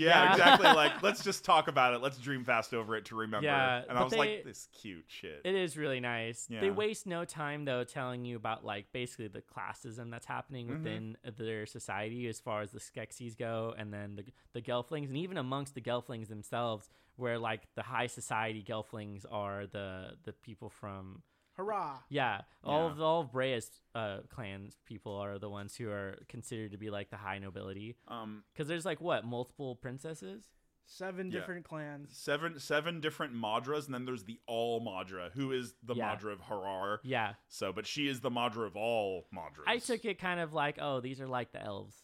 Speaker 2: Yeah.
Speaker 1: exactly.
Speaker 2: [LAUGHS]
Speaker 1: Like let's just talk about it. Let's dream fast over it to remember.
Speaker 2: Yeah,
Speaker 1: and I
Speaker 2: but
Speaker 1: was like,
Speaker 2: they-
Speaker 1: this cute shit.
Speaker 2: It is really nice. They
Speaker 1: Yeah.
Speaker 2: waste no time though telling you about like basically the classism that's happening
Speaker 1: Mhm.
Speaker 2: within their society as far as the Skeksis go, and then the the Gelflings, and even amongst the Gelflings themselves, where like the high society Gelflings are the the people from
Speaker 3: Hurrah!
Speaker 2: yeah, all
Speaker 1: Yeah.
Speaker 2: of all of Brea's uh, clans people are the ones who are considered to be like the high nobility
Speaker 1: um,
Speaker 2: because there's like what multiple princesses.
Speaker 3: Seven
Speaker 1: Yeah.
Speaker 3: different clans.
Speaker 1: seven seven different Madras, and then there's the All Madra, who is the
Speaker 2: Yeah.
Speaker 1: Madra of Harar.
Speaker 2: Yeah,
Speaker 1: So, but she is the Madra of all Madras.
Speaker 2: I took it kind of like oh these are like the elves,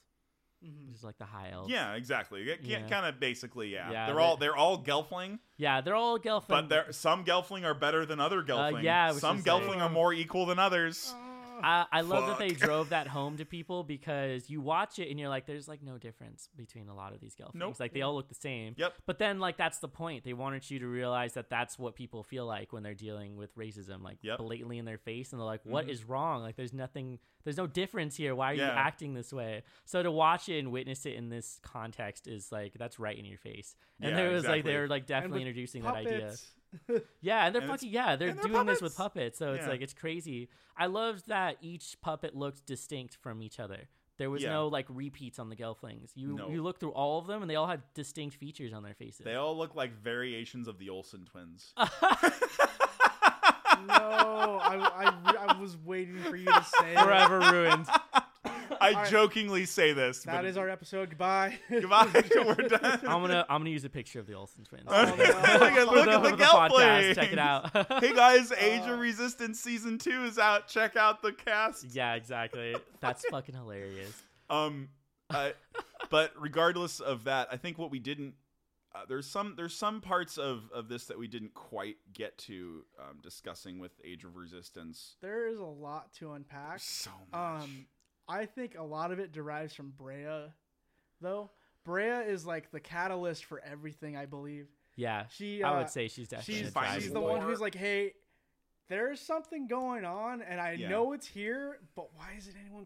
Speaker 3: Mhm.
Speaker 2: these are like the high elves.
Speaker 1: Yeah, exactly. It
Speaker 2: Yeah.
Speaker 1: Kind of basically, yeah.
Speaker 2: Yeah,
Speaker 1: they're
Speaker 2: they-
Speaker 1: all they're all Gelfling,
Speaker 2: Yeah, they're all Gelfling.
Speaker 1: but they're some Gelfling are better than other Gelfling.
Speaker 2: Uh, yeah, I was Oh.
Speaker 1: some
Speaker 2: gonna say.
Speaker 1: Gelfling are more equal than others.
Speaker 3: Ah,
Speaker 2: I, I love that they
Speaker 1: Fuck.
Speaker 2: drove that home to people because you watch it and you're like, there's like no difference between a lot of these Gelflings.
Speaker 1: Nope.
Speaker 2: Like they all look the same.
Speaker 1: Yep.
Speaker 2: But then like that's the point. They wanted you to realize that that's what people feel like when they're dealing with racism, like
Speaker 1: Yep.
Speaker 2: blatantly in their face, and they're like, "What is
Speaker 1: Mhm.
Speaker 2: wrong? Like there's nothing, there's no difference here. Why are you
Speaker 1: Yeah.
Speaker 2: acting this way?" So to watch it and witness it in this context is like that's right in your face. And
Speaker 1: Yeah,
Speaker 2: there was like
Speaker 1: exactly.
Speaker 2: they were like
Speaker 3: And
Speaker 2: definitely
Speaker 3: with
Speaker 2: introducing that idea.
Speaker 3: Puppets.
Speaker 2: Yeah, and they're
Speaker 1: And it's-
Speaker 2: fucking yeah, they're
Speaker 1: and they're
Speaker 2: doing this with puppets, so it's
Speaker 1: Yeah.
Speaker 2: like it's crazy. I loved that each puppet looked distinct from each other. There was
Speaker 1: Yeah.
Speaker 2: no like repeats on the Gelflings. You
Speaker 1: No.
Speaker 2: you look through all of them, and they all had distinct features on their faces.
Speaker 1: They all look like variations of the Olsen twins.
Speaker 3: no, I, I, re- I was waiting for you to say
Speaker 2: [LAUGHS]
Speaker 3: that.
Speaker 2: [LAUGHS] forever ruined.
Speaker 1: I
Speaker 3: right.
Speaker 1: jokingly say this.
Speaker 3: That
Speaker 1: but
Speaker 3: is our episode. Goodbye. [LAUGHS]
Speaker 1: goodbye. We're done.
Speaker 2: I'm gonna I'm gonna use a picture of the Olsen twins.
Speaker 1: Oh,
Speaker 2: For
Speaker 1: no. [LAUGHS] Look at-
Speaker 2: the-
Speaker 1: look at
Speaker 2: for
Speaker 1: the
Speaker 2: podcast. Check it
Speaker 1: Gelflings. [LAUGHS]
Speaker 2: out.
Speaker 1: [LAUGHS] hey guys, Age
Speaker 3: Uh.
Speaker 2: Oh.
Speaker 1: of Resistance season two is out. Check out the cast.
Speaker 2: [LAUGHS] yeah, exactly. That's fucking hilarious.
Speaker 1: Um,
Speaker 2: [LAUGHS]
Speaker 1: uh, but regardless of that, I think what we didn't uh, there's some there's some parts of of this that we didn't quite get to um, discussing with Age of Resistance.
Speaker 3: There is a lot to unpack.
Speaker 1: So much.
Speaker 3: Um, I think a lot of it derives from Brea, though. Brea is like the catalyst for everything, I believe.
Speaker 2: Yeah,
Speaker 3: She,
Speaker 2: I
Speaker 3: uh,
Speaker 2: would say she's definitely
Speaker 3: She's,
Speaker 2: a driving
Speaker 3: she's the
Speaker 2: force.
Speaker 3: one who's like, hey, there's something going on, and I
Speaker 1: Yeah.
Speaker 3: know it's here, but why isn't anyone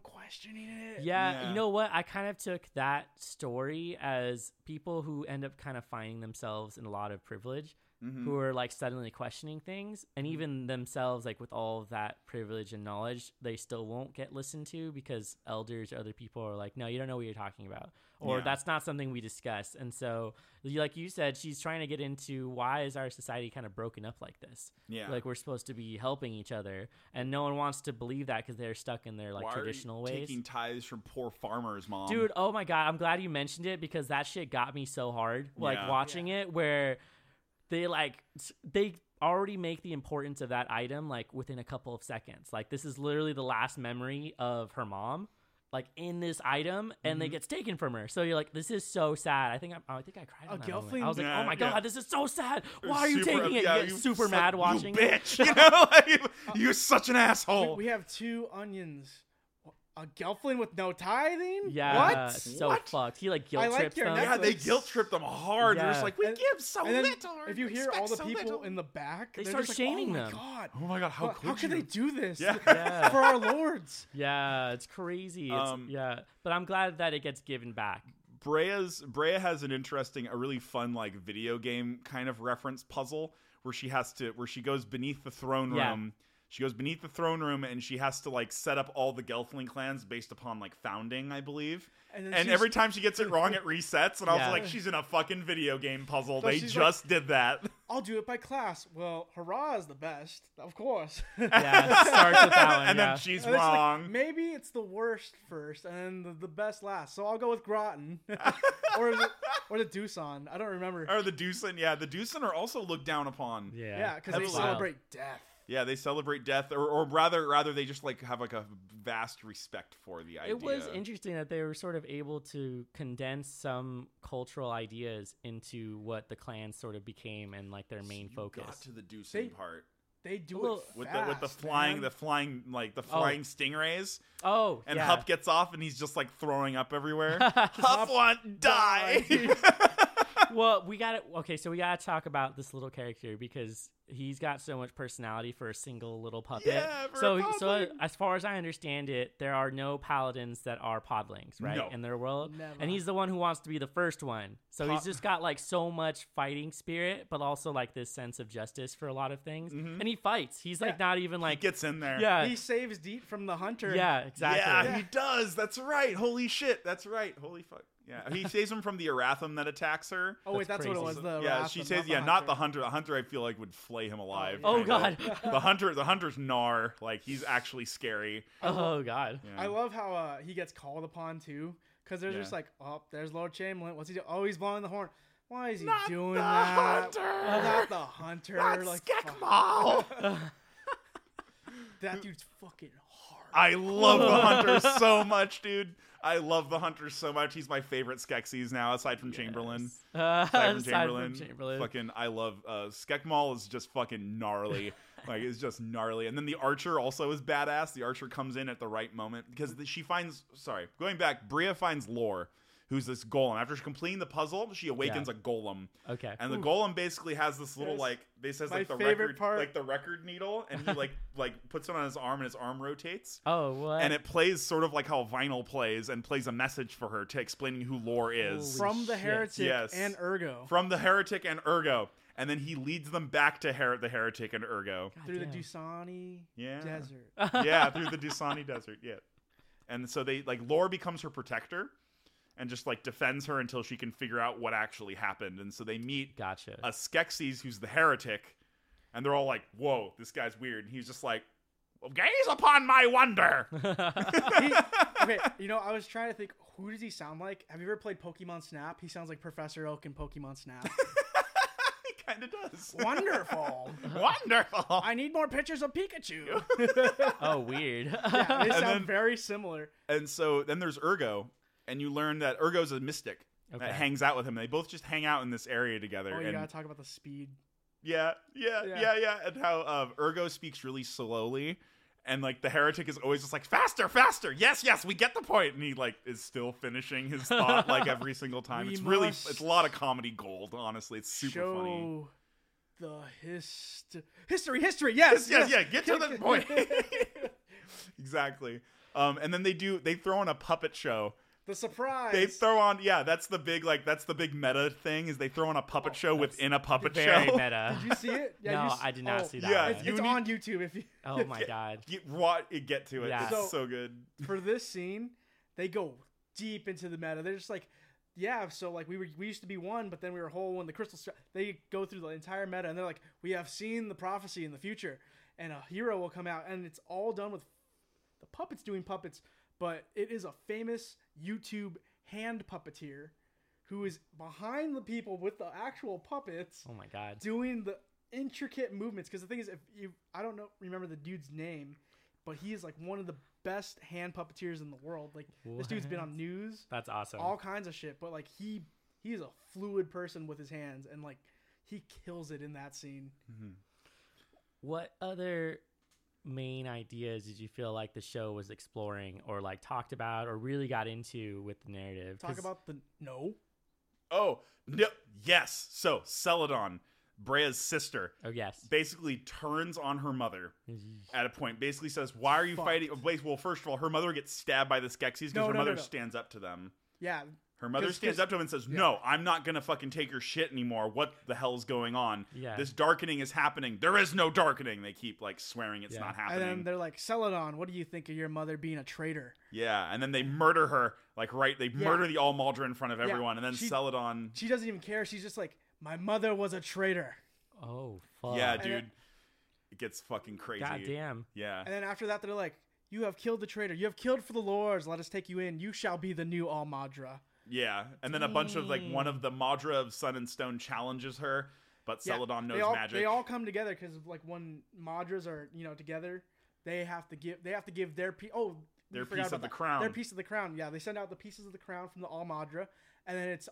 Speaker 1: [LAUGHS]
Speaker 3: questioning it?
Speaker 2: Yeah,
Speaker 1: Yeah.
Speaker 2: you know what? I kind of took that story as people who end up kind of finding themselves in a lot of privilege,
Speaker 1: Mhm.
Speaker 2: who are like suddenly questioning things, and
Speaker 1: Mm.
Speaker 2: even themselves, like with all of that privilege and knowledge, they still won't get listened to because elders or other people are like, "No, you don't know what you're talking about," or
Speaker 1: Yeah.
Speaker 2: "That's not something we discuss." And so, you- like you said, she's trying to get into why is our society kind of broken up like this?
Speaker 1: Yeah.
Speaker 2: Like we're supposed to be helping each other, and no one wants to believe that because they're stuck in their like
Speaker 1: Why are you
Speaker 2: traditional ways.
Speaker 1: Taking tithes from poor farmers, mom.
Speaker 2: Dude, oh my god, I'm glad you mentioned it because that shit got me so hard. Like
Speaker 1: Yeah.
Speaker 2: watching it where they like s- they already make the importance of that item like within a couple of seconds. Like this is literally the last memory of her mom like in this item and
Speaker 1: Mm-hmm.
Speaker 2: they gets taken from her. So you're like this is so sad. I think I, I think I cried.
Speaker 3: Oh,
Speaker 2: in that moment.
Speaker 3: Gelfling-
Speaker 2: I was like,
Speaker 1: Yeah,
Speaker 2: "Oh my
Speaker 1: yeah.
Speaker 2: god, this is so sad.
Speaker 1: You're
Speaker 2: Why are you
Speaker 1: super
Speaker 2: taking
Speaker 1: up-
Speaker 2: it?"
Speaker 1: yeah,
Speaker 2: You get
Speaker 1: you
Speaker 2: super
Speaker 1: suck-
Speaker 2: mad
Speaker 1: you
Speaker 2: watching it. [LAUGHS]
Speaker 1: bitch. You know, like, you're such an asshole.
Speaker 3: We, we have two onions. A Gelfling with no tithing?
Speaker 2: Yeah,
Speaker 3: What?
Speaker 2: so
Speaker 1: What?
Speaker 2: fucked. He like guilt
Speaker 3: like
Speaker 2: trips
Speaker 3: your
Speaker 2: them.
Speaker 3: necklace.
Speaker 1: yeah, they guilt trip them hard. They're just
Speaker 2: Yeah.
Speaker 1: like, we
Speaker 3: And-
Speaker 1: give so
Speaker 3: and then
Speaker 1: little. or
Speaker 3: if you hear
Speaker 1: expect
Speaker 3: all the
Speaker 1: so
Speaker 3: people
Speaker 1: little."
Speaker 3: in the back,
Speaker 2: They
Speaker 3: they're
Speaker 2: start
Speaker 3: just
Speaker 2: shaming
Speaker 3: like, oh my
Speaker 2: them.
Speaker 3: God.
Speaker 1: oh my god, how
Speaker 3: How,
Speaker 1: could
Speaker 3: how could
Speaker 1: you?
Speaker 3: they do this
Speaker 1: Yeah.
Speaker 2: Yeah.
Speaker 3: [LAUGHS] for our lords?
Speaker 2: Yeah, it's crazy. It's,
Speaker 1: Um,
Speaker 2: yeah, but I'm glad that it gets
Speaker 1: [LAUGHS]
Speaker 2: given back.
Speaker 1: Brea's Brea has an interesting, a really fun like video game kind of reference puzzle where she has to where she goes beneath the throne
Speaker 2: Yeah.
Speaker 1: room. She goes beneath the throne room and she has to like set up all the Gelfling clans based upon like founding, I believe.
Speaker 3: And then
Speaker 1: And
Speaker 3: she's-
Speaker 1: every time she gets it
Speaker 3: [LAUGHS]
Speaker 1: wrong, it resets. And I was
Speaker 2: Yeah.
Speaker 1: like, she's in a fucking video game puzzle.
Speaker 3: So
Speaker 1: they
Speaker 3: she's
Speaker 1: just did that.
Speaker 3: I'll do it by class. Well, hurrah is the best, of course. [LAUGHS]
Speaker 2: Yeah, it starts
Speaker 1: [LAUGHS]
Speaker 2: with that one.
Speaker 1: and
Speaker 2: yeah.
Speaker 1: then she's
Speaker 3: And it's like,
Speaker 1: wrong.
Speaker 3: maybe it's the worst first and then the, the best last. So I'll go with Groton.
Speaker 1: [LAUGHS]
Speaker 3: [LAUGHS] or, the, or the Doosan. I don't remember.
Speaker 1: or the Deucin, yeah, the Deucin are also looked down upon.
Speaker 2: yeah,
Speaker 3: yeah, because they
Speaker 1: that's wild.
Speaker 3: celebrate death.
Speaker 1: Yeah, they celebrate death, or, or rather, rather they just like have like a vast respect for the idea.
Speaker 2: It was interesting that they were sort of able to condense some cultural ideas into what the clans sort of became and like their main
Speaker 1: You
Speaker 2: focus.
Speaker 1: Got to the Deucin
Speaker 3: They-
Speaker 1: part
Speaker 3: They do
Speaker 2: Well-
Speaker 3: it
Speaker 1: with
Speaker 3: fast,
Speaker 1: the with the flying,
Speaker 3: man.
Speaker 1: the flying like the flying stingrays,
Speaker 2: oh,
Speaker 1: and
Speaker 2: yeah. [LAUGHS]
Speaker 1: Hup gets off, and he's just like throwing up everywhere. Hup want
Speaker 2: [LAUGHS]
Speaker 1: die. [LAUGHS]
Speaker 2: well, we got to Okay, so we got to talk about this little character because he's got so much personality for a single little puppet.
Speaker 1: Yeah, for a
Speaker 2: so, so
Speaker 1: podling.
Speaker 2: as far as I understand it, there are no paladins that are podlings, right?
Speaker 1: No.
Speaker 2: In their world,
Speaker 3: Never.
Speaker 2: and he's the one who wants to be the first one. So
Speaker 1: Pa-
Speaker 2: he's just got like so much fighting spirit, but also like this sense of justice for a lot of things.
Speaker 1: Mm-hmm.
Speaker 2: And he fights. He's like
Speaker 3: Yeah.
Speaker 2: not even like
Speaker 1: gets in there.
Speaker 2: yeah,
Speaker 3: he saves Deet from the hunter.
Speaker 2: yeah, exactly.
Speaker 1: Yeah,
Speaker 3: Yeah.
Speaker 1: he does. That's right. Holy shit. That's right. Holy fuck. Yeah, he saves him from the Aratham that attacks her.
Speaker 3: Oh wait, that's,
Speaker 2: That's
Speaker 3: what it was.
Speaker 2: crazy.
Speaker 3: The
Speaker 1: yeah,
Speaker 3: Wrath
Speaker 1: she
Speaker 3: of-
Speaker 1: says,
Speaker 3: the
Speaker 1: yeah, not
Speaker 3: hunter.
Speaker 1: the hunter. The hunter, I feel like would flay him alive.
Speaker 2: Oh,
Speaker 1: kinda.
Speaker 2: God.
Speaker 1: the hunter, the hunter's gnar. Like he's actually scary.
Speaker 2: [LAUGHS] Oh god.
Speaker 1: Yeah.
Speaker 3: I love how uh, he gets called upon too, because they're
Speaker 1: Yeah.
Speaker 3: just like, oh, there's Lord Chamberlain. What's he do? Oh, he's blowing the horn. Why is he
Speaker 1: Not
Speaker 3: doing
Speaker 1: the
Speaker 3: that?
Speaker 1: hunter!
Speaker 3: Not the hunter.
Speaker 1: Not
Speaker 3: like, fuck,
Speaker 1: Skekmal.
Speaker 3: that dude's fucking hard.
Speaker 1: I love the
Speaker 3: [LAUGHS]
Speaker 1: hunter so much, dude. I love the hunter so much. He's my favorite Skeksis now, aside from
Speaker 2: [LAUGHS]
Speaker 1: Chamberlain.
Speaker 2: Uh,
Speaker 1: Aside from
Speaker 2: aside
Speaker 1: Chamberlain,
Speaker 2: from Chamberlain.
Speaker 1: fucking, I love uh, Skekmal is just fucking
Speaker 3: [LAUGHS]
Speaker 1: gnarly, like it's just gnarly. And then the archer also is badass. The archer comes in at the right moment because the, she finds. Sorry, going back, Bria finds Lore, who's this golem. After completing the puzzle, she awakens a golem,
Speaker 2: Okay.
Speaker 1: and the golem basically has this little
Speaker 3: Yes.
Speaker 1: like they says
Speaker 3: My
Speaker 1: like the
Speaker 3: favorite
Speaker 1: record
Speaker 3: part.
Speaker 1: like the record needle, and he like [LAUGHS] like puts it on his arm, and his arm rotates
Speaker 2: oh what?
Speaker 1: and it plays sort of like how vinyl plays and plays a message for her to explaining who lore is
Speaker 2: Holy
Speaker 3: from the
Speaker 2: shit.
Speaker 3: heretic
Speaker 1: Yes.
Speaker 3: and Ergo
Speaker 1: from the heretic and ergo and then he leads them back to Her- the heretic and
Speaker 2: [LAUGHS]
Speaker 1: ergo
Speaker 2: God
Speaker 3: through the
Speaker 2: damn.
Speaker 3: Dusani
Speaker 1: Yeah.
Speaker 3: [LAUGHS] desert.
Speaker 1: yeah through the dusani desert yeah and so they like lore becomes her protector and just like defends her until she can figure out what actually happened and so they meet
Speaker 2: Gotcha.
Speaker 1: a skeksis who's the heretic and they're all like whoa this guy's weird and he's just like gaze upon my wonder [LAUGHS]
Speaker 3: He- okay, you know, I was trying to think, who does he sound like? Have you ever played Pokemon Snap? He sounds like Professor Oak in
Speaker 1: [LAUGHS]
Speaker 3: Pokemon Snap.
Speaker 1: he kind of does
Speaker 3: Wonderful.
Speaker 1: [LAUGHS] wonderful
Speaker 3: I need more pictures of
Speaker 1: [LAUGHS]
Speaker 3: Pikachu.
Speaker 2: oh weird. [LAUGHS]
Speaker 3: yeah, they sound
Speaker 1: then-
Speaker 3: very similar.
Speaker 1: And so then there's Ergo, and you learn that Ergo's a mystic
Speaker 2: Okay.
Speaker 1: that hangs out with him. They both just hang out in this area together.
Speaker 3: Oh, you
Speaker 1: and
Speaker 3: gotta talk about the speed.
Speaker 1: yeah, um, yeah,
Speaker 3: Yeah.
Speaker 1: yeah, yeah, And how uh, Ergo speaks really slowly, and like the heretic is always just like faster, faster. Yes, yes, we get the point. And he like is still finishing his thought
Speaker 3: [LAUGHS]
Speaker 1: like every single time.
Speaker 3: We
Speaker 1: it's really
Speaker 3: must
Speaker 1: it's a lot of comedy gold. Honestly, it's super
Speaker 3: Show [LAUGHS]
Speaker 1: funny.
Speaker 3: the hist- history, history. Yes,
Speaker 1: Yes, yes, yeah. Get to
Speaker 3: [LAUGHS]
Speaker 1: the point. [LAUGHS] exactly. Um, and then they do they throw on a puppet show.
Speaker 3: the surprise.
Speaker 1: They throw on yeah. That's the big like that's the big meta thing is they throw on a puppet show within a puppet
Speaker 2: Oh, Very
Speaker 1: show. [LAUGHS]
Speaker 2: meta.
Speaker 3: Did you see it?
Speaker 2: no,
Speaker 3: you s-
Speaker 2: I did not
Speaker 3: oh,
Speaker 2: see that.
Speaker 1: yeah,
Speaker 2: one.
Speaker 3: It's,
Speaker 1: you
Speaker 3: it's
Speaker 1: need-
Speaker 3: on YouTube. If you
Speaker 2: [LAUGHS] oh my god.
Speaker 1: Get, what, get to it.
Speaker 2: Yeah.
Speaker 1: It's so,
Speaker 3: So-
Speaker 1: good.
Speaker 3: for this scene, they go deep into the meta. They're just like, yeah. So like we were we used to be one, but then we were whole when the crystal. Stra- they go through the entire meta, and they're like, we have seen the prophecy in the future, and a hero will come out, and it's all done with the puppets doing puppets. But it is a famous YouTube hand puppeteer who is behind the people with the actual puppets
Speaker 2: Oh my god.
Speaker 3: doing the intricate movements because the thing is if you i don't know remember the dude's name but he is like one of the best hand puppeteers in the world like this dude's been on news
Speaker 2: That's awesome.
Speaker 3: all kinds of shit but like he he is a fluid person with his hands and like he kills it in that scene
Speaker 2: what other main ideas did you feel like the show was exploring or like talked about or really got into with the narrative?
Speaker 3: talk
Speaker 2: 'Cause-
Speaker 3: about the no
Speaker 1: Oh no! Yes. So Celadon, Brea's sister,
Speaker 2: Oh yes.
Speaker 1: basically turns on her mother at a point. Basically says, "Why are you
Speaker 3: Fucked.
Speaker 1: fighting?" Wait, well, first of all, her mother gets stabbed by the Skeksis because
Speaker 3: No,
Speaker 1: her
Speaker 3: no,
Speaker 1: mother
Speaker 3: no, no.
Speaker 1: stands up to them.
Speaker 3: yeah
Speaker 1: Her mother
Speaker 3: 'Cause-
Speaker 1: stands
Speaker 3: 'cause-
Speaker 1: up to him and says, "No, I'm not gonna fucking take your shit anymore. What the hell's going on?
Speaker 2: Yeah.
Speaker 1: This darkening is happening. There is no darkening." They keep like swearing it's
Speaker 2: Yeah.
Speaker 1: not
Speaker 3: and
Speaker 1: happening.
Speaker 3: then they're like celadon what do you think of your mother being a traitor
Speaker 1: yeah, and then they murder her. Like right, they murder the All Maldra in front of everyone, and then
Speaker 3: She-
Speaker 1: Celadon.
Speaker 3: she doesn't even care she's just like my mother was a traitor
Speaker 2: Oh fuck.
Speaker 1: yeah,
Speaker 3: And then-
Speaker 1: dude, it gets fucking crazy.
Speaker 2: God damn.
Speaker 1: Yeah.
Speaker 3: And then after that, they're like, "You have killed the traitor. You have killed for the lords. Let us take you in. You shall be the new Almadra."
Speaker 1: Yeah, and then a bunch of like one of the Madra of Sun and Stone challenges her, but
Speaker 3: Yeah,
Speaker 1: Celadon knows
Speaker 3: they all,
Speaker 1: magic.
Speaker 3: They all come together because like when Madras are you know together, they have to give they have to give their piece. Oh, we
Speaker 1: Their
Speaker 3: forgot
Speaker 1: piece
Speaker 3: about
Speaker 1: of the
Speaker 3: that.
Speaker 1: crown.
Speaker 3: Their piece of the crown. Yeah, they send out the pieces of the crown from the Almadra, and then it's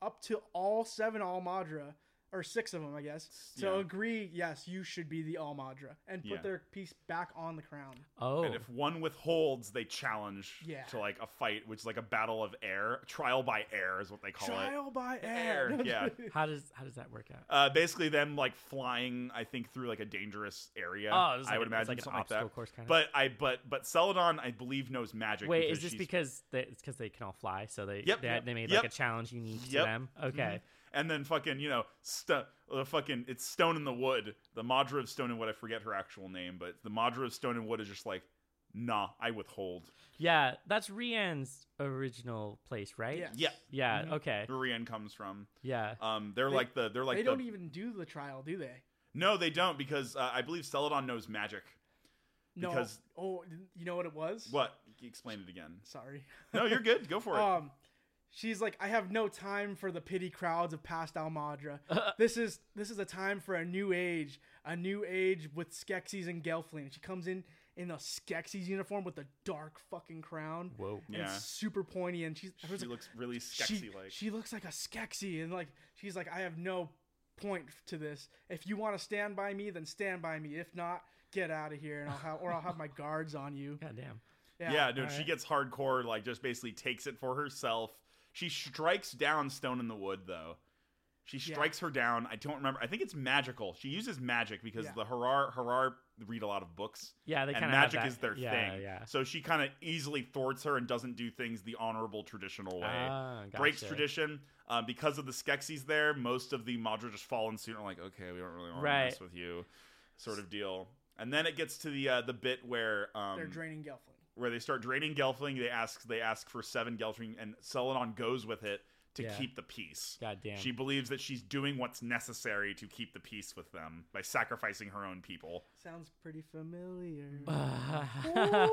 Speaker 3: up to all seven Almadra or six of them, I guess, to
Speaker 1: yeah.
Speaker 3: agree. Yes, you should be the Almadra, and put
Speaker 1: Yeah.
Speaker 3: their piece back on the crown.
Speaker 2: Oh.
Speaker 1: and if one withholds, they challenge
Speaker 3: Yeah.
Speaker 1: to like a fight, which is like a battle of air, trial by air is what they call it.
Speaker 3: Trial by [LAUGHS] air.
Speaker 1: Air, yeah.
Speaker 2: [LAUGHS] How does how does that work out?
Speaker 1: Uh, basically, them like flying, I think, through like a dangerous area.
Speaker 2: Oh, it's
Speaker 1: I
Speaker 2: like-
Speaker 1: would
Speaker 2: it's
Speaker 1: imagine
Speaker 2: like an
Speaker 1: something like
Speaker 2: obstacle
Speaker 1: that.
Speaker 2: course kinda.
Speaker 1: But I, but but Celadon, I believe, knows magic.
Speaker 2: Wait,
Speaker 1: because
Speaker 2: is this
Speaker 1: she's-
Speaker 2: because they, it's because they can all fly? So they
Speaker 1: Yep.
Speaker 2: they,
Speaker 1: Yep.
Speaker 2: they made
Speaker 1: Yep.
Speaker 2: like a challenge unique
Speaker 1: Yep. Mm-hmm.
Speaker 2: to them. Okay.
Speaker 1: And then fucking, you know, st- uh, fucking, it's Stone in the Wood. The Madra of Stone and Wood, I forget her actual name, but the Madra of Stone and Wood is just like, nah, I withhold.
Speaker 2: Yeah, that's Rianne's original place, right?
Speaker 3: Yes.
Speaker 1: Yeah.
Speaker 2: Yeah. Okay.
Speaker 1: Rian comes from.
Speaker 2: Yeah.
Speaker 1: Um, they're like the they're like
Speaker 3: they
Speaker 1: the,
Speaker 3: don't e-, even do the trial, do they?
Speaker 1: no, they don't because uh, I believe Celadon knows magic.
Speaker 3: No.
Speaker 1: Because-
Speaker 3: oh, you know what it was?
Speaker 1: What? Explain it again.
Speaker 3: Sorry.
Speaker 1: No, you're good. Go
Speaker 3: [LAUGHS]
Speaker 1: for it.
Speaker 3: Um, she's like, I have no time for the pity crowds of
Speaker 1: [LAUGHS]
Speaker 3: past Almadra. this is this is a time for a new age, a new age with Skeksis and Gelfling. And she comes in in a Skeksis uniform with a dark fucking crown.
Speaker 2: Whoa.
Speaker 3: And
Speaker 1: Yeah.
Speaker 3: it's super pointy, and she's
Speaker 1: she looks really
Speaker 3: she,
Speaker 1: sexy like.
Speaker 3: she looks like a Skeksis, and like she's like, I have no point to this. If you want to stand by me, then stand by me. If not, get out of here, and I'll have or I'll have my guards on you.
Speaker 2: God damn.
Speaker 1: [LAUGHS] yeah, no, she
Speaker 2: alright.
Speaker 1: gets hardcore. Like, just basically takes it for herself. She strikes down Stone in the Wood though. She
Speaker 3: Yeah.
Speaker 1: strikes her down. I don't remember. I think it's magical. She uses magic because
Speaker 3: Yeah.
Speaker 1: the Harar Harar read a lot of books.
Speaker 2: Yeah, they
Speaker 1: and
Speaker 2: kinda have
Speaker 1: magic
Speaker 2: that-
Speaker 1: is their
Speaker 2: yeah,
Speaker 1: thing.
Speaker 2: yeah.
Speaker 1: So she kind of easily thwarts her and doesn't do things the honorable traditional way.
Speaker 2: Ah,
Speaker 1: breaks
Speaker 2: gotcha.
Speaker 1: tradition. Uh, because of the Skeksis there, most of the Madra just fall in suit and are like, okay, we don't really want to
Speaker 2: Right.
Speaker 1: mess with you, sort of deal. And then it gets to the uh, the bit where um,
Speaker 3: They're draining Gelfling.
Speaker 1: where they start draining Gelfling. They ask they ask for seven Gelfling, and Celadon goes with it to
Speaker 2: Yeah.
Speaker 1: keep the peace.
Speaker 2: God damn. [LAUGHS]
Speaker 1: She believes that she's doing what's necessary to keep the peace with them by sacrificing her own people.
Speaker 3: Sounds pretty familiar.
Speaker 2: [LAUGHS] well,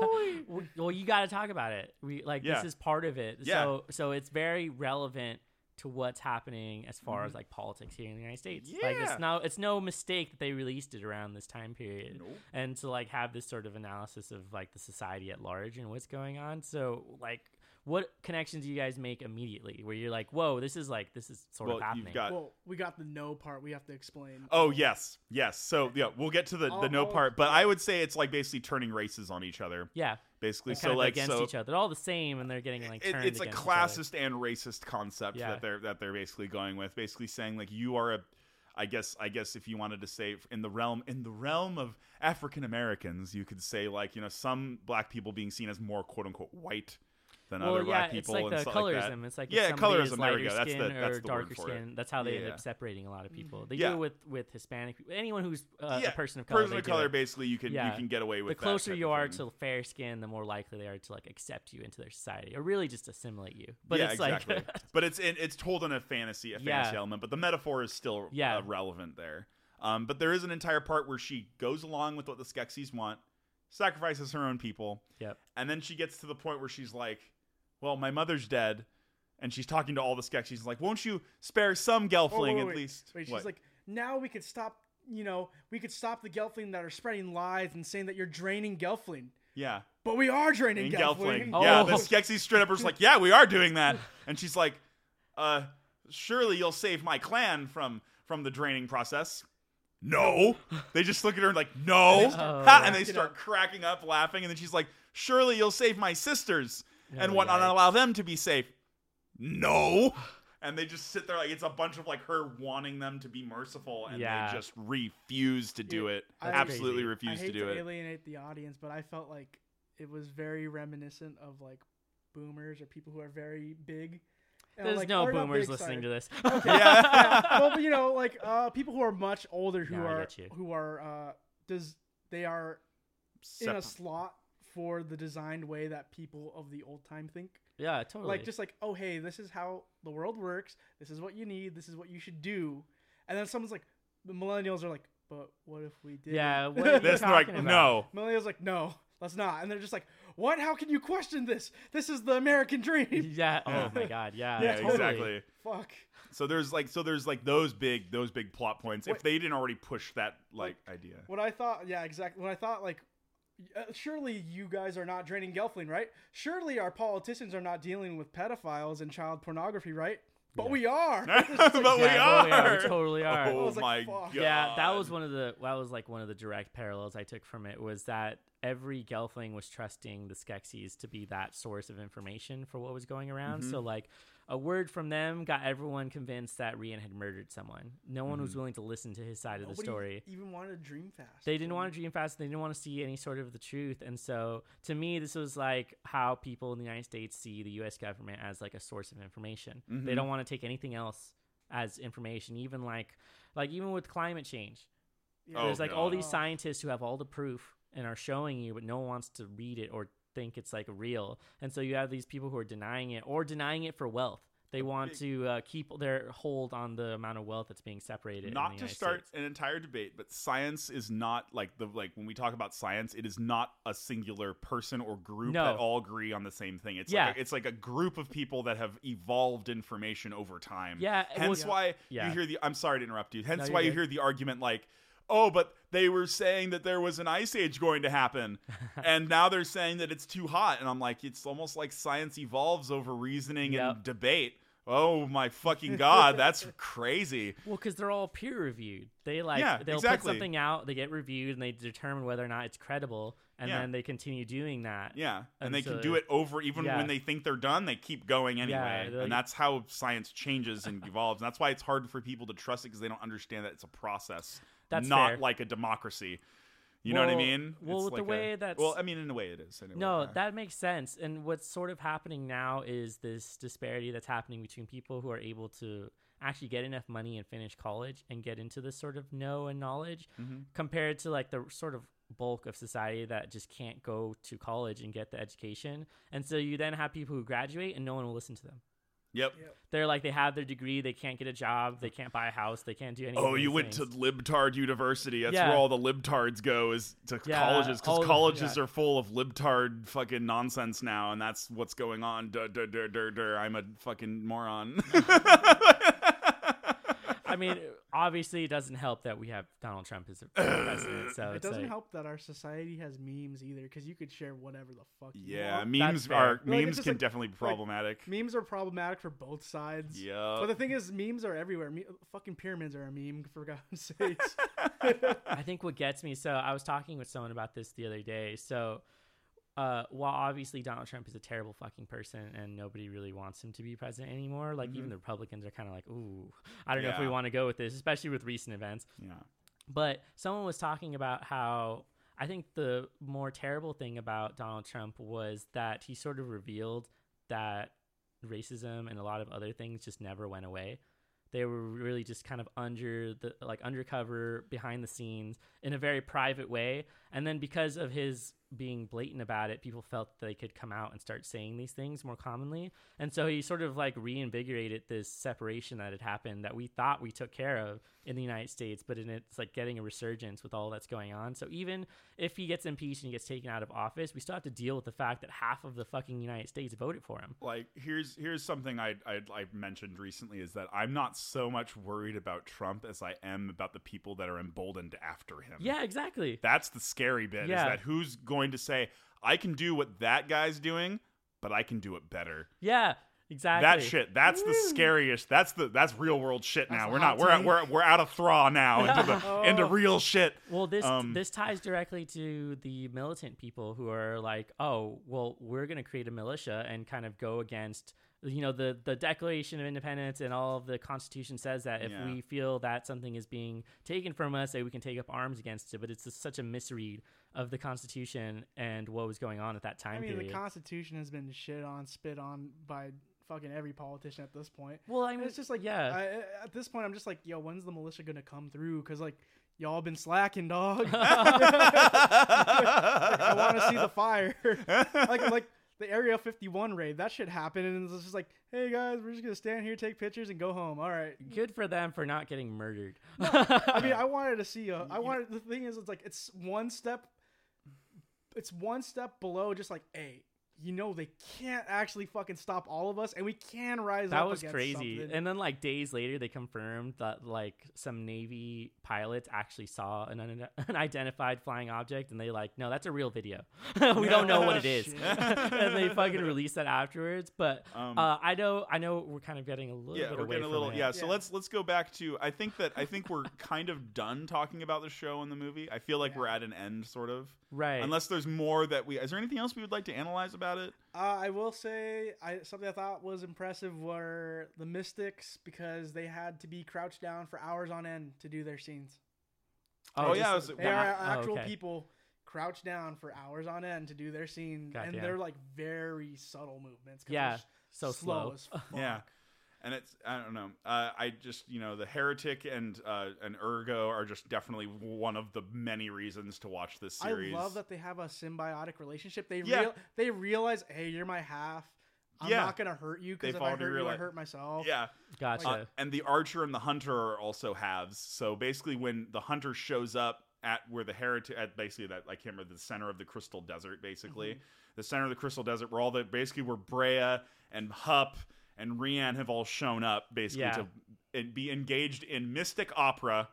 Speaker 2: well, you got to talk about it. We like
Speaker 1: Yeah.
Speaker 2: this is part of it.
Speaker 1: Yeah.
Speaker 2: So so it's very relevant to what's happening as far as like politics here in the United States. Like
Speaker 1: Mm-hmm. Yeah.
Speaker 2: it's no it's no mistake that they released it around this time period.
Speaker 1: Nope.
Speaker 2: And to like have this sort of analysis of like the society at large and what's going on. So like what connections do you guys make immediately where you're like, whoa, this is like this is sort
Speaker 1: well,
Speaker 2: of happening?
Speaker 1: you've got.
Speaker 3: well, we got the no part. We have to explain.
Speaker 1: Uh, Oh yes, yes. So yeah, we'll get to the, the no
Speaker 3: I'll-
Speaker 1: part, but I would say it's like basically turning races on each other,
Speaker 2: yeah,
Speaker 1: basically.
Speaker 2: they're
Speaker 1: So
Speaker 2: kind of
Speaker 1: like
Speaker 2: against
Speaker 1: so
Speaker 2: each other. They're all the same, and they're getting like
Speaker 1: it-
Speaker 2: turned
Speaker 1: it's a
Speaker 2: against each other.
Speaker 1: classist and racist concept
Speaker 2: Yeah.
Speaker 1: that they're that they're basically going with basically saying like you are a i guess i guess if you wanted to say in the realm in the realm of african americans you could say like you know some black people being seen as more quote unquote white than
Speaker 2: Well,
Speaker 1: other
Speaker 2: yeah,
Speaker 1: black people
Speaker 2: it's
Speaker 1: and
Speaker 2: like the
Speaker 1: stuff like
Speaker 2: colorism.
Speaker 1: that
Speaker 2: it's like
Speaker 1: Yeah,
Speaker 2: if somebody
Speaker 1: colorism,
Speaker 2: Is
Speaker 1: there
Speaker 2: lighter
Speaker 1: we go. That's the-
Speaker 2: skin
Speaker 1: that's
Speaker 2: or
Speaker 1: the word
Speaker 2: darker
Speaker 1: for it.
Speaker 2: skin. That's how they end
Speaker 1: Yeah.
Speaker 2: up separating a lot of people. They
Speaker 1: Yeah.
Speaker 2: do it with with Hispanic people. Anyone who's uh,
Speaker 1: Yeah,
Speaker 2: a person of color.
Speaker 1: person
Speaker 2: they
Speaker 1: of
Speaker 2: do
Speaker 1: color
Speaker 2: it.
Speaker 1: basically you can you
Speaker 2: Yeah.
Speaker 1: can get away with
Speaker 2: The
Speaker 1: that
Speaker 2: closer
Speaker 1: type
Speaker 2: you
Speaker 1: of
Speaker 2: are
Speaker 1: thing.
Speaker 2: to fair skin, the more likely they are to like accept you into their society, or really just assimilate you. But
Speaker 1: yeah,
Speaker 2: it's
Speaker 1: exactly.
Speaker 2: [LAUGHS] like
Speaker 1: but it's it, it's told in a fantasy, a fantasy
Speaker 2: Yeah.
Speaker 1: element. But the metaphor is still
Speaker 2: Yeah.
Speaker 1: uh, relevant there. Um, but there is an entire part where she goes along with what the Skeksis want, sacrifices her own people,
Speaker 2: Yep.
Speaker 1: and then she gets to the point where she's like, "Well, my mother's dead," and she's talking to all the Skeksis, like, "Won't you spare some
Speaker 3: Oh, wait,
Speaker 1: Gelfling
Speaker 3: wait,
Speaker 1: at
Speaker 3: wait.
Speaker 1: least?"
Speaker 3: Wait, she's
Speaker 1: What?
Speaker 3: like, now we could stop. You know, we could stop the Gelfling that are spreading lies and saying that you're draining Gelfling.
Speaker 1: "Yeah."
Speaker 3: But we are
Speaker 1: in
Speaker 3: draining Gelfling.
Speaker 1: Gelfling.
Speaker 3: [LAUGHS]
Speaker 1: Yeah,
Speaker 2: Oh.
Speaker 1: the Skeksis straight up was like, "Yeah, we are doing that," and she's like, "Uh, surely you'll save my clan from from the draining process." No, they just look at her and like, "No,"
Speaker 3: And they
Speaker 2: start
Speaker 1: Ha, and they
Speaker 3: cracking
Speaker 1: start
Speaker 3: up.
Speaker 1: cracking up, laughing, and then she's like, "Surely you'll save my sisters and
Speaker 2: Oh,
Speaker 1: whatnot, and
Speaker 2: yikes.
Speaker 1: allow them to be safe." No. And they just sit there like it's a bunch of like her wanting them to be merciful, and
Speaker 2: Yeah.
Speaker 1: they just refuse to do it.
Speaker 3: I-
Speaker 1: Absolutely
Speaker 2: Crazy.
Speaker 1: refuse
Speaker 3: I
Speaker 1: to
Speaker 3: hate
Speaker 1: do it.
Speaker 3: alienate the audience, but I felt like it was very reminiscent of like boomers or people who are very big. And
Speaker 2: there's
Speaker 3: like,
Speaker 2: no
Speaker 3: or not
Speaker 2: boomers
Speaker 3: big,
Speaker 2: listening
Speaker 3: sorry.
Speaker 2: to this. [LAUGHS]
Speaker 3: [LAUGHS]
Speaker 1: Yeah.
Speaker 3: well, but you know, like uh, people who are much older who
Speaker 2: No, I
Speaker 3: are
Speaker 2: get you.
Speaker 3: who are uh, does they are in
Speaker 1: Separ-
Speaker 3: a slot for the designed way that people of the old time think.
Speaker 2: yeah, totally.
Speaker 3: Like just [LAUGHS] like, oh hey, this is how the world works. This is what you need. This is what you should do. And then someone's like, the millennials are like, but what if we did?
Speaker 2: Yeah,
Speaker 3: [LAUGHS]
Speaker 2: what are you
Speaker 1: That's like
Speaker 2: talking about?
Speaker 1: no.
Speaker 3: Millennials like, no, let's not. And they're just like, what? How can you question this? This is the
Speaker 2: [LAUGHS]
Speaker 3: American dream.
Speaker 2: yeah.
Speaker 1: Yeah.
Speaker 2: Oh my god. Yeah.
Speaker 1: Yeah,
Speaker 2: totally.
Speaker 1: exactly.
Speaker 3: Fuck.
Speaker 1: So there's like so there's like those big those big plot points. If
Speaker 3: What-
Speaker 1: they didn't already push that like
Speaker 2: [LAUGHS]
Speaker 1: idea, [LAUGHS]
Speaker 3: What I thought, yeah, exactly. When I thought like, uh, surely you guys are not draining Gelfling, right? Surely our politicians are not dealing with pedophiles and child pornography, right? But
Speaker 2: [LAUGHS]
Speaker 3: we are. It's just like-
Speaker 1: But we
Speaker 2: Yeah,
Speaker 1: are.
Speaker 2: We totally are.
Speaker 1: [LAUGHS] oh
Speaker 3: was like,
Speaker 1: my
Speaker 3: fuck.
Speaker 1: god,
Speaker 2: Yeah, that was one of the that was like one of the direct parallels I took from it was that every Gelfling was trusting the Skeksis to be that source of information for what was going around. So like a word from them got everyone convinced that Rian had murdered someone. No one was willing to listen to his side of the
Speaker 3: Nobody
Speaker 2: story.
Speaker 3: Even wanted to dream fast.
Speaker 2: They didn't want to dream fast. They didn't want to see any sort of the truth. And so, to me, this was like how people in the United States see the U.S. government as like a source of information. They don't want to take anything else as information, even like, like even with climate change.
Speaker 1: Oh,
Speaker 2: There's like all
Speaker 1: God.
Speaker 2: these scientists who have all the proof and are showing you, but no one wants to read it or think it's like real. And so you have these people who are denying it or denying it for wealth. They want to uh, keep their hold on the amount of wealth that's being separated. in
Speaker 1: not
Speaker 2: the
Speaker 1: to
Speaker 2: United
Speaker 1: start
Speaker 2: States.
Speaker 1: an entire debate, but science is not like the like when we talk about science, it is not a singular person or group
Speaker 2: No.
Speaker 1: that all agree on the same thing. It's
Speaker 2: Yeah.
Speaker 1: like a, it's like a group of people that have evolved information over time.
Speaker 2: Yeah, it
Speaker 1: hence
Speaker 2: was-
Speaker 1: why
Speaker 2: Yeah.
Speaker 1: you hear the. I'm sorry to interrupt you. Hence
Speaker 2: you're
Speaker 1: why you
Speaker 2: good.
Speaker 1: hear the argument like. Oh, but they were saying that there was an ice age going to
Speaker 2: [LAUGHS]
Speaker 1: happen, and now they're saying that it's too hot. And I'm like, it's almost like science evolves over reasoning and
Speaker 2: Yep.
Speaker 1: debate. Oh my
Speaker 2: [LAUGHS]
Speaker 1: fucking god, that's crazy.
Speaker 2: Well, because they're all peer reviewed. They like
Speaker 1: Yeah,
Speaker 2: they'll
Speaker 1: exactly.
Speaker 2: put something out, they get reviewed, and they determine whether or not it's credible, and
Speaker 1: Yeah.
Speaker 2: then they continue doing that.
Speaker 1: Yeah, and,
Speaker 2: And
Speaker 1: they
Speaker 2: so-
Speaker 1: can do it over even
Speaker 2: Yeah.
Speaker 1: when they think they're done. They keep going anyway,
Speaker 2: they're like-
Speaker 1: and that's how science changes
Speaker 2: [LAUGHS]
Speaker 1: and evolves. And that's why it's hard for people to trust it because they don't understand that it's a process,
Speaker 2: That's
Speaker 1: not
Speaker 2: fair.
Speaker 1: like a democracy. You know what I
Speaker 2: Well-
Speaker 1: mean?
Speaker 2: well,
Speaker 1: It's
Speaker 2: with
Speaker 1: like
Speaker 2: the
Speaker 1: a-
Speaker 2: way that's-
Speaker 1: well, I mean, in a way, it is. Anyway,
Speaker 2: No,
Speaker 1: yeah.
Speaker 2: that makes sense. And what's sort of happening now is this disparity that's happening between people who are able to actually get enough money and finish college and get into this sort of know and knowledge
Speaker 1: Mm-hmm.
Speaker 2: compared to like the sort of bulk of society that just can't go to college and get the education. And so you then have people who graduate and no one will listen to them.
Speaker 1: Yep.
Speaker 3: Yep.
Speaker 2: they're like they have their degree, they can't get a job, they can't buy a house, they can't do anything.
Speaker 1: Oh, you went to libtard university. That's
Speaker 2: Yeah.
Speaker 1: where all the libtards go is to
Speaker 2: Yeah,
Speaker 1: colleges because
Speaker 2: all the-
Speaker 1: colleges
Speaker 2: yeah.
Speaker 1: are full of libtard fucking nonsense now, and that's what's going
Speaker 2: [LAUGHS]
Speaker 1: on. Dur, dur, dur, dur, dur. I'm a fucking moron.
Speaker 2: I mean, obviously, it doesn't help that we have Donald Trump as a
Speaker 1: [COUGHS]
Speaker 2: president. So
Speaker 3: it
Speaker 2: it's
Speaker 3: doesn't
Speaker 2: like,
Speaker 3: help that our society has memes either, because you could share whatever the fuck. You
Speaker 1: yeah,
Speaker 3: want.
Speaker 2: that's
Speaker 1: memes
Speaker 2: fair.
Speaker 1: are
Speaker 2: Like,
Speaker 3: it's
Speaker 1: memes
Speaker 3: just
Speaker 1: can
Speaker 3: like-
Speaker 1: definitely be problematic.
Speaker 3: memes are problematic for both sides. But
Speaker 1: yeah.
Speaker 3: the thing is, memes are everywhere. Me- fucking pyramids are a meme, for God's [LAUGHS] sakes.
Speaker 2: I think what gets me. So I was talking with someone about this the other day. So uh, while obviously Donald Trump is a terrible fucking person and nobody really wants him to be president anymore, like even the Republicans are kind of like, ooh, I don't know if we
Speaker 1: Yeah.
Speaker 2: want to go with this, especially with recent events.
Speaker 1: yeah.
Speaker 2: But someone was talking about how I think the more terrible thing about Donald Trump was that he sort of revealed that racism and a lot of other things just never went away. They were really just kind of under the like undercover behind the scenes in a very private way. And then because of his being blatant about it, people felt they could come out and start saying these things more commonly. And so he sort of like reinvigorated this separation that had happened that we thought we took care of in the United States, but in it's like getting a resurgence with all that's going on. So even if he gets impeached and he gets taken out of office, we still have to deal with the fact that half of the fucking United States voted for him.
Speaker 1: Like here's here's something I I I mentioned recently is that I'm not so much worried about Trump as I am about the people that are emboldened after him.
Speaker 2: Yeah, exactly.
Speaker 1: That's the scary bit
Speaker 2: Yeah.
Speaker 1: is that who's going to say I can do what that guy's doing, but I can do it better.
Speaker 2: Yeah, exactly.
Speaker 1: That shit. That's the scariest. That's the that's real world shit
Speaker 3: That's
Speaker 1: now.
Speaker 3: a
Speaker 1: We're not
Speaker 3: hot
Speaker 1: we're
Speaker 3: take.
Speaker 1: we're we're out of thraw now into the
Speaker 2: [LAUGHS]
Speaker 1: into real shit.
Speaker 2: Well, this
Speaker 1: Um,
Speaker 2: this ties directly to the militant people who are like, oh, well, we're going to create a militia and kind of go against, you know, the the Declaration of Independence and all of the Constitution says that if
Speaker 1: Yeah.
Speaker 2: we feel that something is being taken from us, that we can take up arms against it. But it's just such a misread of the Constitution and what was going on at that time
Speaker 3: I mean, the
Speaker 2: period.
Speaker 3: Constitution has been shit on, spit on by fucking every politician at this point.
Speaker 2: well, I
Speaker 3: And
Speaker 2: mean,
Speaker 3: it's just like,
Speaker 2: yeah.
Speaker 3: I, I- at this point, I'm just like, yo, when's the militia gonna come through? Because like, y'all been slacking,
Speaker 2: [LAUGHS]
Speaker 3: dog. I want to see the fire. like like the Area 51 raid. That shit happened, and it's just like, hey guys, we're just gonna stand here, take pictures, and go home. All right.
Speaker 2: Good for them for not getting murdered.
Speaker 3: I mean, I wanted to see. A, I wanted. The thing is, it's like it's one step. It's one step below. Just like, hey, you know, they can't actually fucking stop all of us, and we can rise up.
Speaker 2: that was
Speaker 3: against
Speaker 2: crazy
Speaker 3: something.
Speaker 2: and then like days later they confirmed that like some navy pilots actually saw an un- [LAUGHS] unidentified flying object and they like no that's a real video [LAUGHS] we don't know
Speaker 3: [LAUGHS]
Speaker 2: what it is
Speaker 3: Shit.
Speaker 2: [LAUGHS] and they fucking released that afterwards but
Speaker 1: Um,
Speaker 2: uh, i know i know we're kind of getting a little
Speaker 1: yeah,
Speaker 2: bit
Speaker 1: we're
Speaker 2: away
Speaker 1: getting a
Speaker 2: from
Speaker 1: little
Speaker 2: it.
Speaker 1: yeah, So
Speaker 3: Yeah.
Speaker 1: let's let's go back to I think that I think we're [LAUGHS] kind of done talking about the show and the movie. I feel like we're at an end, sort of.
Speaker 2: right
Speaker 1: Unless there's more that we is there anything else we would like to analyze about it?
Speaker 3: Uh, I will say I something I thought was impressive were the Mystics because they had to be crouched down for hours on end to do their scenes.
Speaker 1: Oh,
Speaker 2: just-
Speaker 1: yeah, it was-
Speaker 3: They
Speaker 1: Wow.
Speaker 3: are
Speaker 2: Oh,
Speaker 3: actual
Speaker 2: okay.
Speaker 3: people crouched down for hours on end to do their scene, and
Speaker 2: Goddamn.
Speaker 3: they're like very subtle movements. 'cause
Speaker 2: Yeah,
Speaker 3: they're s-
Speaker 2: so slow.
Speaker 3: as fuck.
Speaker 1: Yeah. And it's I don't know. Uh, I just you know the heretic and uh, and ergo are just definitely one of the many reasons to watch this series.
Speaker 3: I love that they have a symbiotic relationship. They
Speaker 1: Yeah.
Speaker 3: real they realize, hey, you're my half. I'm
Speaker 1: Yeah.
Speaker 3: not gonna hurt you because
Speaker 1: They've
Speaker 3: if I hurt
Speaker 1: already
Speaker 3: you, I
Speaker 1: realized-
Speaker 3: hurt myself.
Speaker 1: Yeah.
Speaker 2: gotcha
Speaker 1: Uh, and the archer and the hunter are also halves. So basically, when the hunter shows up at where the heretic, at basically that I can't remember the center of the crystal desert, basically the center of the crystal desert, where all the basically where Brea and Hup and Rian have all shown up, basically
Speaker 2: Yeah.
Speaker 1: to and be engaged in mystic opera,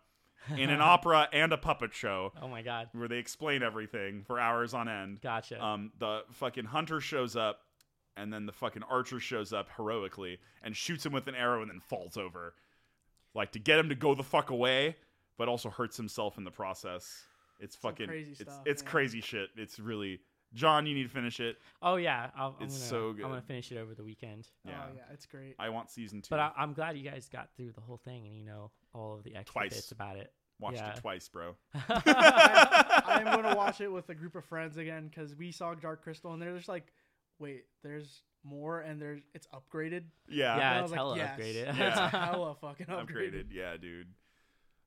Speaker 1: in an opera and a puppet show,
Speaker 2: oh my god
Speaker 1: where they explain everything for hours on end.
Speaker 2: gotcha
Speaker 1: Um, the fucking hunter shows up, and then the fucking archer shows up heroically and shoots him with an arrow and then falls over, like to get him to go the fuck away, but also hurts himself in the process. It's fucking
Speaker 3: crazy
Speaker 1: it's,
Speaker 3: stuff,
Speaker 1: it's
Speaker 3: yeah.
Speaker 1: crazy shit. It's really John. You need to finish it.
Speaker 2: oh yeah I'll, I'm
Speaker 1: it's
Speaker 2: gonna,
Speaker 1: so
Speaker 2: i'm gonna
Speaker 1: good.
Speaker 2: finish it over the weekend
Speaker 3: Oh,
Speaker 1: Yeah,
Speaker 3: yeah,
Speaker 1: [LAUGHS]
Speaker 3: it's great.
Speaker 1: I want season two.
Speaker 2: but I, i'm glad you guys got through the whole thing and you know all of the extra
Speaker 1: Twice.
Speaker 2: bits about it
Speaker 1: Watched
Speaker 2: yeah.
Speaker 1: it twice,
Speaker 2: [LAUGHS]
Speaker 1: bro. [LAUGHS]
Speaker 3: I am gonna watch it with a group of friends again because we saw Dark Crystal and they're just like, wait, there's more and there's it's upgraded.
Speaker 1: Yeah,
Speaker 2: Yeah,
Speaker 3: I
Speaker 2: it's
Speaker 3: was like,
Speaker 2: hella
Speaker 3: yes.
Speaker 2: upgraded. [LAUGHS]
Speaker 1: Yeah.
Speaker 3: It's hella fucking upgraded.
Speaker 1: upgraded. Yeah, dude.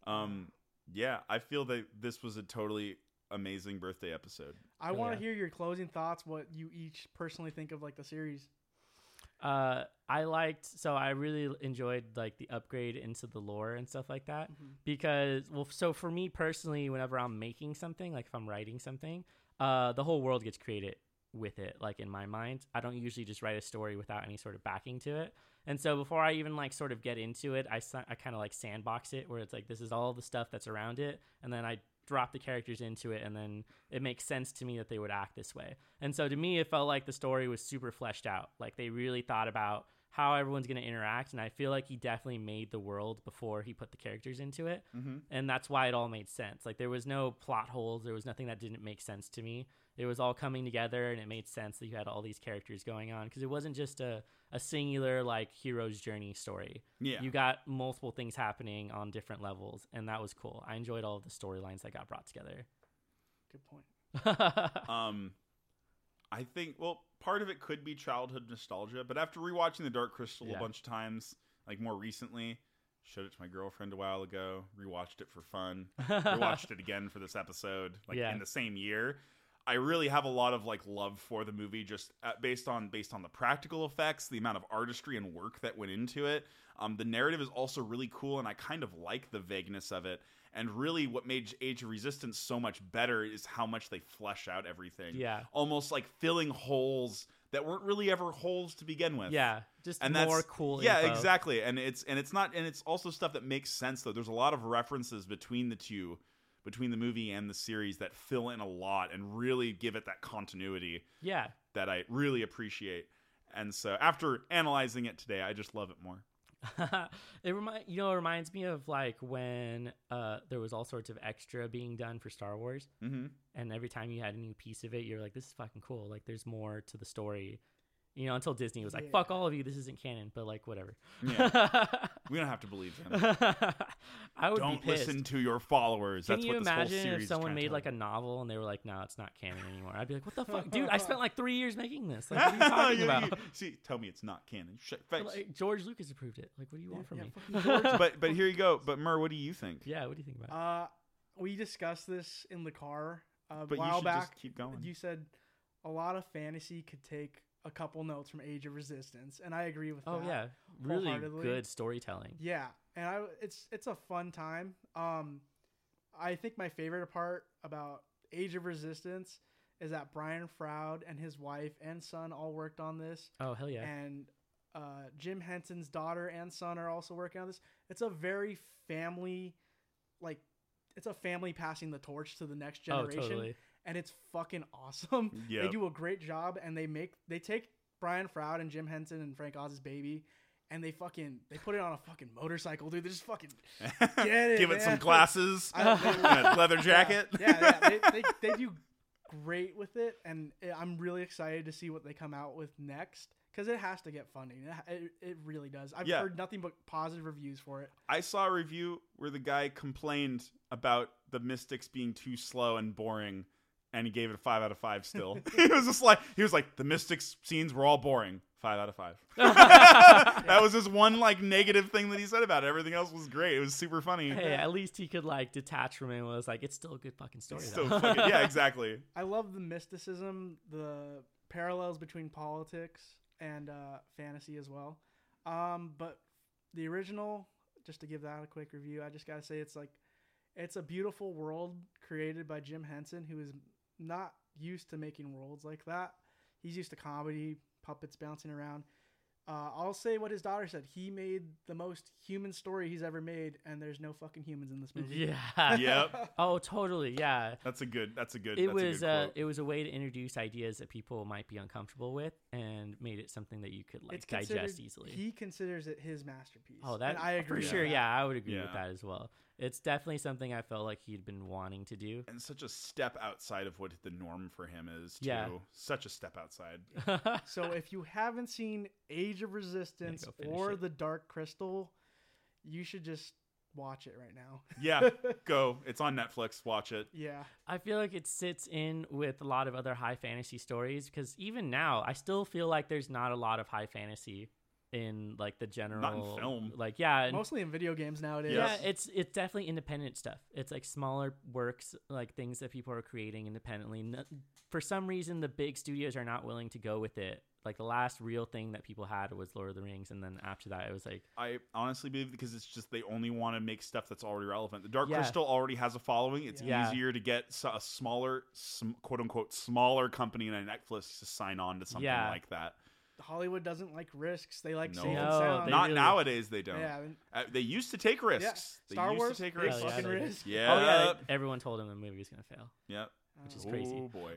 Speaker 1: Um, yeah, I feel that this was a totally amazing birthday episode.
Speaker 3: I
Speaker 2: Oh,
Speaker 3: want to
Speaker 2: yeah.
Speaker 3: hear your closing thoughts. What you each personally think of like the series?
Speaker 2: uh i liked so i really l- enjoyed like the upgrade into the lore and stuff like that because well so for me personally whenever i'm making something like if i'm writing something uh the whole world gets created with it like in my mind i don't usually just write a story without any sort of backing to it and so before i even like sort of get into it i, sa- I kind of like sandbox it where it's like this is all the stuff that's around it and then i drop the characters into it and then it makes sense to me that they would act this way and so to me it felt like the story was super fleshed out like they really thought about how everyone's going to interact and i feel like he definitely made the world before he put the characters into it
Speaker 1: Mm-hmm.
Speaker 2: and that's why it all made sense. Like there was no plot holes, there was nothing that didn't make sense to me. It was all coming together, and it made sense that you had all these characters going on because it wasn't just a a singular like hero's journey story.
Speaker 1: Yeah.
Speaker 2: You got multiple things happening on different levels, and that was cool. I enjoyed all of the storylines that got brought together. [LAUGHS]
Speaker 3: Good point.
Speaker 1: um, I think well, part of it could be childhood nostalgia, but after rewatching The Dark Crystal a
Speaker 2: Yeah.
Speaker 1: bunch of times, like more recently, showed it to my girlfriend a while ago, rewatched it for fun, rewatched it again for this episode, like
Speaker 2: Yeah.
Speaker 1: in the same year. I really have a lot of like love for the movie, just uh, based on based on the practical effects, the amount of artistry and work that went into it. Um, the narrative is also really cool, and I kind of like the vagueness of it. And really, what made Age of Resistance so much better is how much they flesh out everything,
Speaker 2: yeah,
Speaker 1: almost like filling holes that weren't really ever holes to begin with.
Speaker 2: yeah, just
Speaker 1: And that's-
Speaker 2: more cool.
Speaker 1: Yeah,
Speaker 2: info.
Speaker 1: exactly. And it's and it's not and it's also stuff that makes sense though. There's a lot of references between the two, between the movie and the series that fill in a lot and really give it that continuity
Speaker 2: Yeah, [LAUGHS]
Speaker 1: that I really appreciate. And so after analyzing it today, I just love it more.
Speaker 2: it remind you know it reminds me of like when uh there was all sorts of extra being done for Star Wars.
Speaker 1: Mm-hmm.
Speaker 2: [LAUGHS] and every time you had a new piece of it, you're like, this is fucking cool. Like, there's more to the story, you know. Until Disney was like,
Speaker 3: Yeah.
Speaker 2: fuck all of you, this isn't canon. But like, whatever.
Speaker 1: Yeah, we don't have to believe him.
Speaker 2: [LAUGHS] I would
Speaker 1: Don't
Speaker 2: be pissed.
Speaker 1: listen to your followers.
Speaker 2: Can
Speaker 1: That's
Speaker 2: you
Speaker 1: what this whole
Speaker 2: imagine
Speaker 1: series
Speaker 2: if
Speaker 1: is
Speaker 2: someone
Speaker 1: trying to
Speaker 2: made
Speaker 1: tell
Speaker 2: like
Speaker 1: you.
Speaker 2: a novel and they were like, no, it's not canon anymore? I'd be like, what the fuck, dude? I spent like three years making this. Like,
Speaker 1: [LAUGHS]
Speaker 2: [LAUGHS] what are you talking
Speaker 1: You-
Speaker 2: about?
Speaker 1: you- see, tell me it's not canon.
Speaker 2: [LAUGHS]
Speaker 1: Shit, face.
Speaker 2: Like, George Lucas approved it. Like, what do you want from
Speaker 3: Yeah,
Speaker 2: me? [LAUGHS]
Speaker 3: fucking George. [LAUGHS]
Speaker 1: but but here you go. But Mur, what do you think?
Speaker 2: yeah, what do you think about?
Speaker 3: Uh, we discussed this in the car a
Speaker 1: But you
Speaker 3: while
Speaker 1: should
Speaker 3: back.
Speaker 1: just keep going.
Speaker 3: You said a lot of fantasy could take a couple notes from Age of Resistance, and I agree with
Speaker 2: it? Oh
Speaker 3: that.
Speaker 2: yeah, really
Speaker 3: wholeheartedly.
Speaker 2: good storytelling.
Speaker 3: Yeah, and I it's it's a fun time. Um, I think my favorite part about Age of Resistance is that Brian Froud and his wife and son all worked on this,
Speaker 2: Oh hell yeah.
Speaker 3: and uh, Jim Henson's daughter and son are also working on this. It's a very family, like, it's a family passing the torch to the next
Speaker 2: Oh
Speaker 3: generation,
Speaker 2: totally.
Speaker 3: and it's fucking awesome. They
Speaker 1: Yep.
Speaker 3: do a great job, and they make they take Brian Froud and Jim Henson and Frank Oz's baby. And they fucking they put it on a fucking motorcycle, dude. They just fucking it,
Speaker 1: Give it some
Speaker 3: man.
Speaker 1: glasses [LAUGHS]
Speaker 3: I-
Speaker 2: [LAUGHS]
Speaker 1: and a leather jacket.
Speaker 3: Yeah,
Speaker 1: [LAUGHS]
Speaker 3: yeah. yeah. They, they, they do great with it, and I- I'm really excited to see what they come out with next because it has to get funding. It, it, it really does. I've
Speaker 1: Yeah.
Speaker 3: heard nothing but positive reviews for it.
Speaker 1: I saw a review where the guy complained about the Mystics being too slow and boring, and he gave it a five out of five.
Speaker 3: [LAUGHS]
Speaker 1: Still, [LAUGHS] he was just like he was like the Mystics scenes were all boring. Five out of five.
Speaker 2: [LAUGHS]
Speaker 1: [LAUGHS] that was his one like negative thing that he said about it. Everything else was great. It was super funny.
Speaker 2: Hey, at least he could like detach from it and was like, it's still a good fucking story.
Speaker 1: It's
Speaker 2: though.
Speaker 1: so fucking,
Speaker 2: [LAUGHS]
Speaker 1: yeah, exactly.
Speaker 3: I love the mysticism, the parallels between politics and uh, fantasy as well. Um, but the original, just to give that a quick review, I just gotta say it's like it's a beautiful world created by Jim Henson, who is not used to making worlds like that. He's used to comedy, puppets bouncing around. Uh, I'll say what his daughter said. He made the most human story he's ever made, and there's no fucking humans in this movie.
Speaker 2: Yeah.
Speaker 3: [LAUGHS]
Speaker 1: Yep,
Speaker 2: Oh, totally. Yeah.
Speaker 1: that's a good. That's a good.
Speaker 2: It
Speaker 1: that's a
Speaker 2: was
Speaker 1: good
Speaker 2: uh,
Speaker 1: quote.
Speaker 2: it was a way to introduce ideas that people might be uncomfortable with and made it something that you could like digest
Speaker 3: considered-
Speaker 2: easily.
Speaker 3: He considers it his masterpiece.
Speaker 2: oh, that
Speaker 3: and I agree.
Speaker 2: for
Speaker 3: with
Speaker 2: sure.
Speaker 3: that.
Speaker 2: Yeah, I would agree
Speaker 1: Yeah.
Speaker 2: with that as well. It's definitely something I felt like he'd been wanting to do. [LAUGHS]
Speaker 1: and such a step outside of what the norm for him is. Too.
Speaker 2: Yeah.
Speaker 1: such a step outside.
Speaker 3: So if you haven't seen Age of Resistance
Speaker 2: go finish
Speaker 3: or
Speaker 2: it.
Speaker 3: The Dark Crystal, you should just watch it right now. [LAUGHS]
Speaker 1: Yeah, go. It's on Netflix. Watch it.
Speaker 3: Yeah.
Speaker 2: I feel like it sits in with a lot of other high fantasy stories because even now, I still feel like there's not a lot of high fantasy in like the general
Speaker 1: film.
Speaker 2: Like yeah, in
Speaker 3: Mostly in video games nowadays.
Speaker 1: Yes.
Speaker 2: Yeah, it's it's definitely independent stuff. It's like smaller works, like things that people are creating independently. No, for some reason, the big studios are not willing to go with it like the last real thing that people had was Lord of the Rings, and then after that it was like
Speaker 1: I honestly believe because it's just they only want to make stuff that's already relevant. The Dark
Speaker 2: Yeah.
Speaker 1: Crystal already has a following. It's
Speaker 2: Yeah.
Speaker 1: easier to get s- a smaller, sm- quote unquote, smaller company and a Netflix to sign on to something
Speaker 2: Yeah.
Speaker 1: like that.
Speaker 3: Hollywood doesn't like risks. They like
Speaker 1: No.
Speaker 3: safe and
Speaker 2: No,
Speaker 3: sound.
Speaker 2: They
Speaker 1: Not
Speaker 2: really-
Speaker 1: nowadays they don't.
Speaker 3: yeah, and-
Speaker 1: Uh, they used to take risks. They
Speaker 3: Star
Speaker 1: used
Speaker 3: Wars,
Speaker 1: to take
Speaker 3: big
Speaker 2: Hell
Speaker 1: risks.
Speaker 2: yeah,
Speaker 3: fucking
Speaker 2: they did.
Speaker 3: risk.
Speaker 1: Yeah.
Speaker 2: oh yeah, everyone told him the movie was gonna fail,
Speaker 1: Yep.
Speaker 2: which is
Speaker 1: oh
Speaker 2: crazy.
Speaker 1: boy.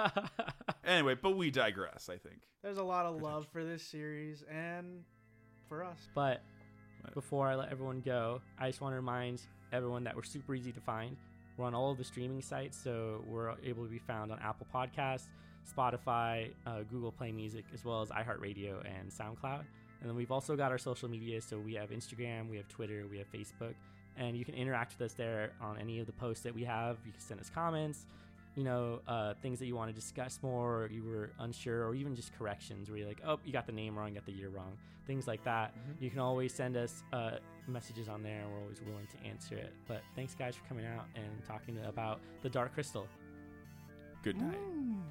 Speaker 1: [LAUGHS] anyway, but we digress. I think.
Speaker 3: There's a lot of love for this series and for us.
Speaker 2: But
Speaker 1: Right.
Speaker 2: before I let everyone go, I just want to remind everyone that we're super easy to find. We're on all of the streaming sites, so we're able to be found on Apple Podcasts, Spotify, uh, Google Play Music, as well as iHeartRadio and SoundCloud. And then we've also got our social media, so we have Instagram, we have Twitter, we have Facebook, and you can interact with us there on any of the posts that we have. You can send us comments, you know, uh, things that you want to discuss more, or you were unsure, or even just corrections where you're like, oh, you got the name wrong, you got the year wrong, things like that. You can always send us uh, messages on there, and we're always willing to answer it. But thanks, guys, for coming out and talking about the Dark Crystal.
Speaker 1: Good night.
Speaker 3: Mm.